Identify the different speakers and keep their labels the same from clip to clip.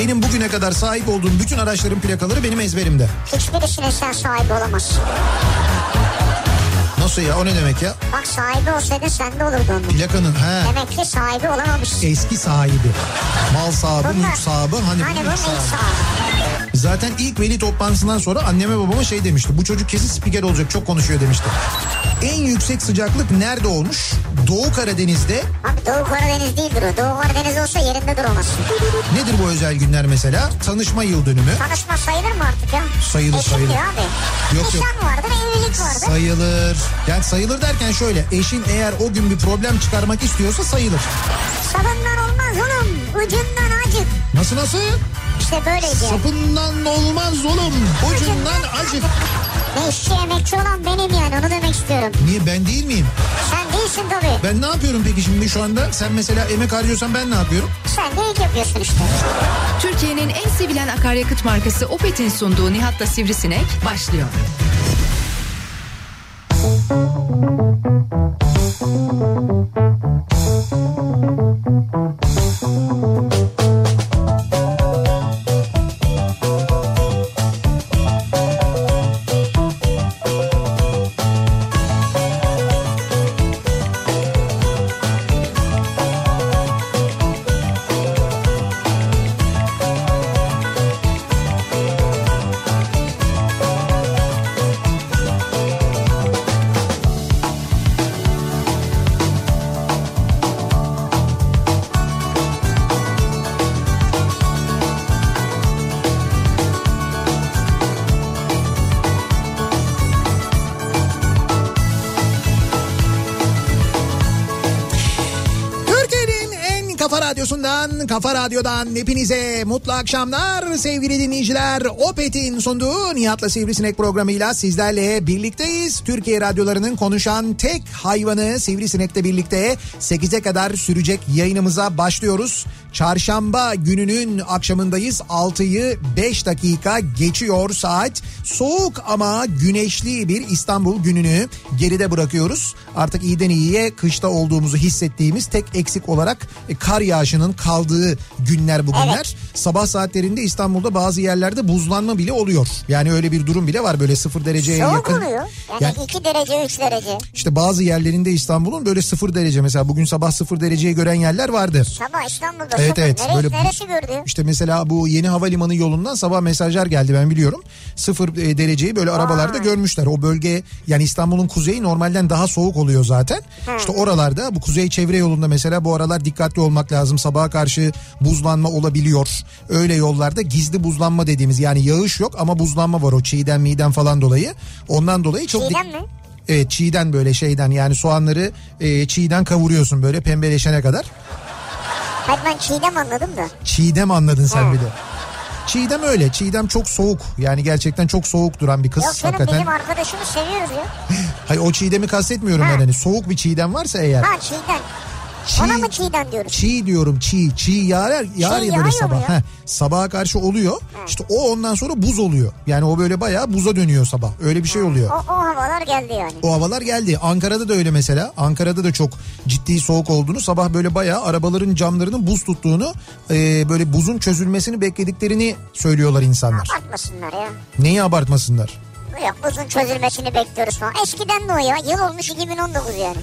Speaker 1: Benim bugüne kadar sahip olduğum bütün araçların plakaları benim ezberimde.
Speaker 2: Hiçbirisine sen sahibi olamazsın.
Speaker 1: Nasıl ya o ne demek ya?
Speaker 2: Bak sahibi olsaydı sende olurdu onun.
Speaker 1: Plakanın he
Speaker 2: Demek ki sahibi olamamışsın.
Speaker 1: eski sahibi. Mal sahibi,
Speaker 2: Bunlar-
Speaker 1: mülk sahibi hani,
Speaker 2: Hani
Speaker 1: bunun
Speaker 2: bunun ilk
Speaker 1: sahibi.
Speaker 2: sahibi.
Speaker 1: Zaten ilk veli toplantısından sonra anneme babama şey demişti. Bu çocuk kesin spiker olacak çok konuşuyor demişti. En yüksek sıcaklık nerede olmuş? Doğu Karadeniz'de
Speaker 2: Abi Doğu Karadeniz değildir o. Doğu Karadeniz olsa yerinde duramazsın.
Speaker 1: nedir bu özel günler mesela? Tanışma yıl dönümü.
Speaker 2: Tanışma sayılır mı artık ya?
Speaker 1: Sayılır,
Speaker 2: Eşit
Speaker 1: sayılır.
Speaker 2: diyor abi.
Speaker 1: Yok, yok.
Speaker 2: Nişan vardır, evlilik vardır.
Speaker 1: Sayılır. Yani sayılır derken şöyle eşin eğer o gün bir problem çıkarmak istiyorsa sayılır.
Speaker 2: Sabından olmaz oğlum. Ucundan acık.
Speaker 1: Nasıl nasıl?
Speaker 2: İşte böyleydi. yani.
Speaker 1: Sapından olmaz oğlum. Ucundan acık.
Speaker 2: Ne işçi emekçi olan benim yani onu demek istiyorum.
Speaker 1: Niye ben değil miyim?
Speaker 2: Sen değilsin tabii.
Speaker 1: Ben ne yapıyorum peki şimdi şu anda? Sen mesela emek harcıyorsan ben ne yapıyorum?
Speaker 2: Sen de ilk yapıyorsun işte.
Speaker 3: Türkiye'nin en sevilen akaryakıt markası Opet'in sunduğu Nihat'la Sivrisinek başlıyor.
Speaker 1: Türkiye'nin en kafa radyosundan, kafa radyodan hepinize mutlu akşamlar sevgili dinleyiciler. Opet'in sunduğu Nihat'la Sivrisinek programıyla sizlerle birlikteyiz. Türkiye radyolarının konuşan tek hayvanı Sivrisinek'le birlikte 8'e kadar sürecek yayınımıza başlıyoruz. Çarşamba gününün akşamındayız. 6'yı 5 dakika geçiyor saat. Soğuk ama güneşli bir İstanbul gününü geride bırakıyoruz. Artık iyiden iyiye kışta olduğumuzu hissettiğimiz tek eksik olarak e, kar yağışının kaldığı günler bugünler. Sabah saatlerinde İstanbul'da bazı yerlerde buzlanma bile oluyor. Yani öyle bir durum bile var böyle sıfır dereceye
Speaker 2: Soğuk
Speaker 1: yakın.
Speaker 2: oluyor. Yani
Speaker 1: Yani-
Speaker 2: 2 derece 3 derece.
Speaker 1: İşte bazı yerlerinde İstanbul'un böyle sıfır derece mesela bugün sabah sıfır dereceyi gören yerler vardı.
Speaker 2: Sabah İstanbul'da
Speaker 1: Evet,
Speaker 2: sıfır.
Speaker 1: evet,
Speaker 2: Neresi,
Speaker 1: böyle şey bu-
Speaker 2: neresi gördü?
Speaker 1: İşte mesela bu yeni havalimanı yolundan sabah mesajlar geldi ben biliyorum. Sıfır e, dereceyi böyle arabalarda görmüşler. O bölge yani İstanbul'un kuzeyi normalden daha soğuk oluyor zaten. İşte oralarda bu kuzey çevre yolunda mesela bu aralar dikkatli olmak lazım. Sabaha karşı buzlanma olabiliyor. Öyle yollarda gizli buzlanma dediğimiz yani yağış yok ama buzlanma var o çiğden miden falan dolayı. Ondan dolayı çok... dik-
Speaker 2: Çiğden mi?
Speaker 1: Evet çiğden böyle şeyden yani soğanları e, çiğden kavuruyorsun böyle pembeleşene kadar.
Speaker 2: Hadi ben çiğdem anladım da.
Speaker 1: Çiğdem anladın sen
Speaker 2: Ha.
Speaker 1: bir de. Çiğdem öyle. Çiğdem çok soğuk. Yani gerçekten çok soğuk duran bir kız.
Speaker 2: Yok canım
Speaker 1: Hakikaten.
Speaker 2: bizim arkadaşımı seviyoruz ya.
Speaker 1: Hayır o çiğdemi kastetmiyorum
Speaker 2: Ha.
Speaker 1: ben hani. Soğuk bir çiğdem varsa eğer.
Speaker 2: Ha çiğden.
Speaker 1: Çiğ-
Speaker 2: Ona mı çiğden diyoruz?
Speaker 1: Çiğ diyorum çiğ. Çiğ yağar, yağar ya
Speaker 2: yağıyor
Speaker 1: böyle
Speaker 2: mu
Speaker 1: sabah.
Speaker 2: ya?
Speaker 1: Heh, sabaha karşı oluyor. İşte o ondan sonra buz oluyor. Yani o böyle bayağı buza dönüyor sabah. Öyle bir şey oluyor.
Speaker 2: O, o havalar geldi yani.
Speaker 1: O havalar geldi. Ankara'da da öyle mesela. Ankara'da da çok ciddi soğuk olduğunu sabah böyle bayağı arabaların camlarının buz tuttuğunu e, böyle buzun çözülmesini beklediklerini söylüyorlar insanlar.
Speaker 2: Abartmasınlar ya.
Speaker 1: Neyi abartmasınlar?
Speaker 2: Yok buzun çözülmesini bekliyoruz falan. Eskiden de o ya. Yıl olmuş 2019 yani.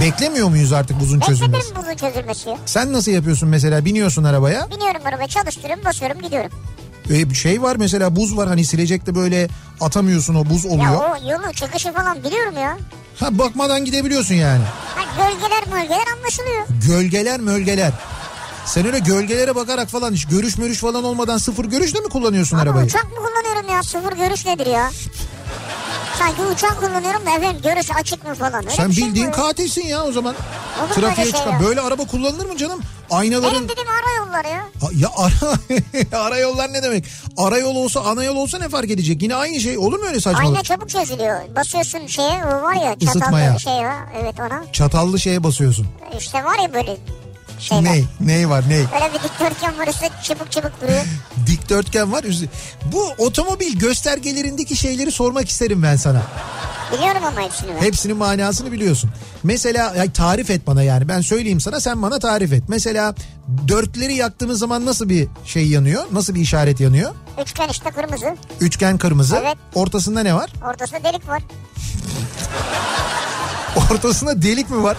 Speaker 1: Beklemiyor muyuz artık buzun çözülmesi?
Speaker 2: Bekledim buzun çözülmesi ya.
Speaker 1: Sen nasıl yapıyorsun mesela biniyorsun arabaya
Speaker 2: Biniyorum arabaya çalıştırıyorum basıyorum gidiyorum.
Speaker 1: Ee, şey var mesela buz var hani silecekte böyle atamıyorsun o buz
Speaker 2: Ya
Speaker 1: oluyor.
Speaker 2: o yolu çıkışı falan biliyorum ya.
Speaker 1: Ha bakmadan gidebiliyorsun yani.
Speaker 2: Ha, gölgeler bölgeler anlaşılıyor.
Speaker 1: Gölgeler mölgeler. Sen öyle gölgelere bakarak falan hiç görüş mörüş falan olmadan sıfır görüşle mi kullanıyorsun
Speaker 2: Ama
Speaker 1: arabayı?
Speaker 2: uçak mı kullanıyorum ya? Sıfır görüş nedir ya? Sanki uçak kullanıyorum da efendim görüş açık mı falan. Öyle
Speaker 1: Sen
Speaker 2: bir şey mi
Speaker 1: bildiğin
Speaker 2: var?
Speaker 1: katilsin ya o zaman.
Speaker 2: Olur mu
Speaker 1: Trafiğe
Speaker 2: öyle şey
Speaker 1: çıkan.
Speaker 2: ya?
Speaker 1: Böyle araba kullanılır mı canım? Aynaların
Speaker 2: Benim dedim ara yolları ya.
Speaker 1: Ha, Ya ara, ara yollar ne demek? Ara yol olsa ana yol olsa ne fark edecek? Yine aynı şey olur mu öyle saçmalık?
Speaker 2: Ayna çabuk çözülüyor. Basıyorsun şeye o var ya
Speaker 1: Isıtmaya.
Speaker 2: çatallı şey ya. Evet ona.
Speaker 1: Çatallı şeye basıyorsun.
Speaker 2: İşte var ya böyle şeyler.
Speaker 1: Ney? Ney var ney?
Speaker 2: Öyle bir dikdörtgen var üstü çabuk çabuk duruyor.
Speaker 1: Dikdörtgen var. üz- Bu otomobil göstergelerindeki şeyleri sormak isterim ben sana.
Speaker 2: Biliyorum ama hepsini ben.
Speaker 1: Hepsinin manasını biliyorsun. Mesela ya tarif et bana yani. Ben söyleyeyim sana sen bana tarif et. Mesela dörtleri yaktığımız zaman nasıl bir şey yanıyor? Nasıl bir işaret yanıyor?
Speaker 2: Üçgen işte kırmızı.
Speaker 1: Üçgen kırmızı.
Speaker 2: Evet.
Speaker 1: Ortasında ne var?
Speaker 2: Ortasında delik var.
Speaker 1: Ortasında delik mi var?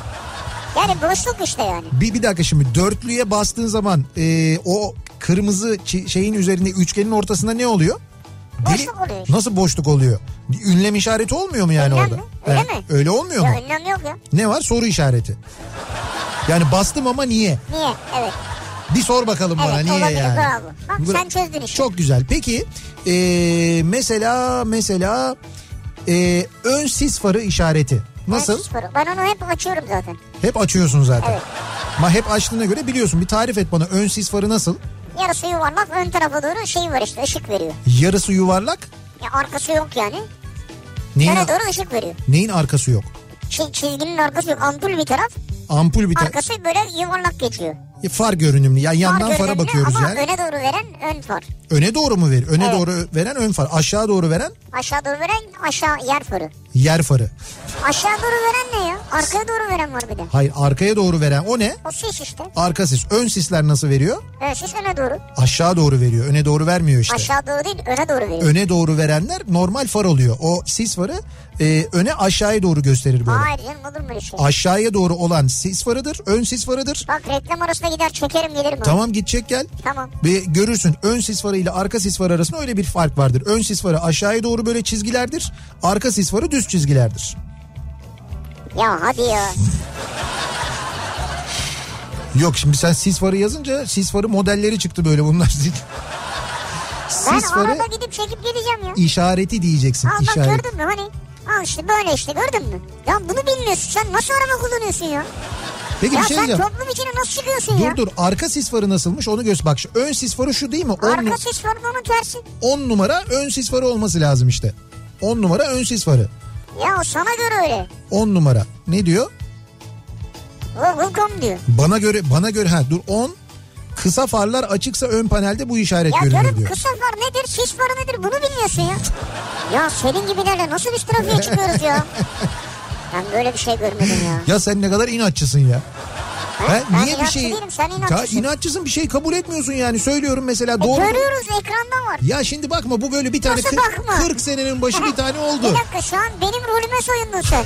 Speaker 2: Yani boşluk işte yani.
Speaker 1: Bir, bir dakika şimdi dörtlüye bastığın zaman e, o kırmızı çi- şeyin üzerinde üçgenin ortasında ne oluyor?
Speaker 2: Boşluk oluyor işte.
Speaker 1: Nasıl boşluk oluyor? Ünlem işareti olmuyor mu yani
Speaker 2: Ünlem
Speaker 1: orada?
Speaker 2: mi? Öyle mi?
Speaker 1: Öyle olmuyor mu?
Speaker 2: Ya önlem yok ya.
Speaker 1: Ne var? Soru işareti. Yani bastım ama niye?
Speaker 2: Niye? Evet.
Speaker 1: Bir sor bakalım bana
Speaker 2: Evet,
Speaker 1: niye
Speaker 2: olabilir,
Speaker 1: yani?
Speaker 2: bravo. Bak,
Speaker 1: Bra-
Speaker 2: sen çözdün işi.
Speaker 1: Çok güzel. Peki e, mesela mesela e, ön sis farı işareti nasıl?
Speaker 2: Ben, sporu- ben onu hep açıyorum zaten.
Speaker 1: Hep açıyorsun zaten.
Speaker 2: Evet.
Speaker 1: Ama hep açtığına göre biliyorsun. Bir tarif et bana ön sis farı nasıl?
Speaker 2: Yarısı yuvarlak ön tarafa doğru şey var işte ışık veriyor.
Speaker 1: Yarısı yuvarlak.
Speaker 2: Ya arkası yok yani.
Speaker 1: Neyin,
Speaker 2: Öne doğru ışık veriyor.
Speaker 1: neyin arkası yok?
Speaker 2: Çi- çizginin arkası yok. Ampul bir taraf.
Speaker 1: Ampul bir tane.
Speaker 2: Arkası böyle yuvarlak geçiyor.
Speaker 1: Far görünümlü. Yani
Speaker 2: Far
Speaker 1: yandan fara
Speaker 2: görünümlü
Speaker 1: bakıyoruz
Speaker 2: ama
Speaker 1: yani.
Speaker 2: öne doğru veren ön far.
Speaker 1: Öne doğru mu verir? Öne
Speaker 2: Evet.
Speaker 1: doğru veren ön far. Aşağı doğru veren
Speaker 2: Aşağı doğru veren aşağı yer farı.
Speaker 1: yer farı.
Speaker 2: Aşağı doğru veren ne ya? Arkaya doğru veren var bir de.
Speaker 1: Hayır arkaya doğru veren o ne?
Speaker 2: O sis işte.
Speaker 1: Arka sis. Ön sisler nasıl veriyor?
Speaker 2: Ön sis öne doğru.
Speaker 1: Aşağı doğru veriyor. Öne doğru vermiyor işte.
Speaker 2: Aşağı doğru değil öne doğru veriyor.
Speaker 1: Öne doğru verenler normal far oluyor. O sis farı e, öne aşağıya doğru gösterir böyle.
Speaker 2: Hayır canım olur mu öyle şey?
Speaker 1: Aşağıya doğru olan sis farıdır. Ön sis farıdır.
Speaker 2: Bak reklam arasına gider çekerim gelirim. Tamam.
Speaker 1: Tamam gidecek gel.
Speaker 2: Tamam.
Speaker 1: Ve görürsün ön sis farı ile arka sis farı arasında öyle bir fark vardır. Ön sis farı aşağıya doğru böyle çizgilerdir. Arka sis farı düz çizgilerdir.
Speaker 2: Ya hadi ya.
Speaker 1: Yok şimdi sen sis farı yazınca sis farı modelleri çıktı böyle bunlar.
Speaker 2: Ben
Speaker 1: sis farı
Speaker 2: arada gidip çekip geleceğim ya.
Speaker 1: işareti diyeceksin.
Speaker 2: Al bak
Speaker 1: işaret.
Speaker 2: gördün mü hani? Al işte böyle işte gördün mü? Ya bunu bilmiyorsun sen nasıl araba kullanıyorsun ya?
Speaker 1: Peki
Speaker 2: Ya
Speaker 1: bir şey
Speaker 2: sen
Speaker 1: diyeceğim.
Speaker 2: toplum içine nasıl çıkıyorsun ya?
Speaker 1: Dur dur arka sis farı nasılmış onu göz bak. Şu ön sis farı şu değil mi? 10
Speaker 2: Arka sis var onun tersi.
Speaker 1: 10 numara ön sis farı olması lazım işte. 10 numara ön sis farı.
Speaker 2: Ya o sana göre öyle.
Speaker 1: 10 numara. Ne diyor?
Speaker 2: O Vulkan diyor.
Speaker 1: Bana göre bana göre ha dur 10 kısa farlar açıksa ön panelde bu işaret
Speaker 2: Ya
Speaker 1: görünür
Speaker 2: canım
Speaker 1: diyor.
Speaker 2: kısa var nedir sis var nedir bunu bilmiyorsun ya. Ya senin gibilerle nasıl biz trafiğe çıkıyoruz ya? Ben böyle bir şey görmedim ya.
Speaker 1: Ya sen ne kadar inatçısın ya. Ha,
Speaker 2: ben
Speaker 1: niye bir
Speaker 2: inatçı
Speaker 1: şeyi
Speaker 2: değilim, sen inatçısın.
Speaker 1: Ya inatçısın bir şey kabul etmiyorsun yani söylüyorum mesela
Speaker 2: E,
Speaker 1: doğru.
Speaker 2: görüyoruz ekranda var.
Speaker 1: Ya şimdi bakma bu böyle bir tane
Speaker 2: Nasıl
Speaker 1: 40,
Speaker 2: bakma?
Speaker 1: 40 senenin başı bir tane oldu.
Speaker 2: Bir dakika şu an benim rolüme soyundun sen.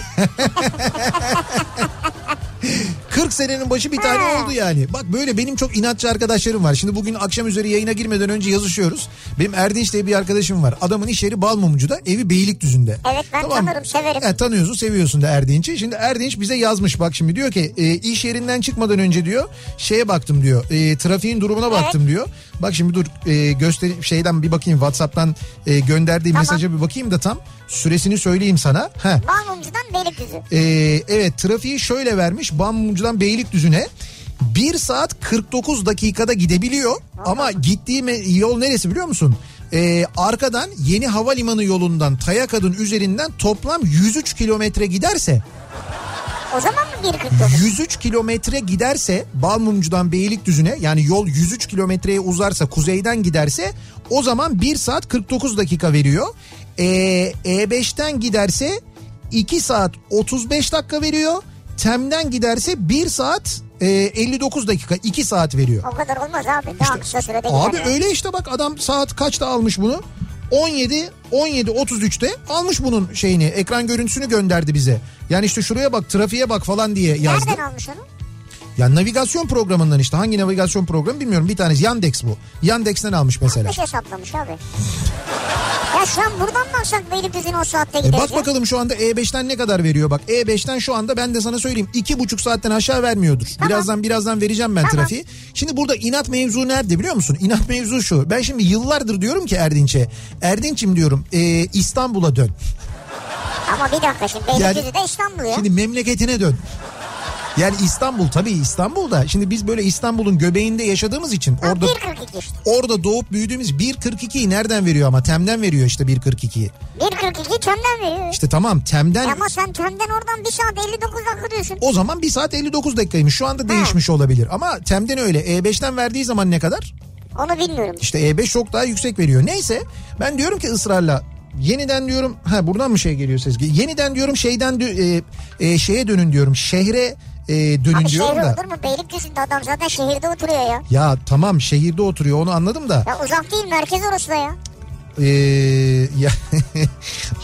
Speaker 1: 40 senenin başı bir tane
Speaker 2: He.
Speaker 1: oldu yani. Bak böyle benim çok inatçı arkadaşlarım var. Şimdi bugün akşam üzeri yayına girmeden önce yazışıyoruz. Benim Erdinç diye bir arkadaşım var. Adamın iş yeri Balmumcu'da, evi Beylikdüzü'nde.
Speaker 2: Evet, ben tanırım, severim.
Speaker 1: He, tanıyorsun, seviyorsun da Erdinç'i. Şimdi Erdinç bize yazmış bak şimdi diyor ki e, iş yerinden çıkmadan önce diyor şeye baktım diyor. e, trafiğin durumuna baktım diyor. Bak şimdi dur e, göster şeyden bir bakayım WhatsApp'tan e, gönderdiği
Speaker 2: Tamam.
Speaker 1: mesaja bir bakayım da tam süresini söyleyeyim sana. Heh.
Speaker 2: Balmumcu'dan Beylikdüzü.
Speaker 1: Ee, evet trafiği şöyle vermiş Bambucu'dan Beylikdüzü'ne 1 saat 49 dakikada gidebiliyor ama gittiği me- yol neresi biliyor musun? Ee, arkadan yeni havalimanı yolundan Tayakad'ın üzerinden toplam 103 kilometre giderse
Speaker 2: O zaman mı 1.49?
Speaker 1: 103 kilometre giderse Balmumcu'dan Beylikdüzü'ne yani yol 103 kilometreye uzarsa kuzeyden giderse o zaman 1 saat 49 dakika veriyor. Ee, E5'ten giderse 2 saat 35 dakika veriyor. Tem'den giderse 1 saat e, 59 dakika 2 saat veriyor.
Speaker 2: O kadar olmaz abi. Daha kısa sürede gider.
Speaker 1: Abi
Speaker 2: ya.
Speaker 1: öyle işte bak adam saat kaçta almış bunu? 17 17 33'te almış bunun şeyini ekran görüntüsünü gönderdi bize. Yani işte şuraya bak trafiğe bak falan diye yazdı.
Speaker 2: Nereden almış onu?
Speaker 1: Ya navigasyon programından işte hangi navigasyon programı bilmiyorum bir tanesi Yandex bu. Yandex'ten almış mesela.
Speaker 2: Bir şey hesaplamış abi. ya şu an buradan baksak Beylikdüzü'ne o saatte
Speaker 1: E
Speaker 2: gideriz
Speaker 1: bak
Speaker 2: ya.
Speaker 1: bakalım şu anda E5'ten ne kadar veriyor bak. E5'ten şu anda ben de sana söyleyeyim iki buçuk saatten aşağı vermiyordur. Birazdan birazdan vereceğim ben
Speaker 2: Tamam.
Speaker 1: trafiği. Şimdi burada inat mevzu nerede biliyor musun? İnat mevzu şu. Ben şimdi yıllardır diyorum ki Erdinç'e. Erdinç'im diyorum e, İstanbul'a dön.
Speaker 2: Ama bir dakika şimdi Beylikdüzü de İstanbul ya.
Speaker 1: Şimdi memleketine dön. Yani İstanbul tabii İstanbul'da. Şimdi biz böyle İstanbul'un göbeğinde yaşadığımız için
Speaker 2: Ha,
Speaker 1: orada
Speaker 2: 1.42 işte.
Speaker 1: Orada doğup büyüdüğümüz 1.42'yi nereden veriyor ama? Tem'den veriyor işte 1.42'yi.
Speaker 2: 1.42 Tem'den veriyor.
Speaker 1: İşte tamam Tem'den
Speaker 2: Ama sen Tem'den oradan 1 saat 59 dakika diyorsun.
Speaker 1: o zaman 1 saat 59 dakikaymış. Şu anda değişmiş olabilir. Ama Tem'den öyle. E5'ten verdiği zaman ne kadar? E
Speaker 2: Onu bilmiyorum.
Speaker 1: İşte E5 çok daha yüksek veriyor. Neyse ben diyorum ki ısrarla yeniden diyorum ha buradan mı şey geliyor ses? Yeniden diyorum şeyden dö- e, e, şeye dönün diyorum. Şehre e, dönün
Speaker 2: Abi şehir
Speaker 1: diyorum da.
Speaker 2: olur mu? Beylikdüzü'nde adam zaten şehirde oturuyor ya.
Speaker 1: Ya tamam şehirde oturuyor onu anladım da.
Speaker 2: Ya uzak değil merkez orası da ya.
Speaker 1: Ee, ya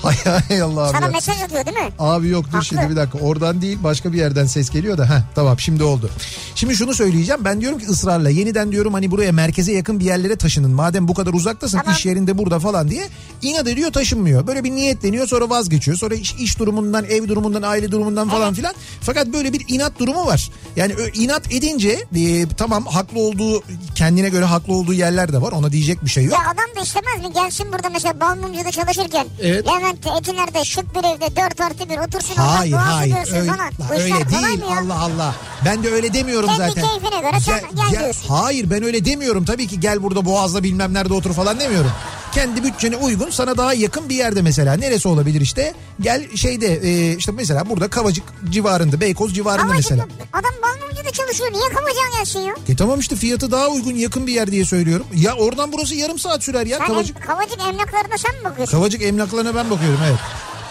Speaker 1: hay hay Allah'ım
Speaker 2: Sana
Speaker 1: ya.
Speaker 2: mesaj atıyor değil mi?
Speaker 1: Abi yok dur
Speaker 2: Haklı.
Speaker 1: şimdi bir dakika oradan değil başka bir yerden ses geliyor da ha tamam şimdi oldu. Şimdi şunu söyleyeceğim ben diyorum ki ısrarla yeniden diyorum hani buraya merkeze yakın bir yerlere taşının madem bu kadar uzaktasın
Speaker 2: Tamam.
Speaker 1: iş yerinde burada falan diye inat ediyor taşınmıyor. Böyle bir niyetleniyor sonra vazgeçiyor sonra iş, iş durumundan ev durumundan aile durumundan falan filan fakat böyle bir inat durumu var. Yani ö- inat edince e, tamam haklı olduğu kendine göre haklı olduğu yerler de var ona diyecek bir şey yok.
Speaker 2: Ya adam da istemez mi? Gelsin burada mesela Balmumcu'da çalışırken.
Speaker 1: Evet.
Speaker 2: Levent'te, Etiler'de, şık bir evde 4 artı 1 otursun. orada
Speaker 1: Hayır
Speaker 2: boğazı
Speaker 1: hayır
Speaker 2: görsün
Speaker 1: öyle,
Speaker 2: falan.
Speaker 1: la,
Speaker 2: Bu işler
Speaker 1: öyle
Speaker 2: kolay
Speaker 1: değil
Speaker 2: mı ya?
Speaker 1: Allah Allah. Ben de öyle demiyorum
Speaker 2: Kendi
Speaker 1: zaten.
Speaker 2: keyfine göre sen gel diyorsun.
Speaker 1: Hayır ben öyle demiyorum tabii ki gel burada Boğaz'da bilmem nerede otur falan demiyorum. Kendi bütçene uygun sana daha yakın bir yerde mesela neresi olabilir işte gel şeyde e, işte mesela burada Kavacık civarında Beykoz civarında
Speaker 2: Ama
Speaker 1: mesela.
Speaker 2: şimdi adam Balmumcu'da çalışıyor. Niye kabacan gelsin ya?
Speaker 1: E tamam işte fiyatı daha uygun yakın bir yer diye söylüyorum. Ya oradan burası yarım saat sürer ya
Speaker 2: Sen
Speaker 1: Kavacık.
Speaker 2: Kavacık. Kavacık emlaklarına sen mi bakıyorsun?
Speaker 1: Kavacık emlaklarına ben bakıyorum evet.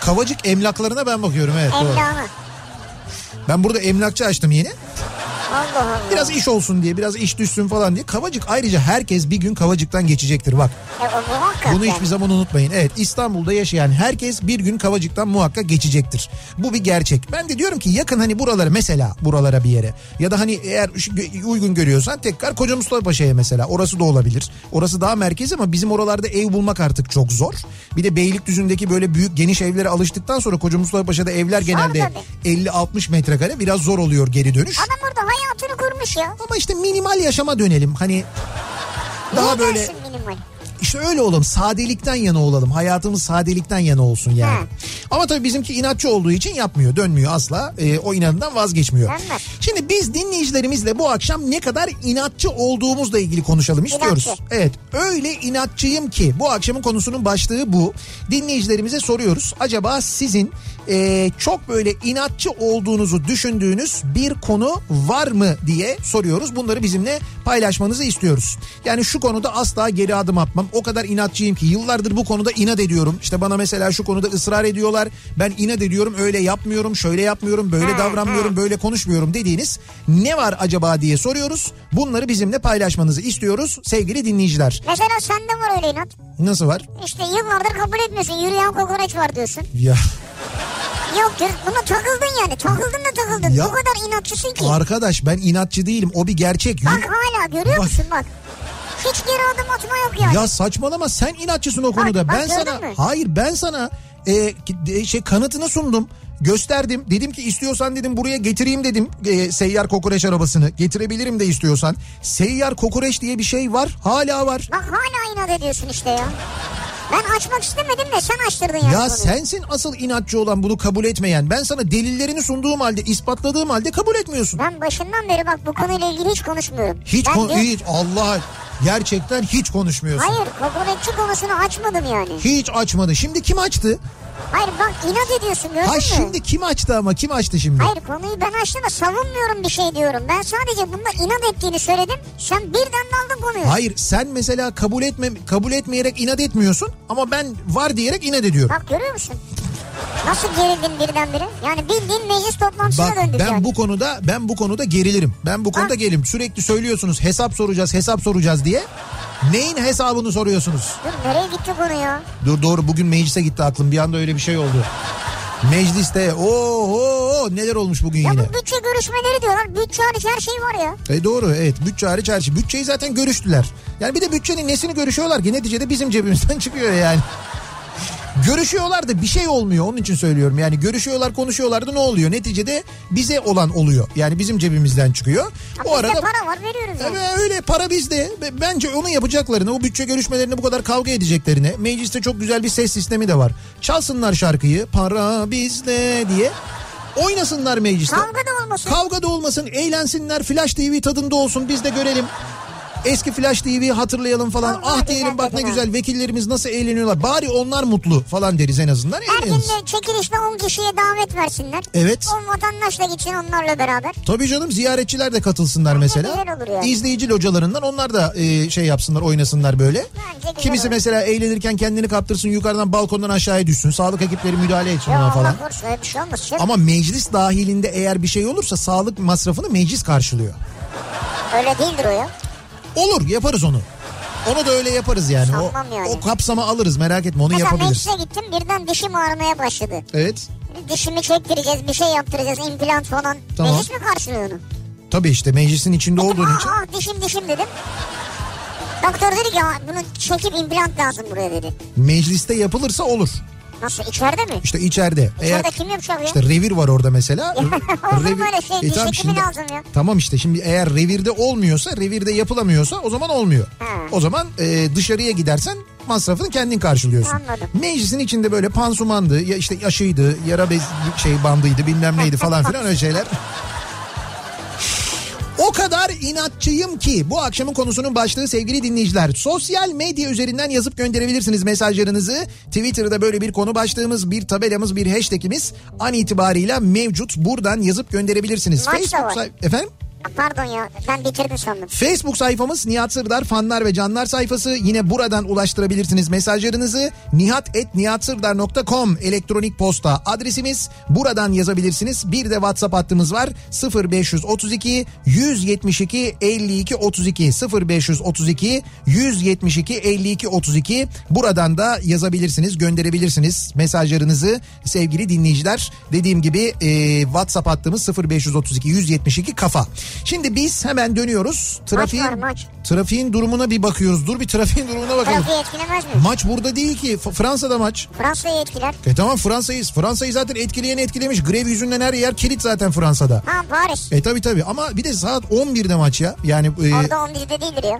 Speaker 1: Kavacık emlaklarına ben bakıyorum evet doğru.
Speaker 2: Emlakına.
Speaker 1: Ben burada emlakçı açtım yeni.
Speaker 2: Allah Allah.
Speaker 1: Biraz iş olsun diye biraz iş düşsün falan diye. Kavacık ayrıca herkes bir gün Kavacık'tan geçecektir bak.
Speaker 2: E, o muhakkak
Speaker 1: Bunu
Speaker 2: yani.
Speaker 1: hiçbir zaman unutmayın. Evet İstanbul'da yaşayan herkes bir gün Kavacık'tan muhakkak geçecektir. Bu bir gerçek. Ben de diyorum ki yakın hani buralara mesela buralara bir yere. Ya da hani eğer şu- uygun görüyorsan tekrar Koca Mustafa Paşa'ya mesela. Orası da olabilir. Orası daha merkez ama bizim oralarda ev bulmak artık çok zor. Bir de Beylikdüzü'ndeki böyle büyük geniş evlere alıştıktan sonra Koca Mustafa Paşa'da evler genelde
Speaker 2: tabii.
Speaker 1: 50-60 metrekare biraz zor oluyor geri dönüş.
Speaker 2: Adam orada hayatını kurmuş ya.
Speaker 1: Ama işte minimal yaşama dönelim. Hani daha
Speaker 2: Niye
Speaker 1: böyle
Speaker 2: gelsin minimal?
Speaker 1: işte öyle olalım. Sadelikten yana olalım. Hayatımız sadelikten yana olsun yani.
Speaker 2: Ha.
Speaker 1: Ama tabii bizimki inatçı olduğu için yapmıyor, dönmüyor asla. Ee, o inadından vazgeçmiyor.
Speaker 2: Dönmez.
Speaker 1: Şimdi biz dinleyicilerimizle bu akşam ne kadar inatçı olduğumuzla ilgili konuşalım istiyoruz.
Speaker 2: İnatçı.
Speaker 1: Evet. Öyle inatçıyım ki bu akşamın konusunun başlığı bu. Dinleyicilerimize soruyoruz. Acaba sizin e, çok böyle inatçı olduğunuzu düşündüğünüz bir konu var mı diye soruyoruz. Bunları bizimle paylaşmanızı istiyoruz. Yani şu konuda asla geri adım atmam. O kadar inatçıyım ki yıllardır bu konuda inat ediyorum. İşte bana mesela şu konuda ısrar ediyorlar. Ben inat ediyorum. Öyle yapmıyorum. Şöyle yapmıyorum. Böyle davranmıyorum böyle konuşmuyorum dediğiniz ne var acaba diye soruyoruz. Bunları bizimle paylaşmanızı istiyoruz sevgili dinleyiciler.
Speaker 2: Mesela sende var öyle inat.
Speaker 1: Nasıl var?
Speaker 2: İşte yıllardır kabul etmiyorsun. Yürüyen kokoreç var diyorsun.
Speaker 1: Ya
Speaker 2: Yok diyor. Buna takıldın yani. Takıldın da takıldın.
Speaker 1: Ya-
Speaker 2: Bu kadar inatçısın ki.
Speaker 1: arkadaş ben inatçı değilim o bir gerçek. Yürü-
Speaker 2: Bak hala görüyor
Speaker 1: Bak.
Speaker 2: musun bak. Hiç geri adım atma yok yani.
Speaker 1: Ya saçmalama sen inatçısın o konuda.
Speaker 2: bak
Speaker 1: ben
Speaker 2: gördün
Speaker 1: sana
Speaker 2: mü?
Speaker 1: hayır ben sana e, ki- e, şey kanıtını sundum. Gösterdim. Dedim ki istiyorsan dedim buraya getireyim dedim e, seyyar kokoreç arabasını. Getirebilirim de istiyorsan. Seyyar kokoreç diye bir şey var. Hala var.
Speaker 2: Bak hala inat ediyorsun işte ya. Ben açmak istemedim de sen açtırdın yani.
Speaker 1: Ya
Speaker 2: konuyu.
Speaker 1: sensin asıl inatçı olan bunu kabul etmeyen. Ben sana delillerini sunduğum halde, ispatladığım halde kabul etmiyorsun.
Speaker 2: Ben başından beri bak bu konuyla ilgili hiç konuşmuyorum.
Speaker 1: Hiç
Speaker 2: ben
Speaker 1: kon-
Speaker 2: diyor-
Speaker 1: hiç Allah gerçekten hiç konuşmuyorsun.
Speaker 2: Hayır kokoreççi konusunu açmadım yani.
Speaker 1: Hiç açmadı. Şimdi kim açtı?
Speaker 2: Hayır bak inat ediyorsun gördün
Speaker 1: Ha
Speaker 2: mü?
Speaker 1: şimdi kim açtı ama kim açtı şimdi?
Speaker 2: Hayır konuyu ben açtım da savunmuyorum bir şey diyorum. Ben sadece bunda inat ettiğini söyledim. Sen birden daldın konuyu.
Speaker 1: Hayır sen mesela kabul etme kabul etmeyerek inat etmiyorsun ama ben var diyerek inat ediyorum.
Speaker 2: Bak görüyor musun? Nasıl gerildin birdenbire? Yani bildiğin meclis toplantısına
Speaker 1: Bak
Speaker 2: döndük
Speaker 1: ben
Speaker 2: yani. Ah.
Speaker 1: bu konuda ben bu konuda gerilirim. Ben bu konuda
Speaker 2: Ha.
Speaker 1: gerilim. Sürekli söylüyorsunuz hesap soracağız, hesap soracağız diye. Neyin hesabını soruyorsunuz?
Speaker 2: Dur nereye gitti konu ya?
Speaker 1: Dur doğru bugün meclise gitti aklım. Bir anda öyle bir şey oldu. Mecliste oho neler olmuş bugün
Speaker 2: Ya
Speaker 1: yine.
Speaker 2: bu bütçe görüşmeleri diyorlar. Bütçe hariç her şey var ya.
Speaker 1: E doğru evet bütçe hariç her şey. Bütçeyi zaten görüştüler. Yani bir de bütçenin nesini görüşüyorlar ki neticede bizim cebimizden çıkıyor yani. Görüşüyorlar da bir şey olmuyor onun için söylüyorum. Yani görüşüyorlar konuşuyorlar da ne oluyor? Neticede bize olan oluyor. Yani bizim cebimizden çıkıyor.
Speaker 2: Ya
Speaker 1: O
Speaker 2: bizde
Speaker 1: arada
Speaker 2: para var veriyoruz yani.
Speaker 1: Tabii öyle para bizde. B- Bence onu yapacaklarını, o bütçe görüşmelerini bu kadar kavga edeceklerine. Mecliste çok güzel bir ses sistemi de var. Çalsınlar şarkıyı para bizde diye. Oynasınlar mecliste.
Speaker 2: Kavga da olmasın.
Speaker 1: Kavga da olmasın, eğlensinler, Flash TV tadında olsun biz de görelim. Eski Flash TV hatırlayalım falan.
Speaker 2: Vallahi
Speaker 1: ah
Speaker 2: güzel
Speaker 1: diyelim bak ne
Speaker 2: dediler.
Speaker 1: güzel vekillerimiz nasıl eğleniyorlar. Bari onlar mutlu falan deriz en azından.
Speaker 2: Her gün
Speaker 1: Eğleniriz.
Speaker 2: de çekilişte 10 kişiye davet versinler.
Speaker 1: Evet.
Speaker 2: 10 vatandaş da gitsin onlarla beraber.
Speaker 1: Tabii canım ziyaretçiler de katılsınlar mesela.
Speaker 2: güzel olur yani.
Speaker 1: İzleyici localarından onlar da e, şey yapsınlar oynasınlar böyle.
Speaker 2: Bence güzel
Speaker 1: Kimisi
Speaker 2: olur.
Speaker 1: mesela eğlenirken kendini kaptırsın yukarıdan balkondan aşağıya düşsün. Sağlık ekipleri müdahale etsin
Speaker 2: Ya
Speaker 1: ona falan.
Speaker 2: Allah korusun öyle bir şey olmasın.
Speaker 1: Ama meclis dahilinde eğer bir şey olursa sağlık masrafını meclis karşılıyor.
Speaker 2: Öyle değildir o ya.
Speaker 1: Olur yaparız onu. Onu da öyle yaparız yani. O,
Speaker 2: Sanmam yani.
Speaker 1: o kapsama alırız merak etme onu
Speaker 2: Mesela
Speaker 1: yapabiliriz.
Speaker 2: meclise gittim birden dişim ağrımaya başladı.
Speaker 1: Evet.
Speaker 2: Dişimi çektireceğiz bir şey yaptıracağız implant falan.
Speaker 1: Tamam.
Speaker 2: Meclis mi karşılıyor onu?
Speaker 1: Tabii işte meclisin içinde olduğun
Speaker 2: ah,
Speaker 1: için.
Speaker 2: ah dişim dişim dedim. Doktor dedi ki "Aa, bunu çekip implant lazım buraya dedi.
Speaker 1: Mecliste yapılırsa olur.
Speaker 2: Nasıl içeride mi?
Speaker 1: İşte içeride. Eğer
Speaker 2: İçeride kim yapacak ya?
Speaker 1: işte revir var orada mesela. E,
Speaker 2: olur mu öyle şey? Diş hekimi lazım ya.
Speaker 1: Tamam işte şimdi eğer revirde olmuyorsa, revirde yapılamıyorsa o zaman olmuyor.
Speaker 2: Ha.
Speaker 1: O zaman e, dışarıya gidersen masrafını kendin karşılıyorsun.
Speaker 2: Anladım.
Speaker 1: Meclisin içinde böyle pansumandı, ya işte aşıydı, yara bez şey bandıydı, bilmem neydi falan filan öyle şeyler. O kadar inatçıyım ki bu akşamın konusunun başlığı sevgili dinleyiciler. Sosyal medya üzerinden yazıp gönderebilirsiniz mesajlarınızı. Twitter'da böyle bir konu başlığımız, bir tabelamız, bir hashtagimiz an itibariyle mevcut. Buradan yazıp gönderebilirsiniz.
Speaker 2: Maç da var.
Speaker 1: say- Efendim?
Speaker 2: Ah, Pardon ya ben bitirdim sandım.
Speaker 1: Facebook sayfamız Nihat Sırdar fanlar ve canlar sayfası. Yine buradan ulaştırabilirsiniz mesajlarınızı. nihat.nihatsırdar.com elektronik posta adresimiz. Buradan yazabilirsiniz. Bir de WhatsApp hattımız var. 0532 172 52 32 0532 172 52 32 buradan da yazabilirsiniz gönderebilirsiniz mesajlarınızı sevgili dinleyiciler dediğim gibi e, WhatsApp hattımız 0532 172 kafa şimdi biz hemen dönüyoruz trafiğin
Speaker 2: var, maç.
Speaker 1: trafiğin durumuna bir bakıyoruz dur bir trafiğin durumuna bakalım
Speaker 2: Trafiği etkilemez mi?
Speaker 1: maç burada değil ki F- Fransa'da maç
Speaker 2: Fransa'yı etkiler.
Speaker 1: e tamam Fransa'yız Fransa'yı zaten etkileyen etkilemiş grev yüzünden her yer kilit zaten Fransa'da
Speaker 2: Ha Paris.
Speaker 1: e tabi tabi ama bir de saat 11'de maç ya yani e,
Speaker 2: Orada 11'de değildir ya.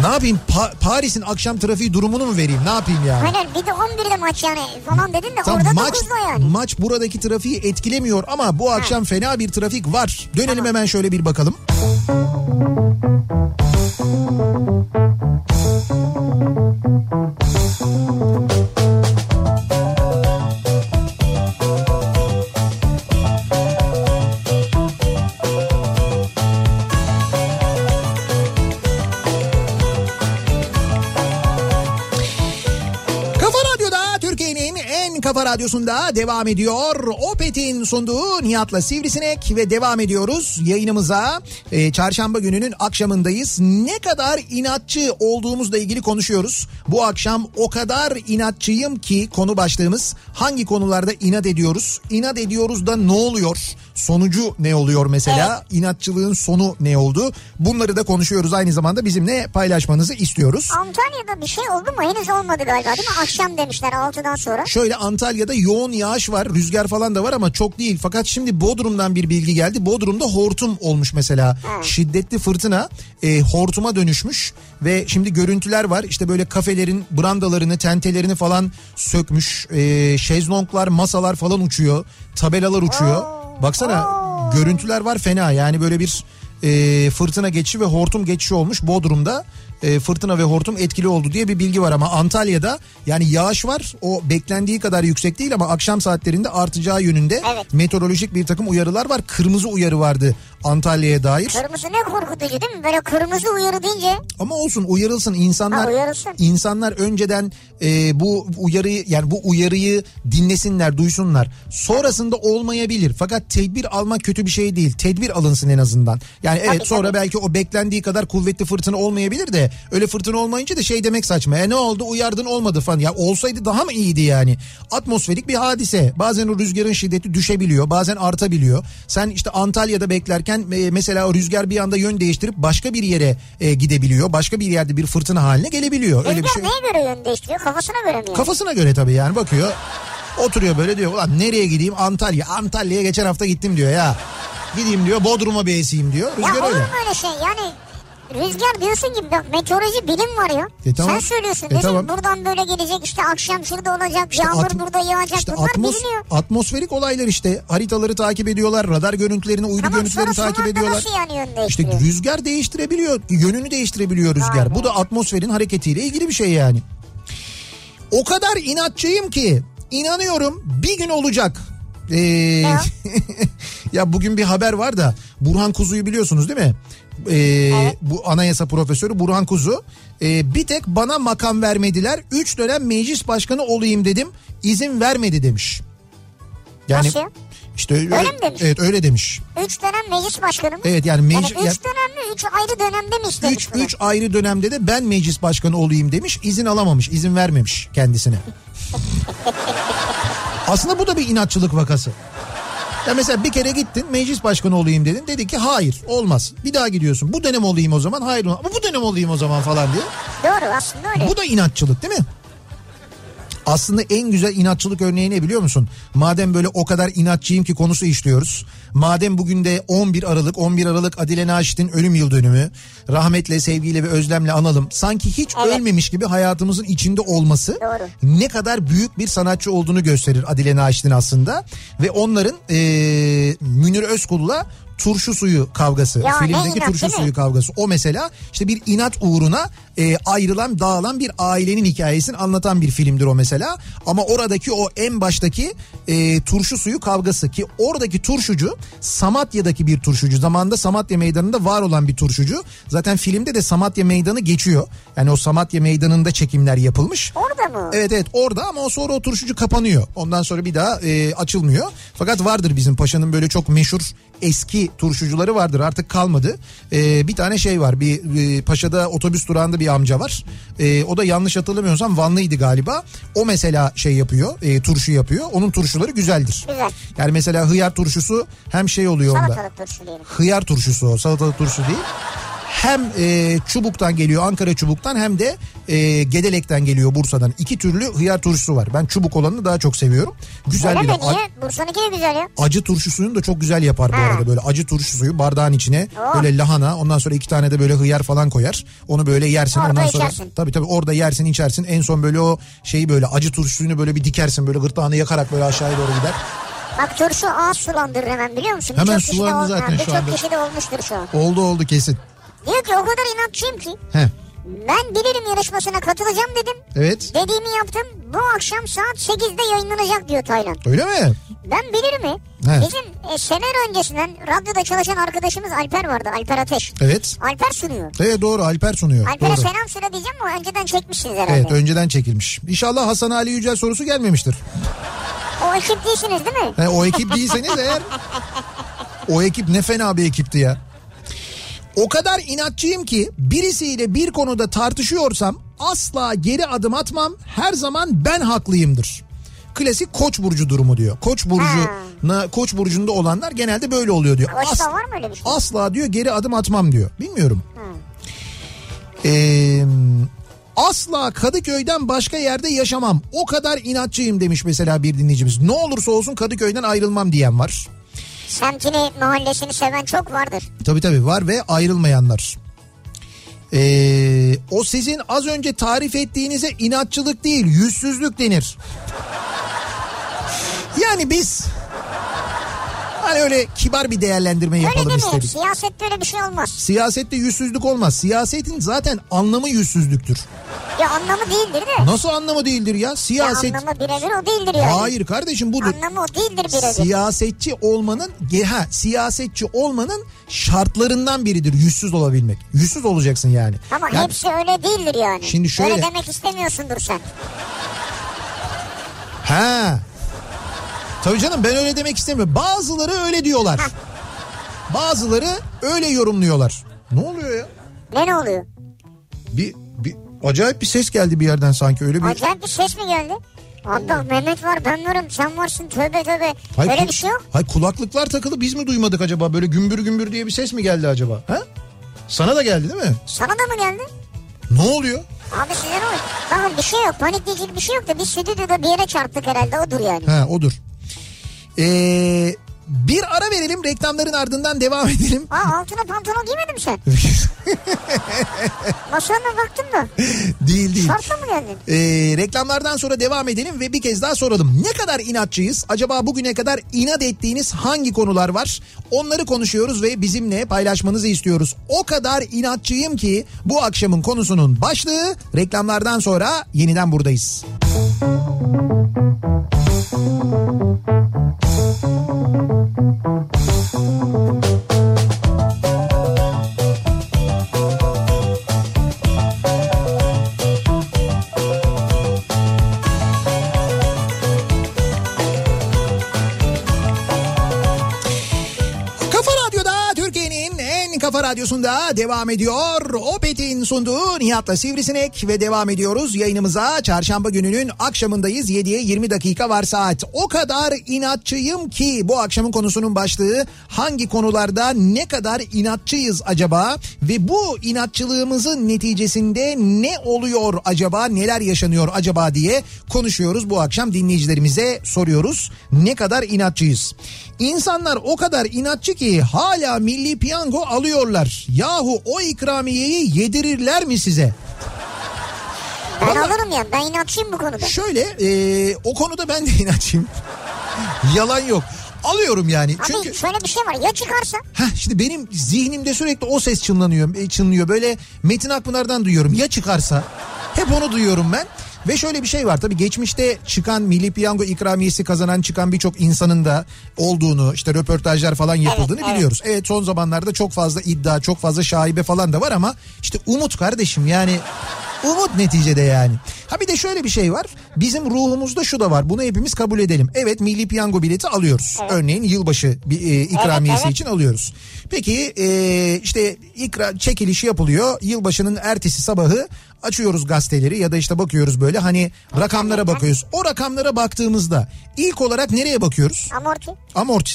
Speaker 1: ne yapayım Pa- Paris'in akşam trafiği durumunu mu vereyim ne yapayım yani
Speaker 2: Aynen bir de 11'de maç yani falan dedin de orada
Speaker 1: maç,
Speaker 2: 9'da yani.
Speaker 1: maç buradaki trafiği etkilemiyor ama bu akşam fena bir trafik var. Dönelim hemen şöyle bir bakalım. Kafa Radyo'da Türkiye'nin en kafa radyosunda devam ediyor. Opet'in sunduğu Nihat'la Sivrisinek ve devam ediyoruz yayınımıza. Ee, çarşamba gününün akşamındayız. Ne kadar inatçı olduğumuzla ilgili konuşuyoruz. Bu akşam o kadar inatçıyım ki konu başlığımız hangi konularda inat ediyoruz? İnat ediyoruz da ne oluyor? Sonucu ne oluyor mesela? İnatçılığın sonu ne oldu? Bunları da konuşuyoruz aynı zamanda bizimle paylaşmanızı istiyoruz.
Speaker 2: Antalya'da bir şey oldu mu? Henüz olmadı galiba değil mi? Akşam demişler 6'dan sonra.
Speaker 1: Şöyle Antalya'da yoğun yağış var, rüzgar falan da var ama çok değil. Fakat şimdi Bodrum'dan bir bilgi geldi. Bodrum'da hortum olmuş mesela. Şiddetli fırtına e, hortuma dönüşmüş ve şimdi görüntüler var. İşte böyle kafelerin brandalarını, tentelerini falan sökmüş. E, şezlonglar, masalar falan uçuyor. Tabelalar uçuyor. Baksana görüntüler var fena. Yani böyle bir e, fırtına geçişi ve hortum geçişi olmuş Bodrum'da. E, fırtına ve hortum etkili oldu diye bir bilgi var ama Antalya'da yani yağış var o beklendiği kadar yüksek değil ama akşam saatlerinde artacağı yönünde
Speaker 2: Evet.
Speaker 1: meteorolojik bir takım uyarılar var. Kırmızı uyarı vardı Antalya'ya dair.
Speaker 2: Kırmızı ne korkutucu değil mi? Böyle kırmızı uyarı deyince
Speaker 1: Ama olsun uyarılsın insanlar.
Speaker 2: Ha, uyarılsın.
Speaker 1: İnsanlar önceden e, bu uyarıyı yani bu uyarıyı dinlesinler, duysunlar. Sonrasında olmayabilir. Fakat tedbir almak kötü bir şey değil. Tedbir alınsın en azından. Yani evet
Speaker 2: Tabii,
Speaker 1: sonra
Speaker 2: tabii.
Speaker 1: belki o beklendiği kadar kuvvetli fırtına olmayabilir de öyle fırtına olmayınca da şey demek saçma. E ne oldu? Uyardın olmadı falan. Ya olsaydı daha mı iyiydi yani? Atmosferik bir hadise. Bazen o rüzgarın şiddeti düşebiliyor, bazen artabiliyor. Sen işte Antalya'da beklerken e, mesela o rüzgar bir anda yön değiştirip başka bir yere e, gidebiliyor. Başka bir yerde bir fırtına haline gelebiliyor. Öyle bir
Speaker 2: rüzgar
Speaker 1: şey.
Speaker 2: neye göre yön değiştiriyor? Kafasına göre mi? yani?
Speaker 1: Kafasına göre tabii yani bakıyor. Oturuyor böyle diyor ulan nereye gideyim Antalya. Antalya'ya geçen hafta gittim diyor ya. Gideyim diyor Bodrum'a beseyim diyor.
Speaker 2: ya
Speaker 1: Rüzgar
Speaker 2: olur
Speaker 1: öyle.
Speaker 2: mu öyle şey? Yani Rüzgar diyorsun ki bak meteoroloji bilim var ya.
Speaker 1: E, tamam.
Speaker 2: Sen söylüyorsun.
Speaker 1: E,
Speaker 2: Dedim
Speaker 1: tamam.
Speaker 2: buradan böyle gelecek işte akşam şurada olacak yağmur
Speaker 1: atm-
Speaker 2: burada yağacak
Speaker 1: işte
Speaker 2: bunlar
Speaker 1: atmos-
Speaker 2: biliniyor.
Speaker 1: Atmosferik olaylar işte. Haritaları takip ediyorlar. Radar görüntülerini, uydu
Speaker 2: Tamam sonra
Speaker 1: görüntülerini takip
Speaker 2: sonunda şey
Speaker 1: ediyorlar.
Speaker 2: nasıl yani yön
Speaker 1: İşte
Speaker 2: değiştiriyor?
Speaker 1: rüzgar değiştirebiliyor. Yönünü değiştirebiliyor rüzgar. Bu da atmosferin hareketiyle ilgili bir şey yani. O kadar inatçıyım ki inanıyorum bir gün olacak. Ee,
Speaker 2: Ne
Speaker 1: ya bugün bir haber var da Burhan Kuzu'yu biliyorsunuz değil mi? Ee, Bu anayasa profesörü Burhan Kuzu. Ee, bir tek bana makam vermediler. Üç dönem meclis başkanı olayım dedim. İzin vermedi demiş. Yani
Speaker 2: Nasıl?
Speaker 1: işte öyle,
Speaker 2: mi demiş?
Speaker 1: Evet öyle demiş.
Speaker 2: Üç dönem meclis başkanı mı?
Speaker 1: Evet yani meclis
Speaker 2: yani üç dönem mi? Üç ayrı dönemde mi işlemiş
Speaker 1: 3
Speaker 2: bunu?
Speaker 1: 3 ayrı dönemde de ben meclis başkanı olayım demiş. izin alamamış. izin vermemiş kendisine. Aslında bu da bir inatçılık vakası. Ya mesela bir kere gittin meclis başkanı olayım dedin. Dedi ki hayır olmaz. Bir daha gidiyorsun. Bu dönem olayım o zaman. Hayır olmaz. Bu dönem olayım o zaman falan diye.
Speaker 2: Doğru aslında öyle.
Speaker 1: Bu da inatçılık değil mi? Aslında en güzel inatçılık örneği ne biliyor musun? Madem böyle o kadar inatçıyım ki konusu işliyoruz. Madem bugün de 11 Aralık, 11 Aralık Adile Naşit'in ölüm yıl dönümü. Rahmetle, sevgiyle ve özlemle analım. Sanki hiç
Speaker 2: Evet.
Speaker 1: ölmemiş gibi hayatımızın içinde olması
Speaker 2: Doğru.
Speaker 1: ne kadar büyük bir sanatçı olduğunu gösterir Adile Naşit'in aslında. Ve onların eee Münir Özkul'la turşu suyu kavgası.
Speaker 2: Ya ne
Speaker 1: filmdeki
Speaker 2: inat,
Speaker 1: turşu
Speaker 2: değil mi?
Speaker 1: suyu kavgası. O mesela işte bir inat uğruna e, ayrılan dağılan bir ailenin hikayesini anlatan bir filmdir o mesela. Ama oradaki o en baştaki e, turşu suyu kavgası ki oradaki turşucu Samatya'daki bir turşucu. Zamanında Samatya Meydanı'nda var olan bir turşucu. Zaten filmde de Samatya Meydanı geçiyor. Yani o Samatya Meydanı'nda çekimler yapılmış.
Speaker 2: Orada mı?
Speaker 1: Evet evet orada ama o sonra o turşucu kapanıyor. Ondan sonra bir daha e, açılmıyor. Fakat vardır bizim paşanın böyle çok meşhur eski turşucuları vardır artık kalmadı. E, bir tane şey var bir e, paşada otobüs durağında bir amca var. E, o da yanlış hatırlamıyorsam Vanlıydı galiba. O mesela şey yapıyor e, turşu yapıyor. Onun turşuları güzeldir.
Speaker 2: Güzel.
Speaker 1: Yani mesela hıyar turşusu hem şey oluyor onda
Speaker 2: Salatalık turşu diyelim.
Speaker 1: hıyar turşusu o salatalık turşusu değil. Hem e, çubuktan geliyor Ankara çubuktan hem de e, Gedelek'ten geliyor Bursa'dan. İki türlü hıyar turşusu var. Ben çubuk olanını daha çok seviyorum. Güzel
Speaker 2: Öyle
Speaker 1: bir
Speaker 2: mi?
Speaker 1: de ac-
Speaker 2: Niye? Bursa'nınki de güzel ya.
Speaker 1: acı turşusunu da çok güzel yapar bu
Speaker 2: Ha.
Speaker 1: arada. Böyle acı turşu suyu bardağın içine
Speaker 2: Oh.
Speaker 1: böyle lahana ondan sonra iki tane de böyle hıyar falan koyar. Onu böyle yersin
Speaker 2: Orada
Speaker 1: ondan sonra.
Speaker 2: içersin.
Speaker 1: Tabii tabii orada yersin içersin. En son böyle o şeyi böyle acı turşusunu böyle bir dikersin böyle gırtlağını yakarak böyle aşağıya doğru gider.
Speaker 2: Bak turşu ağız sulandırır hemen biliyor musun?
Speaker 1: Hemen
Speaker 2: Birçok kişi de
Speaker 1: sulandı
Speaker 2: ol-
Speaker 1: zaten
Speaker 2: Ha,
Speaker 1: şu anda.
Speaker 2: Birçok kişi de olmuştur şu an.
Speaker 1: Oldu oldu kesin.
Speaker 2: Diyor ki o kadar inatçıyım ki
Speaker 1: Heh.
Speaker 2: ben bilirim yarışmasına katılacağım dedim.
Speaker 1: Evet.
Speaker 2: Dediğimi yaptım. Bu akşam saat 8'de yayınlanacak diyor Taylan.
Speaker 1: Öyle mi?
Speaker 2: Ben bilir mi?
Speaker 1: Evet.
Speaker 2: Bizim e, seneler öncesinden radyoda çalışan arkadaşımız Alper vardı. Alper Ateş.
Speaker 1: Evet.
Speaker 2: Alper sunuyor.
Speaker 1: Evet E, doğru Alper sunuyor.
Speaker 2: Alper'e
Speaker 1: doğru.
Speaker 2: selam söyle diyeceğim ama önceden çekmişsiniz herhalde.
Speaker 1: Evet önceden çekilmiş. İnşallah Hasan Ali Yücel sorusu gelmemiştir.
Speaker 2: O ekip değilsiniz değil mi?
Speaker 1: He, o ekip değilseniz eğer o ekip ne fena bir ekipti ya. O kadar inatçıyım ki birisiyle bir konuda tartışıyorsam asla geri adım atmam. Her zaman ben haklıyımdır. Klasik koç burcu durumu diyor. Koç burcuna koç burcunda olanlar genelde böyle oluyor diyor.
Speaker 2: Koçta
Speaker 1: Asla-
Speaker 2: var mı öyle bir şey?
Speaker 1: Asla diyor geri adım atmam diyor. Bilmiyorum. Ee, asla Kadıköy'den başka yerde yaşamam. O kadar inatçıyım demiş mesela bir dinleyicimiz. Ne olursa olsun Kadıköy'den ayrılmam diyen var.
Speaker 2: Semtini, mahallesini seven çok vardır.
Speaker 1: Tabii tabii var ve ayrılmayanlar. Ee, o sizin az önce tarif ettiğinize inatçılık değil yüzsüzlük denir. Yani biz hani öyle kibar bir değerlendirme
Speaker 2: Öyle
Speaker 1: yapalım
Speaker 2: değil mi?
Speaker 1: istedik.
Speaker 2: Siyasette öyle bir şey olmaz.
Speaker 1: Siyasette yüzsüzlük olmaz. Siyasetin zaten anlamı yüzsüzlüktür.
Speaker 2: Ya anlamı değildir de.
Speaker 1: Nasıl anlamı değildir ya?
Speaker 2: Ya
Speaker 1: Siyaset...
Speaker 2: anlamı birebir o değildir yani.
Speaker 1: Hayır kardeşim bu
Speaker 2: Anlamı o değildir birebir.
Speaker 1: siyasetçi olmanın ge- ha, siyasetçi olmanın şartlarından biridir yüzsüz olabilmek. Yüzsüz olacaksın yani.
Speaker 2: Ama
Speaker 1: Yani
Speaker 2: hepsi öyle değildir yani.
Speaker 1: Şimdi şöyle-
Speaker 2: Öyle demek istemiyorsundur sen.
Speaker 1: Ha. Tabii canım ben öyle demek istemiyorum. Bazıları öyle diyorlar.
Speaker 2: Hah.
Speaker 1: Bazıları öyle yorumluyorlar. Ne oluyor ya?
Speaker 2: Ne ne oluyor?
Speaker 1: Bir, bir acayip bir ses geldi bir yerden sanki öyle bir.
Speaker 2: Acayip bir ses mi geldi? Allah Mehmet var ben varım sen varsın tövbe tövbe.
Speaker 1: Hayır,
Speaker 2: öyle
Speaker 1: ku-
Speaker 2: bir şey yok.
Speaker 1: Hayır kulaklıklar takılı biz mi duymadık acaba? Böyle gümbür gümbür diye bir ses mi geldi acaba? Ha? Sana da geldi değil mi?
Speaker 2: Sana da mı geldi?
Speaker 1: Ne oluyor?
Speaker 2: Abi size ne oldu? Bakın bir şey yok panikleyecek bir şey yok da biz stüdyoda bir yere çarptık herhalde odur yani.
Speaker 1: Ha odur. Ee, Bir ara verelim reklamların ardından devam edelim.
Speaker 2: Aa altına pantolon giymedin mi sen? Masanına baktın mı?
Speaker 1: değil değil.
Speaker 2: Şortla mı geldin?
Speaker 1: Ee, reklamlardan sonra devam edelim ve bir kez daha soralım. Ne kadar inatçıyız? Acaba bugüne kadar inat ettiğiniz hangi konular var? Onları konuşuyoruz ve bizimle paylaşmanızı istiyoruz. O kadar inatçıyım ki bu akşamın konusunun başlığı reklamlardan sonra yeniden buradayız. Kafa Radyo'da Türkiye'nin en kafa radyosunda devam ediyor. Opet'in sunduğu Nihat'la Sivrisinek ve devam ediyoruz yayınımıza. Çarşamba gününün akşamındayız. 7'ye 20 dakika var saat. O kadar inatçıyım ki bu akşamın konusunun başlığı hangi konularda ne kadar inatçıyız acaba? Ve bu inatçılığımızın neticesinde ne oluyor acaba? Neler yaşanıyor acaba diye konuşuyoruz bu akşam dinleyicilerimize soruyoruz. Ne kadar inatçıyız? İnsanlar o kadar inatçı ki hala milli piyango alıyorlar. Yahu o ikramiyeyi yedirirler mi size?
Speaker 2: Ben alırım ya ben inatçıyım bu konuda.
Speaker 1: Şöyle e, o konuda ben de inatçıyım. Yalan yok. Alıyorum yani.
Speaker 2: Abi
Speaker 1: Çünkü
Speaker 2: şöyle bir şey var ya çıkarsa
Speaker 1: Heh, şimdi benim zihnimde sürekli o ses çınlanıyor, e, çınlıyor. Böyle Metin Akpınar'dan duyuyorum. Ya çıkarsa? Hep onu duyuyorum ben. Ve şöyle bir şey var tabii geçmişte çıkan Milli Piyango ikramiyesi kazanan çıkan birçok insanın da olduğunu işte röportajlar falan yapıldığını
Speaker 2: evet.
Speaker 1: biliyoruz. Evet son zamanlarda çok fazla iddia çok fazla şaibe falan da var ama işte umut kardeşim yani umut neticede yani. Ha bir de şöyle bir şey var bizim ruhumuzda şu da var bunu hepimiz kabul edelim. Evet Milli Piyango bileti alıyoruz örneğin yılbaşı bir, e, ikramiyesi
Speaker 2: evet.
Speaker 1: için alıyoruz. Peki e, işte ikra çekilişi yapılıyor. Yılbaşının ertesi sabahı açıyoruz gazeteleri ya da işte bakıyoruz böyle hani rakamlara bakıyoruz. O rakamlara baktığımızda ilk olarak nereye bakıyoruz?
Speaker 2: amorti.
Speaker 1: Amorti.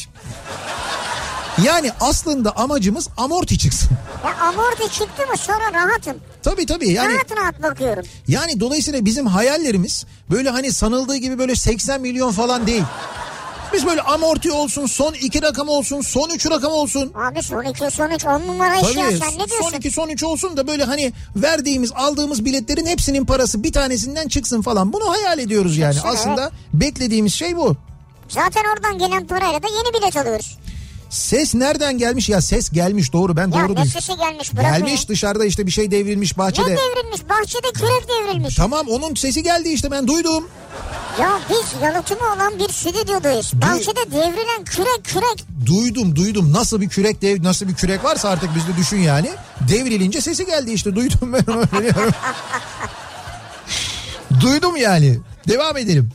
Speaker 1: Yani aslında amacımız amorti çıksın.
Speaker 2: Ya amorti çıktı mı sonra rahatım.
Speaker 1: Tabii tabii yani
Speaker 2: Rahat rahat bakıyorum.
Speaker 1: yani dolayısıyla bizim hayallerimiz böyle hani sanıldığı gibi böyle 80 milyon falan değil. Biz böyle amorti olsun, son iki rakam olsun, son üç rakam olsun.
Speaker 2: Abi son iki son üç on numara iş ya
Speaker 1: Tabii.
Speaker 2: sen ne
Speaker 1: son
Speaker 2: diyorsun?
Speaker 1: iki son üç olsun da böyle hani verdiğimiz aldığımız biletlerin hepsinin parası bir tanesinden çıksın falan. Bunu hayal ediyoruz yani.
Speaker 2: Çıksın,
Speaker 1: Aslında beklediğimiz şey bu.
Speaker 2: Zaten oradan gelen parayla da yeni bilet alıyoruz.
Speaker 1: Ses nereden gelmiş? Ya ses gelmiş doğru ben
Speaker 2: Ya
Speaker 1: doğru
Speaker 2: ne
Speaker 1: duydum.
Speaker 2: sesi gelmiş bırakın
Speaker 1: Gelmiş
Speaker 2: ya.
Speaker 1: dışarıda işte bir şey devrilmiş bahçede.
Speaker 2: Ne devrilmiş bahçede kürek devrilmiş.
Speaker 1: Tamam onun sesi geldi işte ben duydum.
Speaker 2: Ya biz yalıtımı olan bir stüdyodayız. Bahçede devrilen kürek kürek.
Speaker 1: Duydum duydum nasıl bir kürek dev nasıl bir kürek varsa artık bizde düşün yani. Devrilince sesi geldi işte duydum ben onu biliyorum. duydum yani. Devam edelim.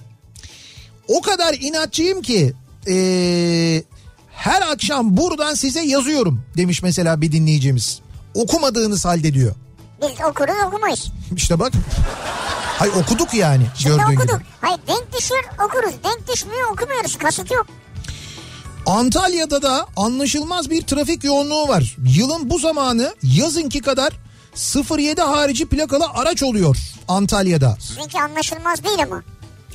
Speaker 1: O kadar inatçıyım ki eee, her akşam buradan size yazıyorum demiş mesela bir dinleyicimiz. Okumadığınız halde diyor.
Speaker 2: Biz okuruz okumayız.
Speaker 1: İşte bak. Hay okuduk yani
Speaker 2: Ne
Speaker 1: gördüğün
Speaker 2: okuduk?
Speaker 1: gibi.
Speaker 2: Hayır denk düşüyor okuruz. Denk düşmüyor okumuyoruz. Kasıt yok.
Speaker 1: Antalya'da da anlaşılmaz bir trafik yoğunluğu var. Yılın bu zamanı yazınki kadar 07 harici plakalı araç oluyor Antalya'da.
Speaker 2: Sizinki anlaşılmaz değil ama.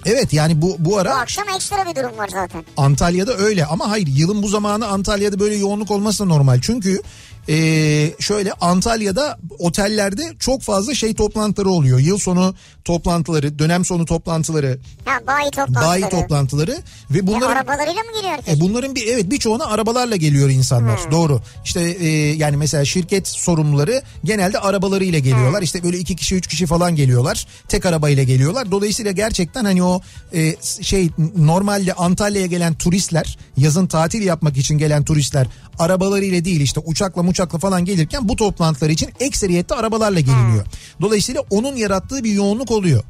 Speaker 1: Evet yani bu bu
Speaker 2: Bu
Speaker 1: ara
Speaker 2: akşam ekstra bir durum var zaten.
Speaker 1: Antalya'da öyle ama hayır yılın bu zamanı Antalya'da böyle yoğunluk olması da normal. Çünkü eee, şöyle Antalya'da otellerde çok fazla şey toplantıları oluyor. Yıl sonu toplantıları, dönem sonu toplantıları,
Speaker 2: Ha bayi toplantıları.
Speaker 1: bayi toplantıları ve
Speaker 2: E,
Speaker 1: bunların
Speaker 2: arabalarıyla mı geliyor herkes?
Speaker 1: E bunların bir evet birçoğuna arabalarla geliyor insanlar. Doğru. İşte e, yani mesela şirket sorumluları genelde arabalarıyla geliyorlar. İşte böyle iki kişi üç kişi falan geliyorlar. Tek arabayla geliyorlar. Dolayısıyla gerçekten hani o e, şey normalde Antalya'ya gelen turistler yazın tatil yapmak için gelen turistler arabalarıyla değil işte uçakla muçakla falan gelirken bu toplantılar için ekseriyette arabalarla geliniyor. Dolayısıyla onun yarattığı bir yoğunluk oluyor.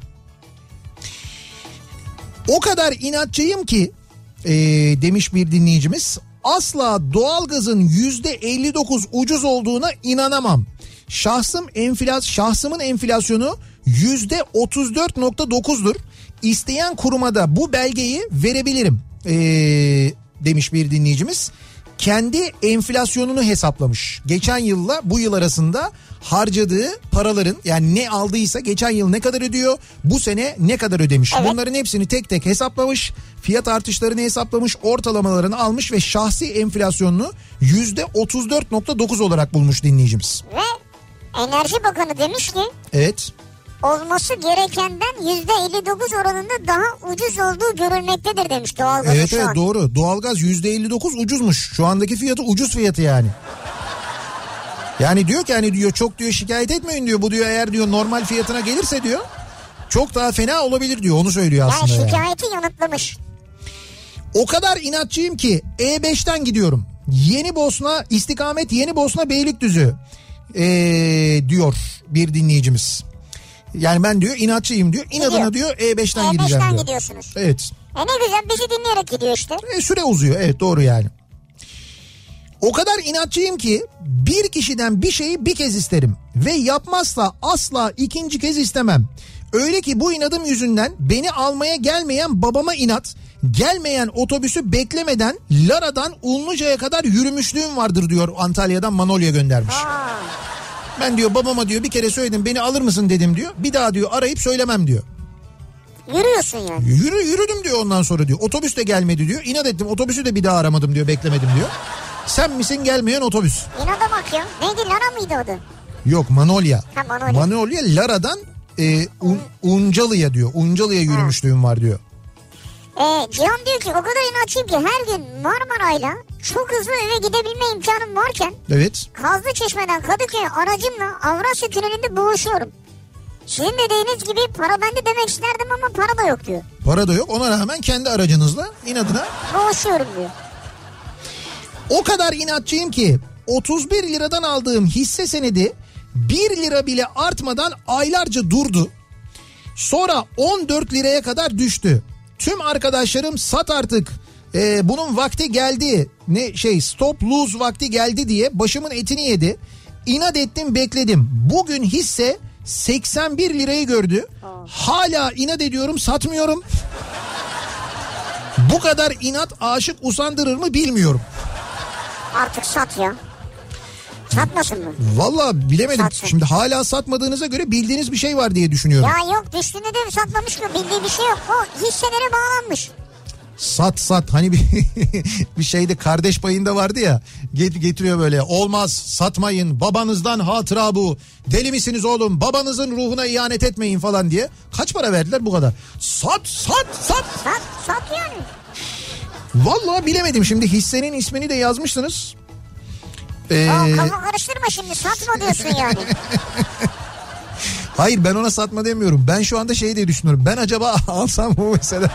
Speaker 1: O kadar inatçıyım ki e, demiş bir dinleyicimiz asla doğalgazın yüzde 59 ucuz olduğuna inanamam. Şahsım enflas şahsımın enflasyonu yüzde 34.9'dur. İsteyen kuruma da bu belgeyi verebilirim e, demiş bir dinleyicimiz. kendi enflasyonunu hesaplamış. Geçen yılla bu yıl arasında harcadığı paraların yani ne aldıysa geçen yıl ne kadar ödüyor bu sene ne kadar ödemiş.
Speaker 2: Evet.
Speaker 1: Bunların hepsini tek tek hesaplamış fiyat artışlarını hesaplamış ortalamalarını almış ve şahsi enflasyonunu yüzde 34.9 olarak bulmuş dinleyicimiz.
Speaker 2: Ve Enerji Bakanı demiş ki
Speaker 1: Evet
Speaker 2: olması gerekenden %59 oranında daha ucuz olduğu görülmektedir demiş doğalgazın
Speaker 1: evet,
Speaker 2: şu
Speaker 1: evet
Speaker 2: an.
Speaker 1: doğru doğalgaz yüzde 59 ucuzmuş şu andaki fiyatı ucuz fiyatı yani. Yani diyor ki hani diyor çok diyor şikayet etmeyin diyor bu diyor eğer diyor normal fiyatına gelirse diyor çok daha fena olabilir diyor onu söylüyor
Speaker 2: yani
Speaker 1: aslında. yani.
Speaker 2: şikayeti yanıtlamış.
Speaker 1: O kadar inatçıyım ki E5'ten gidiyorum. Yeni Bosna, istikamet Yeni Bosna Beylikdüzü ee, diyor bir dinleyicimiz. Yani ben diyor inatçıyım diyor. İnadına diyor E5'ten,
Speaker 2: E5'ten
Speaker 1: gideceğim diyor.
Speaker 2: gidiyorsunuz.
Speaker 1: Evet.
Speaker 2: E ne güzel bizi dinleyerek gidiyor işte.
Speaker 1: E, süre uzuyor evet doğru yani. O kadar inatçıyım ki bir kişiden bir şeyi bir kez isterim ve yapmazsa asla ikinci kez istemem. Öyle ki bu inadım yüzünden beni almaya gelmeyen babama inat, gelmeyen otobüsü beklemeden Lara'dan Ulnuca'ya kadar yürümüşlüğüm vardır diyor Antalya'dan Manolya göndermiş.
Speaker 2: Aa,
Speaker 1: Ben diyor babama diyor bir kere söyledim beni alır mısın dedim diyor. Bir daha diyor arayıp söylemem diyor.
Speaker 2: yürüyorsun yani.
Speaker 1: Yürü yürüdüm diyor ondan sonra diyor. Otobüs de gelmedi diyor. İnat ettim otobüsü de bir daha aramadım diyor beklemedim diyor. Sen misin gelmeyen otobüs?
Speaker 2: İnada bak ya. Neydi Lara mıydı adı?
Speaker 1: Yok Manolya.
Speaker 2: Ha, Manolya.
Speaker 1: Lara'dan e, Un- Uncalı'ya diyor. Uncalı'ya yürümüşlüğüm var diyor.
Speaker 2: E, Cihan diyor ki o kadar inatçıyım ki her gün Marmara'yla çok hızlı eve gidebilme imkanım varken
Speaker 1: Evet.
Speaker 2: Kazlıçeşme'den Kadıköy'e aracımla Avrasya Tüneli'nde boğuşuyorum. Sizin dediğiniz gibi para bende demek isterdim ama para da yok diyor.
Speaker 1: Para da yok. Ona rağmen kendi aracınızla inadına
Speaker 2: Boğuşuyorum diyor.
Speaker 1: O kadar inatçıyım ki 31 liradan aldığım hisse senedi 1 lira bile artmadan aylarca durdu. Sonra 14 liraya kadar düştü. Tüm arkadaşlarım sat artık. Ee, bunun vakti geldi. Ne şey stop lose vakti geldi diye başımın etini yedi. İnat ettim bekledim. Bugün hisse 81 lirayı gördü. Hala inat ediyorum satmıyorum. Bu kadar inat aşık usandırır mı bilmiyorum.
Speaker 2: Artık sat ya. Satmasın mı?
Speaker 1: Valla bilemedim.
Speaker 2: Satsın.
Speaker 1: Şimdi hala satmadığınıza göre bildiğiniz bir şey var diye düşünüyorum.
Speaker 2: Ya yok düştüğünde de satmamış ki bildiği bir şey yok. O hisselere bağlanmış.
Speaker 1: Sat sat hani bir bir şeyde kardeş payında vardı ya Get- getiriyor böyle olmaz satmayın babanızdan hatıra bu deli misiniz oğlum babanızın ruhuna ihanet etmeyin falan diye kaç para verdiler bu kadar sat sat sat
Speaker 2: Sat, sat yani.
Speaker 1: valla bilemedim şimdi hissenin ismini de yazmışsınız Ee,
Speaker 2: Aa, kafa karıştırma şimdi satma diyorsun yani.
Speaker 1: hayır ben ona satma demiyorum ben şu anda şey diye düşünüyorum ben acaba alsam bu mesela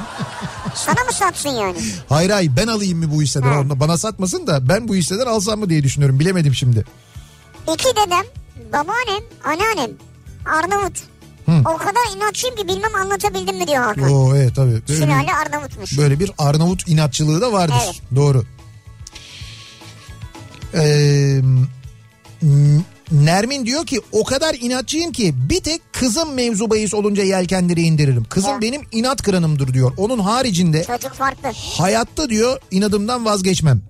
Speaker 2: Sana mı satsın yani?
Speaker 1: Hayır hayır ben alayım mı bu hisseden?
Speaker 2: Ha.
Speaker 1: Onu Bana satmasın da ben bu hisseden alsam mı diye düşünüyorum. Bilemedim şimdi.
Speaker 2: İki dedem, babaannem, anneannem, Arnavut. O kadar inatçıyım ki bilmem anlatabildim mi diyor Hakan.
Speaker 1: Oo evet tabii. Böyle, bir-
Speaker 2: Sülale Arnavutmuş.
Speaker 1: böyle bir Arnavut inatçılığı da vardır.
Speaker 2: Evet.
Speaker 1: Doğru. Ee, N- Nermin diyor ki o kadar inatçıyım ki bir tek kızım mevzu bahis olunca yelkenleri indiririm. Kızım
Speaker 2: Ya.
Speaker 1: benim inat kıranımdır diyor. Onun haricinde
Speaker 2: Çocuk farklı.
Speaker 1: Hayatta diyor inadımdan vazgeçmem.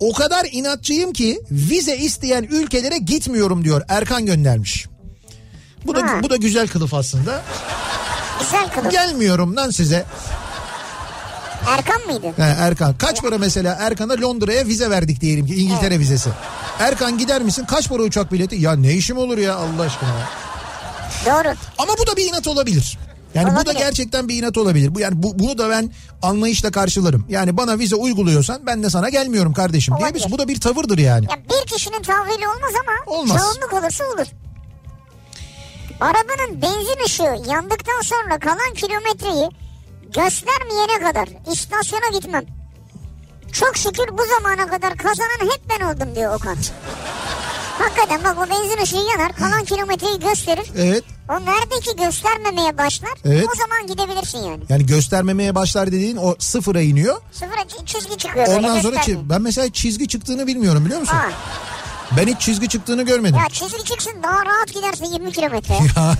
Speaker 1: O kadar inatçıyım ki vize isteyen ülkelere gitmiyorum diyor Erkan göndermiş. Bu da
Speaker 2: Ha.
Speaker 1: bu da güzel kılıf aslında.
Speaker 2: Güzel kılıf.
Speaker 1: Gelmiyorum lan size.
Speaker 2: Erkan mıydı?
Speaker 1: He, Erkan kaç para mesela Erkan'a Londra'ya vize verdik diyelim ki İngiltere vizesi. Erkan gider misin? Kaç para uçak bileti? Ya ne işim olur ya Allah aşkına. ya.
Speaker 2: Doğru.
Speaker 1: Ama bu da bir inat olabilir. Yani bu da
Speaker 2: Olabilir.
Speaker 1: gerçekten bir inat olabilir. Bu yani bu, bunu da ben anlayışla karşılarım. Yani bana vize uyguluyorsan ben de sana gelmiyorum kardeşim diye
Speaker 2: Olabilir.
Speaker 1: bir- bu da bir tavırdır yani.
Speaker 2: Ya bir kişinin tavrıyla olmaz ama
Speaker 1: Olmaz.
Speaker 2: çoğunluk olursa olur. Arabanın benzin ışığı yandıktan sonra kalan kilometreyi göstermeyene kadar istasyona gitmem. Çok şükür bu zamana kadar kazanan hep ben oldum diyor Okan. Hakikaten bak o benzin ışığı yanar kalan kilometreyi gösterir.
Speaker 1: Evet.
Speaker 2: O nerede ki göstermemeye başlar
Speaker 1: Evet.
Speaker 2: o zaman gidebilirsin yani.
Speaker 1: Yani göstermemeye başlar dediğin o sıfıra iniyor.
Speaker 2: Sıfıra çi- çizgi çıkıyor
Speaker 1: Ondan
Speaker 2: böyle
Speaker 1: sonra
Speaker 2: göstermiyor.
Speaker 1: çi- ben mesela çizgi çıktığını bilmiyorum biliyor musun?
Speaker 2: Aa,
Speaker 1: Ben hiç çizgi çıktığını görmedim.
Speaker 2: ya çizgi çıksın daha rahat gidersin 20 kilometre.
Speaker 1: Ya,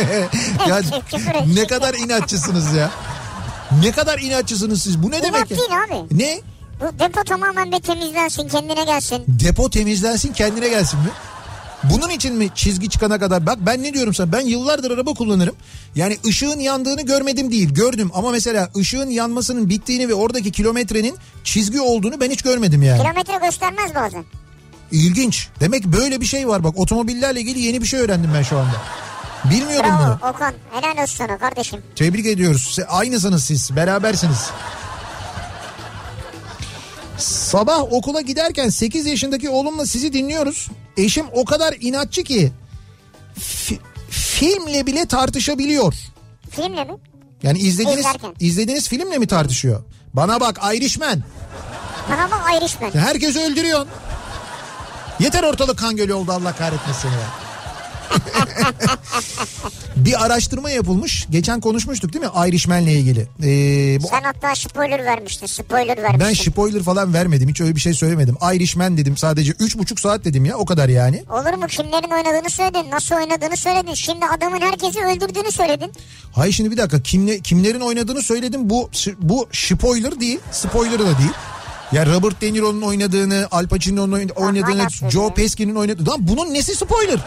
Speaker 1: ya
Speaker 2: Küfür et.
Speaker 1: ne kadar inatçısınız ya. Ne kadar inatçısınız siz. Bu ne demek
Speaker 2: İnat
Speaker 1: ya?
Speaker 2: değil abi.
Speaker 1: Ne?
Speaker 2: Bu depo tamamen bir temizlensin kendine gelsin.
Speaker 1: Depo temizlensin kendine gelsin mi? Bunun için mi çizgi çıkana kadar? Bak ben ne diyorum sana ben yıllardır araba kullanırım. Yani ışığın yandığını görmedim değil gördüm. Ama mesela ışığın yanmasının bittiğini ve oradaki kilometrenin çizgi olduğunu ben hiç görmedim yani.
Speaker 2: Kilometre göstermez bazen.
Speaker 1: İlginç. Demek böyle bir şey var bak otomobillerle ilgili yeni bir şey öğrendim ben şu anda. Bilmiyordum bunu.
Speaker 2: Bravo Okan helal olsun sana kardeşim.
Speaker 1: Tebrik ediyoruz. Se- Aynısınız siz. Berabersiniz. Sabah okula giderken 8 yaşındaki oğlumla sizi dinliyoruz. Eşim o kadar inatçı ki fi- filmle bile tartışabiliyor.
Speaker 2: Filmle mi?
Speaker 1: Yani izlediğiniz
Speaker 2: İzlerken.
Speaker 1: izlediğiniz filmle mi tartışıyor? Bana bak Ayrışmen.
Speaker 2: Bana bak ayrışmen.
Speaker 1: Herkesi öldürüyorsun. Yeter ortalık kan gölü oldu Allah kahretmesin ya. bir araştırma yapılmış. Geçen konuşmuştuk değil mi? Ayrışmenle ilgili. Ee, bu,
Speaker 2: Sen hatta spoiler vermiştin spoiler vermiştin.
Speaker 1: ben spoiler falan vermedim. Hiç öyle bir şey söylemedim. Ayrışmen dedim. Sadece üç buçuk saat dedim ya. O kadar yani.
Speaker 2: Olur mu kimlerin oynadığını söyledin nasıl oynadığını söyledin. Şimdi adamın herkesi öldürdüğünü söyledin.
Speaker 1: Hayır şimdi bir dakika. Kimle, kimlerin oynadığını söyledim. Bu bu spoiler değil. Spoiler da değil. Ya Robert De Niro'nun oynadığını, Al Pacino'nun oyn- oynadığını,
Speaker 2: hala söylüyor.
Speaker 1: Joe Pesci'nin oynadığını. Lan bunun nesi spoiler?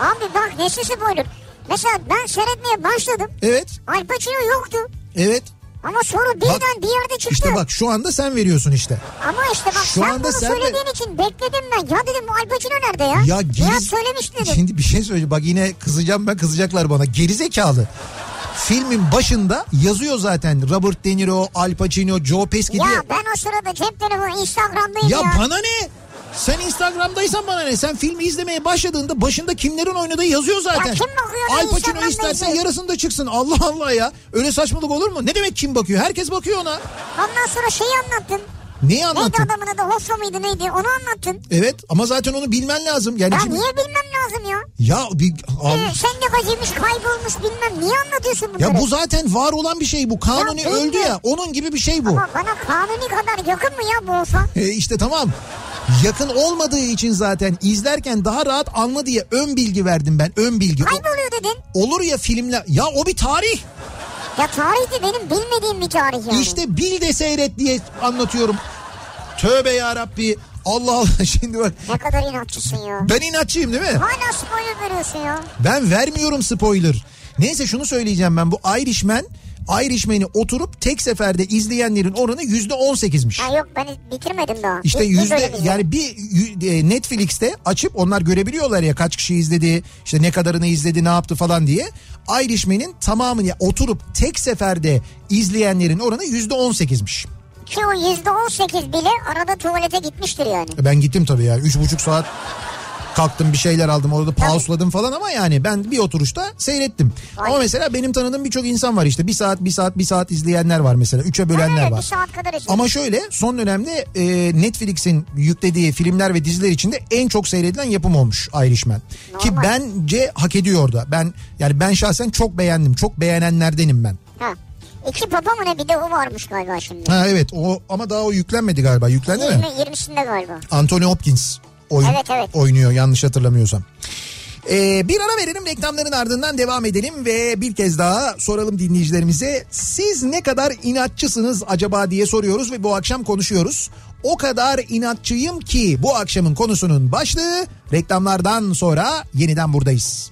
Speaker 2: Abi bak nesi spoiler. Mesela ben seyretmeye başladım.
Speaker 1: Evet,
Speaker 2: Al Pacino yoktu.
Speaker 1: evet.
Speaker 2: Ama sonra birden bir yerde çıktı.
Speaker 1: İşte bak şu anda sen veriyorsun işte.
Speaker 2: Ama işte bak
Speaker 1: Şu
Speaker 2: sen
Speaker 1: anda
Speaker 2: bunu
Speaker 1: sen de-
Speaker 2: söylediğin için bekledim ben. Ya dedim bu Al Pacino nerede ya?
Speaker 1: Ya geri...
Speaker 2: söylemiş dedim.
Speaker 1: Şimdi bir şey söyle. Bak yine kızacağım ben kızacaklar bana. Gerizekalı. Filmin başında yazıyor zaten Robert De Niro, Al Pacino, Joe Pesci diye.
Speaker 2: Ya ben o sırada cep telefonu Instagram'dayım ya.
Speaker 1: Ya bana ne? Sen Instagram'daysan bana ne? Sen filmi izlemeye başladığında başında kimlerin oynadığı yazıyor zaten.
Speaker 2: Ya kim bakıyor lan
Speaker 1: Al Pacino
Speaker 2: Instagram'da
Speaker 1: isterse
Speaker 2: izliyor?
Speaker 1: yarısında çıksın. Allah Allah ya. Öyle saçmalık olur mu? Ne demek kim bakıyor? Herkes bakıyor ona.
Speaker 2: Ondan sonra şeyi anlattın.
Speaker 1: Neyi
Speaker 2: Neydi
Speaker 1: anlattın?
Speaker 2: adamın adı Hoffa mıydı neydi onu anlattın.
Speaker 1: Evet ama zaten onu bilmen lazım. Yani
Speaker 2: Ya
Speaker 1: şimdi...
Speaker 2: niye bilmem lazım ya?
Speaker 1: Ya bir... Allah-
Speaker 2: Ee, sen de kaçırmış kaybolmuş bilmem niye anlatıyorsun bunları?
Speaker 1: Ya bu zaten var olan bir şey bu. Kanuni
Speaker 2: Ya
Speaker 1: öldü
Speaker 2: bilmiyorum.
Speaker 1: ya. Onun gibi bir şey bu.
Speaker 2: Ama bana kanuni kadar yakın mı ya bu Hoffa?
Speaker 1: E işte tamam. Yakın olmadığı için zaten izlerken daha rahat anla diye ön bilgi verdim ben. Ön bilgi. O-
Speaker 2: Kayboluyor dedin.
Speaker 1: olur ya filmle. Ya o bir tarih.
Speaker 2: Ya tarih de benim bilmediğim bir tarih yani.
Speaker 1: İşte bil de seyret diye anlatıyorum. Tövbe ya Rabbi. Allah Allah şimdi bak.
Speaker 2: Ne kadar inatçısın ya.
Speaker 1: Ben inatçıyım değil mi?
Speaker 2: Hala spoiler veriyorsun ya.
Speaker 1: Ben vermiyorum spoiler. Neyse şunu söyleyeceğim ben. Bu Irishman Irishman'i oturup tek seferde izleyenlerin oranı yüzde on sekizmiş.
Speaker 2: Ha yok ben bitirmedim daha.
Speaker 1: İşte
Speaker 2: Bir- bir
Speaker 1: yüzde
Speaker 2: bölüm izledim.
Speaker 1: yani bir yü- e, Netflix'te açıp onlar görebiliyorlar ya kaç kişi izledi, işte ne kadarını izledi, ne yaptı falan diye. Irishman'in tamamını ya oturup tek seferde izleyenlerin oranı yüzde on sekizmiş.
Speaker 2: Ki o yüzde on sekiz bile arada tuvalete gitmiştir yani.
Speaker 1: Ben gittim tabii ya. Üç buçuk saat kalktım bir şeyler aldım orada pauseladım falan ama yani ben bir oturuşta seyrettim. Ama mesela benim tanıdığım birçok insan var işte bir saat bir saat bir saat izleyenler var mesela üçe bölenler
Speaker 2: Evet bir
Speaker 1: var.
Speaker 2: saat kadar izledim.
Speaker 1: Ama şöyle son dönemde e, Netflix'in yüklediği filmler ve diziler içinde en çok seyredilen yapım olmuş Irishman. Ki
Speaker 2: Normal.
Speaker 1: bence hak ediyor da. Ben yani ben şahsen çok beğendim. Çok beğenenlerdenim ben.
Speaker 2: Ha. İki baba mı ne bir de o varmış galiba şimdi.
Speaker 1: Ha evet o ama daha o yüklenmedi galiba. Yüklendi mi?
Speaker 2: 20, 20'sinde galiba.
Speaker 1: Anthony Hopkins oyun,
Speaker 2: Evet, evet.
Speaker 1: oynuyor yanlış hatırlamıyorsam. Ee, bir ara verelim reklamların ardından devam edelim ve bir kez daha soralım dinleyicilerimize siz ne kadar inatçısınız acaba diye soruyoruz ve bu akşam konuşuyoruz. O kadar inatçıyım ki bu akşamın konusunun başlığı reklamlardan sonra yeniden buradayız.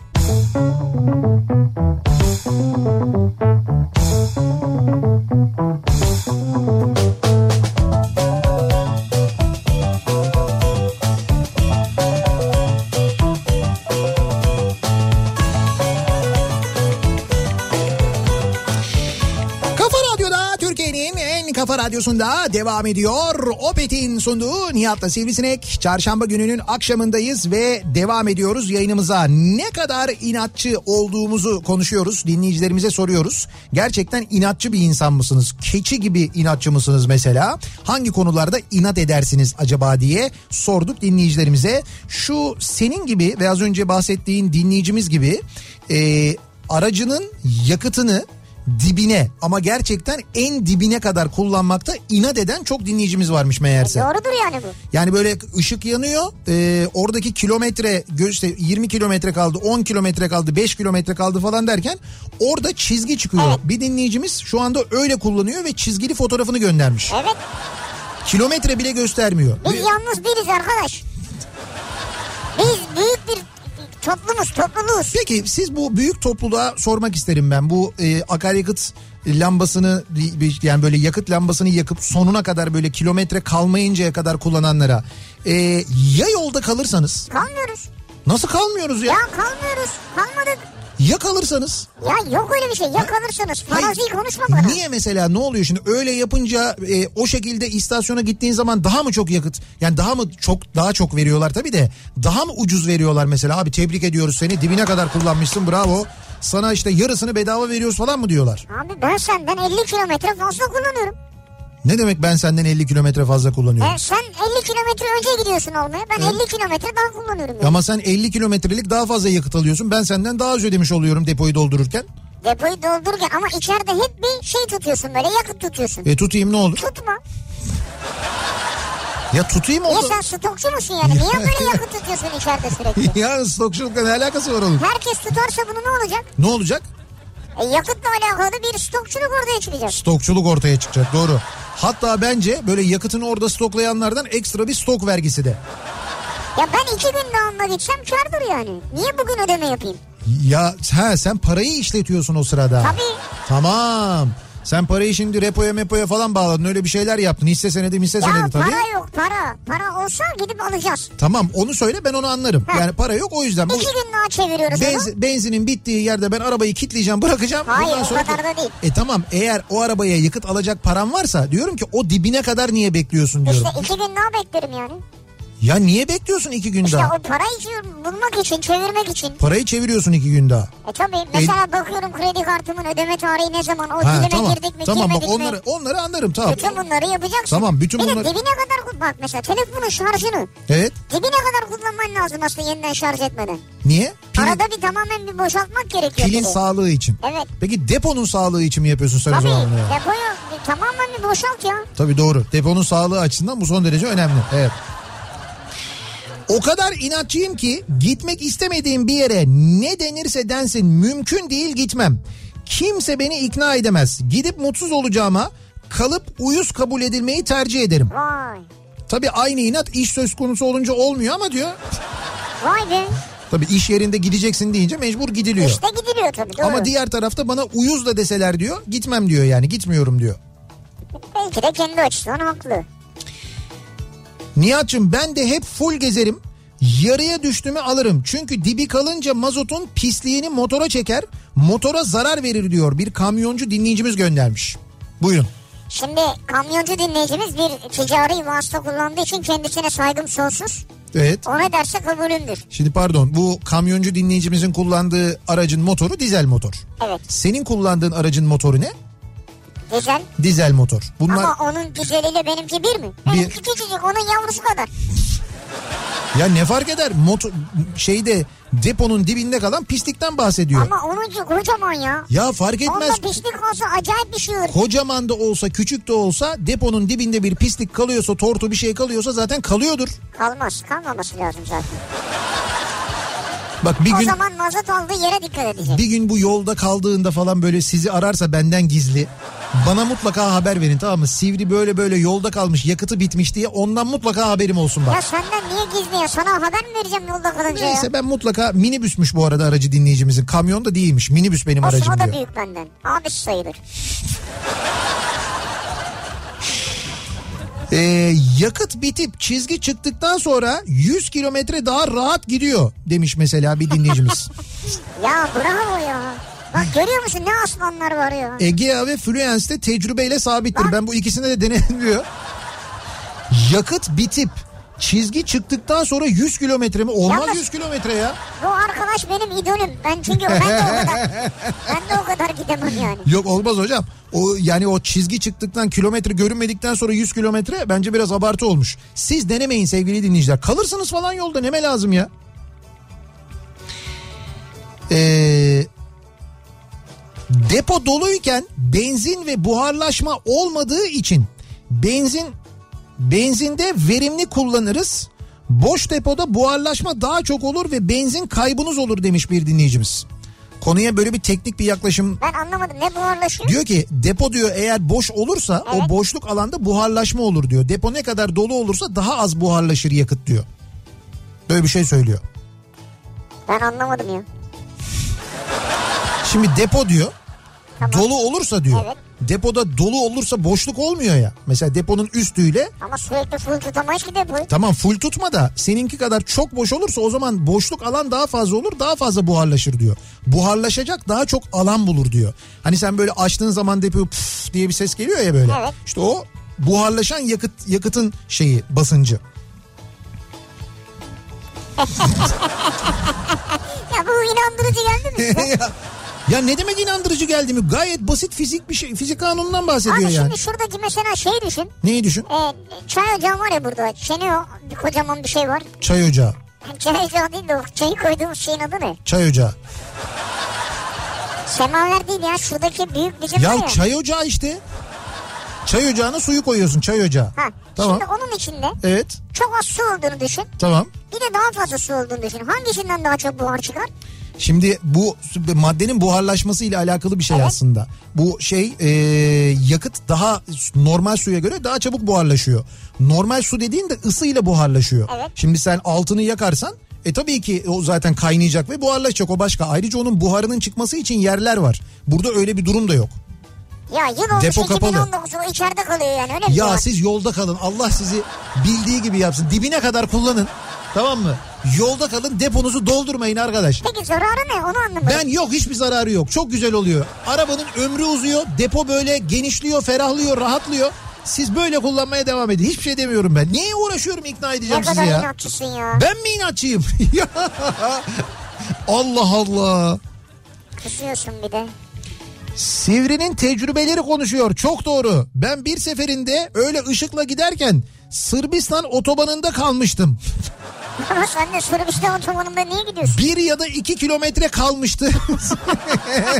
Speaker 1: Kafa Radyo'da Türkiye'nin en kafa radyosunda devam ediyor. Opet'in sunduğu Nihat'la Sivrisinek. Çarşamba gününün akşamındayız ve devam ediyoruz yayınımıza. Ne kadar inatçı olduğumuzu konuşuyoruz. Dinleyicilerimize soruyoruz. Gerçekten inatçı bir insan mısınız? Keçi gibi inatçı mısınız mesela? Hangi konularda inat edersiniz acaba diye sorduk dinleyicilerimize. Şu senin gibi ve az önce bahsettiğin dinleyicimiz gibi... e, aracının yakıtını dibine ama gerçekten en dibine kadar kullanmakta inat eden çok dinleyicimiz varmış meğerse.
Speaker 2: Doğrudur yani bu.
Speaker 1: Yani böyle ışık yanıyor e, oradaki kilometre gö- işte 20 kilometre kaldı 10 kilometre kaldı 5 kilometre kaldı falan derken orada çizgi çıkıyor.
Speaker 2: Evet.
Speaker 1: Bir dinleyicimiz şu anda öyle kullanıyor ve çizgili fotoğrafını göndermiş.
Speaker 2: Evet
Speaker 1: Kilometre bile göstermiyor.
Speaker 2: Biz yalnız değiliz arkadaş. Biz büyük bir toplumuz, topluluğuz.
Speaker 1: Peki siz bu büyük topluluğa sormak isterim ben. Bu e, akaryakıt lambasını yani böyle yakıt lambasını yakıp sonuna kadar böyle kilometre kalmayıncaya kadar kullananlara. E, ya yolda kalırsanız
Speaker 2: Kalmıyoruz.
Speaker 1: nasıl kalmıyoruz ya?
Speaker 2: Ya kalmıyoruz. Kalmadık.
Speaker 1: Ya kalırsanız?
Speaker 2: Ya yok öyle bir şey. Ya kalırsanız. Farazi konuşma bana.
Speaker 1: Niye mesela ne oluyor şimdi öyle yapınca e, o şekilde istasyona gittiğin zaman daha mı çok yakıt yani daha mı çok daha çok veriyorlar tabii de daha mı ucuz veriyorlar mesela abi tebrik ediyoruz seni dibine kadar kullanmışsın bravo sana işte yarısını bedava veriyoruz falan mı diyorlar.
Speaker 2: Abi ben senden 50 kilometre fazla kullanıyorum.
Speaker 1: Ne demek ben senden 50 kilometre fazla kullanıyorum?
Speaker 2: E, sen 50 kilometre önce gidiyorsun olmaya. Ben 50 kilometre daha kullanıyorum. yani.
Speaker 1: Ama sen 50 kilometrelik daha fazla yakıt alıyorsun ben senden daha az ödemiş oluyorum depoyu doldururken.
Speaker 2: Depoyu doldururken ama içeride hep bir şey tutuyorsun böyle yakıt tutuyorsun.
Speaker 1: E tutayım ne olur?
Speaker 2: Tutma.
Speaker 1: Ya tutayım
Speaker 2: Ya
Speaker 1: oldu.
Speaker 2: E sen stokçu musun yani? Niye böyle yakıt tutuyorsun içeride sürekli?
Speaker 1: ya stokçulukla ne alakası var oğlum?
Speaker 2: Herkes tutarsa bunu ne olacak?
Speaker 1: Ne olacak?
Speaker 2: E, yakıtla alakalı bir stokçuluk ortaya çıkacak.
Speaker 1: Stokçuluk ortaya çıkacak doğru. Hatta bence böyle yakıtını orada stoklayanlardan ekstra bir stok vergisi de.
Speaker 2: Ya ben iki gün daha onunla gideceğim kardır yani. Niye bugün ödeme yapayım?
Speaker 1: Ya ha, sen parayı işletiyorsun o sırada.
Speaker 2: Tabii.
Speaker 1: Tamam. Sen parayı şimdi repoya mepoya falan bağladın öyle bir şeyler yaptın. Hisse senedi hisse
Speaker 2: Ya
Speaker 1: senedi tabii.
Speaker 2: para yok para. Para olsa gidip alacağız.
Speaker 1: Tamam onu söyle ben onu anlarım.
Speaker 2: Ha.
Speaker 1: Yani para yok o yüzden. Bu
Speaker 2: İki gün daha çeviriyoruz onu.
Speaker 1: benz- benzinin bittiği yerde ben arabayı kitleyeceğim bırakacağım.
Speaker 2: Hayır,
Speaker 1: Ondan
Speaker 2: o
Speaker 1: sonra-
Speaker 2: kadar da değil.
Speaker 1: E tamam eğer o arabaya yakıt alacak param varsa diyorum ki o dibine kadar niye bekliyorsun diyorum.
Speaker 2: İşte iki gün daha beklerim yani.
Speaker 1: Ya niye bekliyorsun iki gün
Speaker 2: İşte
Speaker 1: daha?
Speaker 2: o parayı çevir- bulmak için, çevirmek için.
Speaker 1: Parayı çeviriyorsun iki gün daha.
Speaker 2: E tabii mesela bakıyorum kredi kartımın ödeme tarihi ne zaman? O dilime girdik mi,
Speaker 1: tamam bak
Speaker 2: girmedik mi?
Speaker 1: onları, onları anlarım tamam.
Speaker 2: Bütün bunları yapacaksın.
Speaker 1: Tamam, bütün
Speaker 2: bir
Speaker 1: bunları-
Speaker 2: de dibine kadar kut- bak mesela telefonun şarjını
Speaker 1: Evet
Speaker 2: dibine kadar kullanman lazım aslında yeniden şarj etmeden.
Speaker 1: niye? Pilin,
Speaker 2: Arada bir tamamen bir boşaltmak gerekiyor.
Speaker 1: pilin
Speaker 2: dedi.
Speaker 1: sağlığı için.
Speaker 2: Evet.
Speaker 1: Peki deponun sağlığı için mi yapıyorsun sen o
Speaker 2: Tabii
Speaker 1: zaman bunu? Yani?
Speaker 2: depoyu bir- tamamen bir boşalt ya.
Speaker 1: Tabii doğru. Deponun sağlığı açısından bu son derece önemli. Evet. O kadar inatçıyım ki gitmek istemediğim bir yere ne denirse densin mümkün değil gitmem. Kimse beni ikna edemez. Gidip mutsuz olacağıma kalıp uyuz kabul edilmeyi tercih ederim.
Speaker 2: Vay.
Speaker 1: Tabii aynı inat iş söz konusu olunca olmuyor ama diyor.
Speaker 2: Vay be.
Speaker 1: Tabii iş yerinde gideceksin deyince mecbur gidiliyor.
Speaker 2: İşte gidiliyor tabii doğru.
Speaker 1: Ama diğer tarafta bana uyuz da deseler diyor gitmem diyor yani gitmiyorum diyor.
Speaker 2: Belki de kendi açısından haklı.
Speaker 1: Nihat'cığım ben de hep full gezerim. Yarıya düştüğümü alırım. Çünkü dibi kalınca mazotun pisliğini motora çeker. Motora zarar verir diyor bir kamyoncu dinleyicimiz göndermiş. Buyurun.
Speaker 2: Şimdi kamyoncu dinleyicimiz bir ticari vasıta kullandığı için kendisine saygım sonsuz.
Speaker 1: Evet.
Speaker 2: O ne derse kabulümdür.
Speaker 1: Şimdi pardon bu kamyoncu dinleyicimizin kullandığı aracın motoru dizel motor.
Speaker 2: Evet.
Speaker 1: Senin kullandığın aracın motoru ne?
Speaker 2: Güzel.
Speaker 1: Dizel motor. Bunlar
Speaker 2: Ama onun güzeliyle benimki bir mi? Benimki küçücük onun yavrusu kadar.
Speaker 1: ya ne fark eder? Motor şeyde deponun dibinde kalan pislikten bahsediyor.
Speaker 2: Ama onuncu kocaman ya.
Speaker 1: Ya fark
Speaker 2: Onda
Speaker 1: etmez.
Speaker 2: pislik olsa acayip bir şey olur.
Speaker 1: Kocaman da olsa küçük de olsa deponun dibinde bir pislik kalıyorsa tortu bir şey kalıyorsa zaten kalıyordur.
Speaker 2: Kalmaz. Kalmaması lazım zaten.
Speaker 1: Bak bir
Speaker 2: O
Speaker 1: gün
Speaker 2: zaman mazot aldığı yere dikkat edecek.
Speaker 1: bir gün bu yolda kaldığında falan böyle sizi ararsa benden gizli bana mutlaka haber verin tamam mı? Sivri böyle böyle yolda kalmış yakıtı bitmiş diye ondan mutlaka haberim olsun
Speaker 2: Ya
Speaker 1: bak.
Speaker 2: senden niye gizli ya? Sana haber mi vereceğim yolda kalınca ya?
Speaker 1: Neyse ben mutlaka minibüsmüş bu arada aracı dinleyicimizin. Kamyon da değilmiş minibüs benim
Speaker 2: Aslında o
Speaker 1: aracım
Speaker 2: da
Speaker 1: diyor.
Speaker 2: büyük benden. Abisi sayılır.
Speaker 1: Ee, yakıt bitip çizgi çıktıktan sonra 100 kilometre daha rahat gidiyor demiş mesela bir dinleyicimiz.
Speaker 2: Ya bravo ya. Bak görüyor musun ne aslanlar var ya.
Speaker 1: Egea ve Fluence de tecrübeyle sabittir. Ben bu ikisini de denedim diyor. Yakıt bitip çizgi çıktıktan sonra 100 kilometre mi? Olmaz
Speaker 2: Yalnız-
Speaker 1: 100 kilometre ya.
Speaker 2: Bu arkadaş benim idolüm. Ben çünkü ben de o kadar. ben de o kadar gidemem yani.
Speaker 1: Yok olmaz hocam. O yani o çizgi çıktıktan kilometre görünmedikten sonra 100 kilometre bence biraz abartı olmuş. Siz denemeyin sevgili dinleyiciler. Kalırsınız falan yolda neme lazım ya. Ee, depo doluyken benzin ve buharlaşma olmadığı için benzin benzinde verimli kullanırız. Boş depoda buharlaşma daha çok olur ve benzin kaybınız olur demiş bir dinleyicimiz. Konuya böyle bir teknik bir yaklaşım.
Speaker 2: Ben anlamadım ne buharlaşıyor?
Speaker 1: Diyor ki depo diyor eğer boş olursa
Speaker 2: Evet.
Speaker 1: o boşluk alanda buharlaşma olur diyor. Depo ne kadar dolu olursa daha az buharlaşır yakıt diyor. Böyle bir şey söylüyor.
Speaker 2: Ben anlamadım ya.
Speaker 1: Şimdi depo diyor.
Speaker 2: Tamam.
Speaker 1: Dolu olursa diyor.
Speaker 2: Evet.
Speaker 1: Depoda dolu olursa boşluk olmuyor ya. Mesela deponun üstüyle
Speaker 2: Ama sürekli full tutamayız ki depoyu.
Speaker 1: tamam full tutma da seninki kadar çok boş olursa o zaman boşluk alan daha fazla olur daha fazla buharlaşır diyor. Buharlaşacak daha çok alan bulur diyor. Hani sen böyle açtığın zaman depoyu püf diye bir ses geliyor ya böyle.
Speaker 2: Evet.
Speaker 1: İşte o buharlaşan yakıt yakıtın şeyi basıncı.
Speaker 2: Ya bu inandırıcı geldi mi size?
Speaker 1: ya, ya ne demek inandırıcı geldi mi? Gayet basit fizik bir şey fizik kanunundan bahsediyor
Speaker 2: Abi
Speaker 1: yani.
Speaker 2: şimdi şuradaki mesela şey düşün.
Speaker 1: Neyi düşün?
Speaker 2: E, çay ocağı var ya burada. Çeneo kocaman bir şey var.
Speaker 1: Çay ocağı.
Speaker 2: Çay ocağı değil de o çayı koyduğumuz şeyin adı ne?
Speaker 1: Çay ocağı.
Speaker 2: Semaver değil ya şuradaki büyük bizim var
Speaker 1: Ya
Speaker 2: ya.
Speaker 1: çay ocağı işte. Çay ocağına suyu koyuyorsun çay ocağı.
Speaker 2: Ha,
Speaker 1: Tamam.
Speaker 2: Şimdi onun içinde
Speaker 1: Evet
Speaker 2: çok az su olduğunu düşün.
Speaker 1: tamam.
Speaker 2: Bir de daha fazla su olduğunu düşün. Hangisinden daha çok buhar çıkar?
Speaker 1: Şimdi bu su- maddenin buharlaşması ile alakalı bir şey aslında. Bu şey e, yakıt daha s- normal suya göre daha çabuk buharlaşıyor. Normal su dediğin de ısıyla buharlaşıyor.
Speaker 2: Evet.
Speaker 1: Şimdi sen altını yakarsan e tabii ki o zaten kaynayacak ve buharlaşacak o başka. Ayrıca onun buharının çıkması için yerler var. Burada öyle bir durum da yok.
Speaker 2: Ya yıl olmuş
Speaker 1: Depo kapalı.
Speaker 2: 2019 o içeride kalıyor yani öyle bir şey
Speaker 1: Ya
Speaker 2: var.
Speaker 1: siz yolda kalın. Allah sizi bildiği gibi yapsın. Dibine kadar kullanın. Tamam mı? Yolda kalın. Deponuzu doldurmayın arkadaş.
Speaker 2: Peki zararı ne onu anlamadım.
Speaker 1: Ben yok hiçbir zararı yok. Çok güzel oluyor. Arabanın ömrü uzuyor. Depo böyle genişliyor, ferahlıyor, rahatlıyor. Siz böyle kullanmaya devam edin. Hiçbir şey demiyorum ben. Niye uğraşıyorum ikna edeceğim
Speaker 2: ne
Speaker 1: sizi
Speaker 2: kadar
Speaker 1: ya?
Speaker 2: inatçısın ya.
Speaker 1: Ben mi inatçıyım? Ya. Allah Allah.
Speaker 2: Kızıyorsun bir de.
Speaker 1: Sivri'nin tecrübeleri konuşuyor. Çok doğru. Ben bir seferinde öyle ışıkla giderken Sırbistan otobanında kalmıştım.
Speaker 2: Ama sen de Sırbistan otobanında niye gidiyorsun?
Speaker 1: Bir ya da iki kilometre kalmıştı.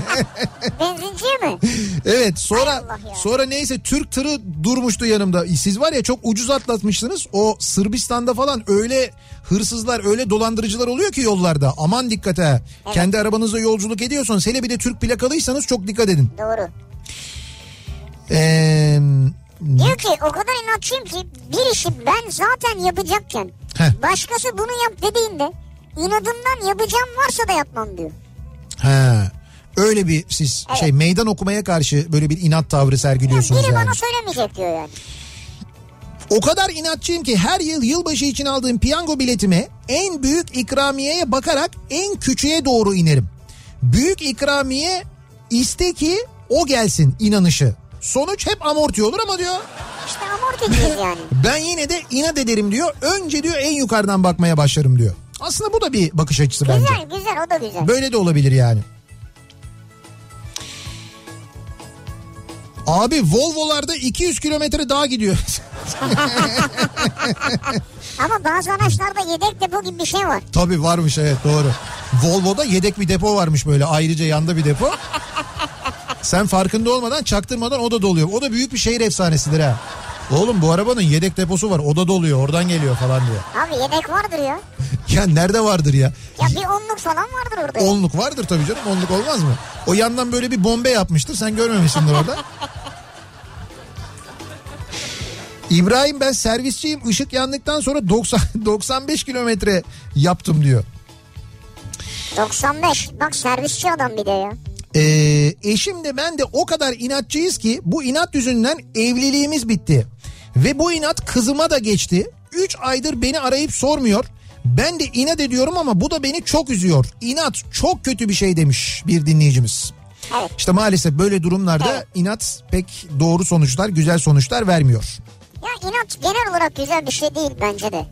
Speaker 2: Benzinciye mi?
Speaker 1: evet sonra
Speaker 2: Allah ya.
Speaker 1: sonra neyse Türk tırı durmuştu yanımda. Siz var ya çok ucuz atlatmışsınız. O Sırbistan'da falan öyle hırsızlar öyle dolandırıcılar oluyor ki yollarda. Aman dikkat ha. Kendi arabanızla yolculuk ediyorsanız hele bir de Türk plakalıysanız çok dikkat edin.
Speaker 2: Doğru.
Speaker 1: Ee,
Speaker 2: Diyor ki o kadar inatçıyım ki bir işi ben zaten yapacakken
Speaker 1: Heh.
Speaker 2: başkası bunu yap dediğinde inadından yapacağım varsa da yapmam diyor.
Speaker 1: He. Öyle bir siz
Speaker 2: Evet.
Speaker 1: şey meydan okumaya karşı böyle bir inat tavrı
Speaker 2: Ya
Speaker 1: sergiliyorsunuz
Speaker 2: biri
Speaker 1: yani.
Speaker 2: bana söylemeyecek diyor yani.
Speaker 1: O kadar inatçıyım ki her yıl yılbaşı için aldığım piyango biletime en büyük ikramiyeye bakarak en küçüğe doğru inerim. Büyük ikramiye iste ki o gelsin inanışı. Sonuç hep amorti olur ama diyor
Speaker 2: İşte amorticiyiz yani.
Speaker 1: ben yine de inat ederim diyor. Önce diyor en yukarıdan bakmaya başlarım diyor. Aslında bu da bir bakış açısı bence.
Speaker 2: Güzel güzel o da güzel.
Speaker 1: Böyle de olabilir yani. Abi Volvo'larda 200 kilometre daha gidiyor.
Speaker 2: Ama bazı araçlarda yedek depo gibi bir şey var.
Speaker 1: Tabii varmış evet doğru. Volvo'da yedek bir depo varmış böyle ayrıca yanda bir depo. Sen farkında olmadan çaktırmadan o da doluyor. O da büyük bir şehir efsanesidir ha. Oğlum bu arabanın yedek deposu var. O da doluyor. Oradan geliyor falan diyor.
Speaker 2: Abi yedek vardır ya.
Speaker 1: Ya nerede vardır ya?
Speaker 2: Ya bir onluk falan vardır orada. ya.
Speaker 1: Onluk vardır tabii canım. Onluk olmaz mı? O yandan böyle bir bombe yapmıştır. Sen görmemişsindir orada. İbrahim ben servisçiyim. Işık yandıktan sonra 90 95 kilometre yaptım diyor.
Speaker 2: 95. Bak servisçi adam bir de ya.
Speaker 1: Ee, eşim de ben de o kadar inatçıyız ki bu inat yüzünden evliliğimiz bitti. Ve bu inat kızıma da geçti. 3 aydır beni arayıp sormuyor. Ben de inat ediyorum ama bu da beni çok üzüyor. İnat çok kötü bir şey demiş bir dinleyicimiz.
Speaker 2: Evet.
Speaker 1: İşte maalesef böyle durumlarda
Speaker 2: Evet.
Speaker 1: inat pek doğru sonuçlar, güzel sonuçlar vermiyor.
Speaker 2: Ya inat genel olarak güzel bir şey değil bence de.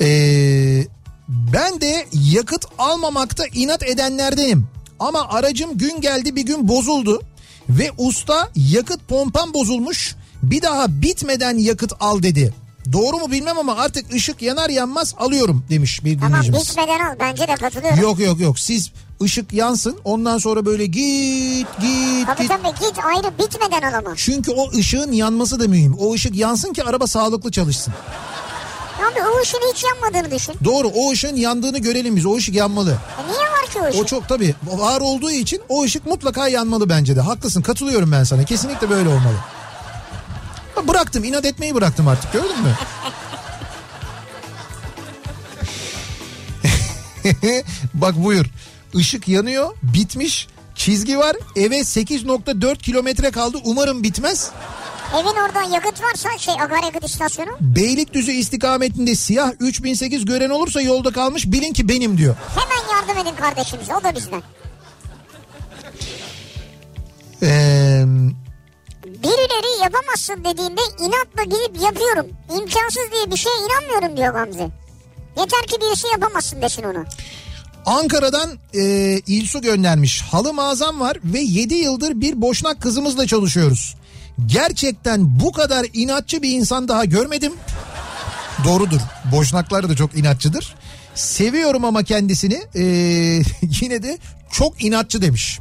Speaker 1: Ee, ben de yakıt almamakta inat edenlerdenim. Ama aracım gün geldi bir gün bozuldu ve usta yakıt pompam bozulmuş. Bir daha bitmeden yakıt al dedi. Doğru mu bilmem ama artık ışık yanar yanmaz alıyorum demiş bir
Speaker 2: Tamam
Speaker 1: dinleyicimiz.
Speaker 2: bitmeden al bence de katılıyorum.
Speaker 1: Yok yok yok siz ışık yansın ondan sonra böyle git git
Speaker 2: Tabii
Speaker 1: git.
Speaker 2: tabii git ayrı bitmeden al ama.
Speaker 1: Çünkü o ışığın yanması da mühim. O ışık yansın ki araba sağlıklı çalışsın.
Speaker 2: Abi o ışın hiç yanmadığını düşün.
Speaker 1: Doğru o ışığın yandığını görelim biz. O ışık yanmalı.
Speaker 2: E niye var yanmıyor ki o ışık.
Speaker 1: O çok tabii var olduğu için o ışık mutlaka yanmalı bence de. Haklısın katılıyorum ben sana. Kesinlikle böyle olmalı. Ha, Bıraktım inat etmeyi bıraktım artık gördün mü? Bak buyur. Işık yanıyor bitmiş çizgi var eve 8.4 kilometre kaldı umarım bitmez.
Speaker 2: Evin orada yakıt varsa şey akaryakıt istasyonu
Speaker 1: Beylikdüzü istikametinde siyah 3008 gören olursa yolda kalmış bilin ki benim diyor.
Speaker 2: hemen yardım edin kardeşimize o da bizden.
Speaker 1: Ee,
Speaker 2: Birileri yapamazsın dediğinde inatla gidip yapıyorum. İmkansız diye bir şeye inanmıyorum diyor Gamze. Yeter ki birisi yapamasın desin onu.
Speaker 1: Ankara'dan e, İlsu göndermiş. Halı mağazam var ve 7 yıldır bir boşnak kızımızla çalışıyoruz. Gerçekten bu kadar inatçı bir insan daha görmedim. Doğrudur. Boşnaklar da çok inatçıdır. Seviyorum ama kendisini. E, yine de çok inatçı demiş.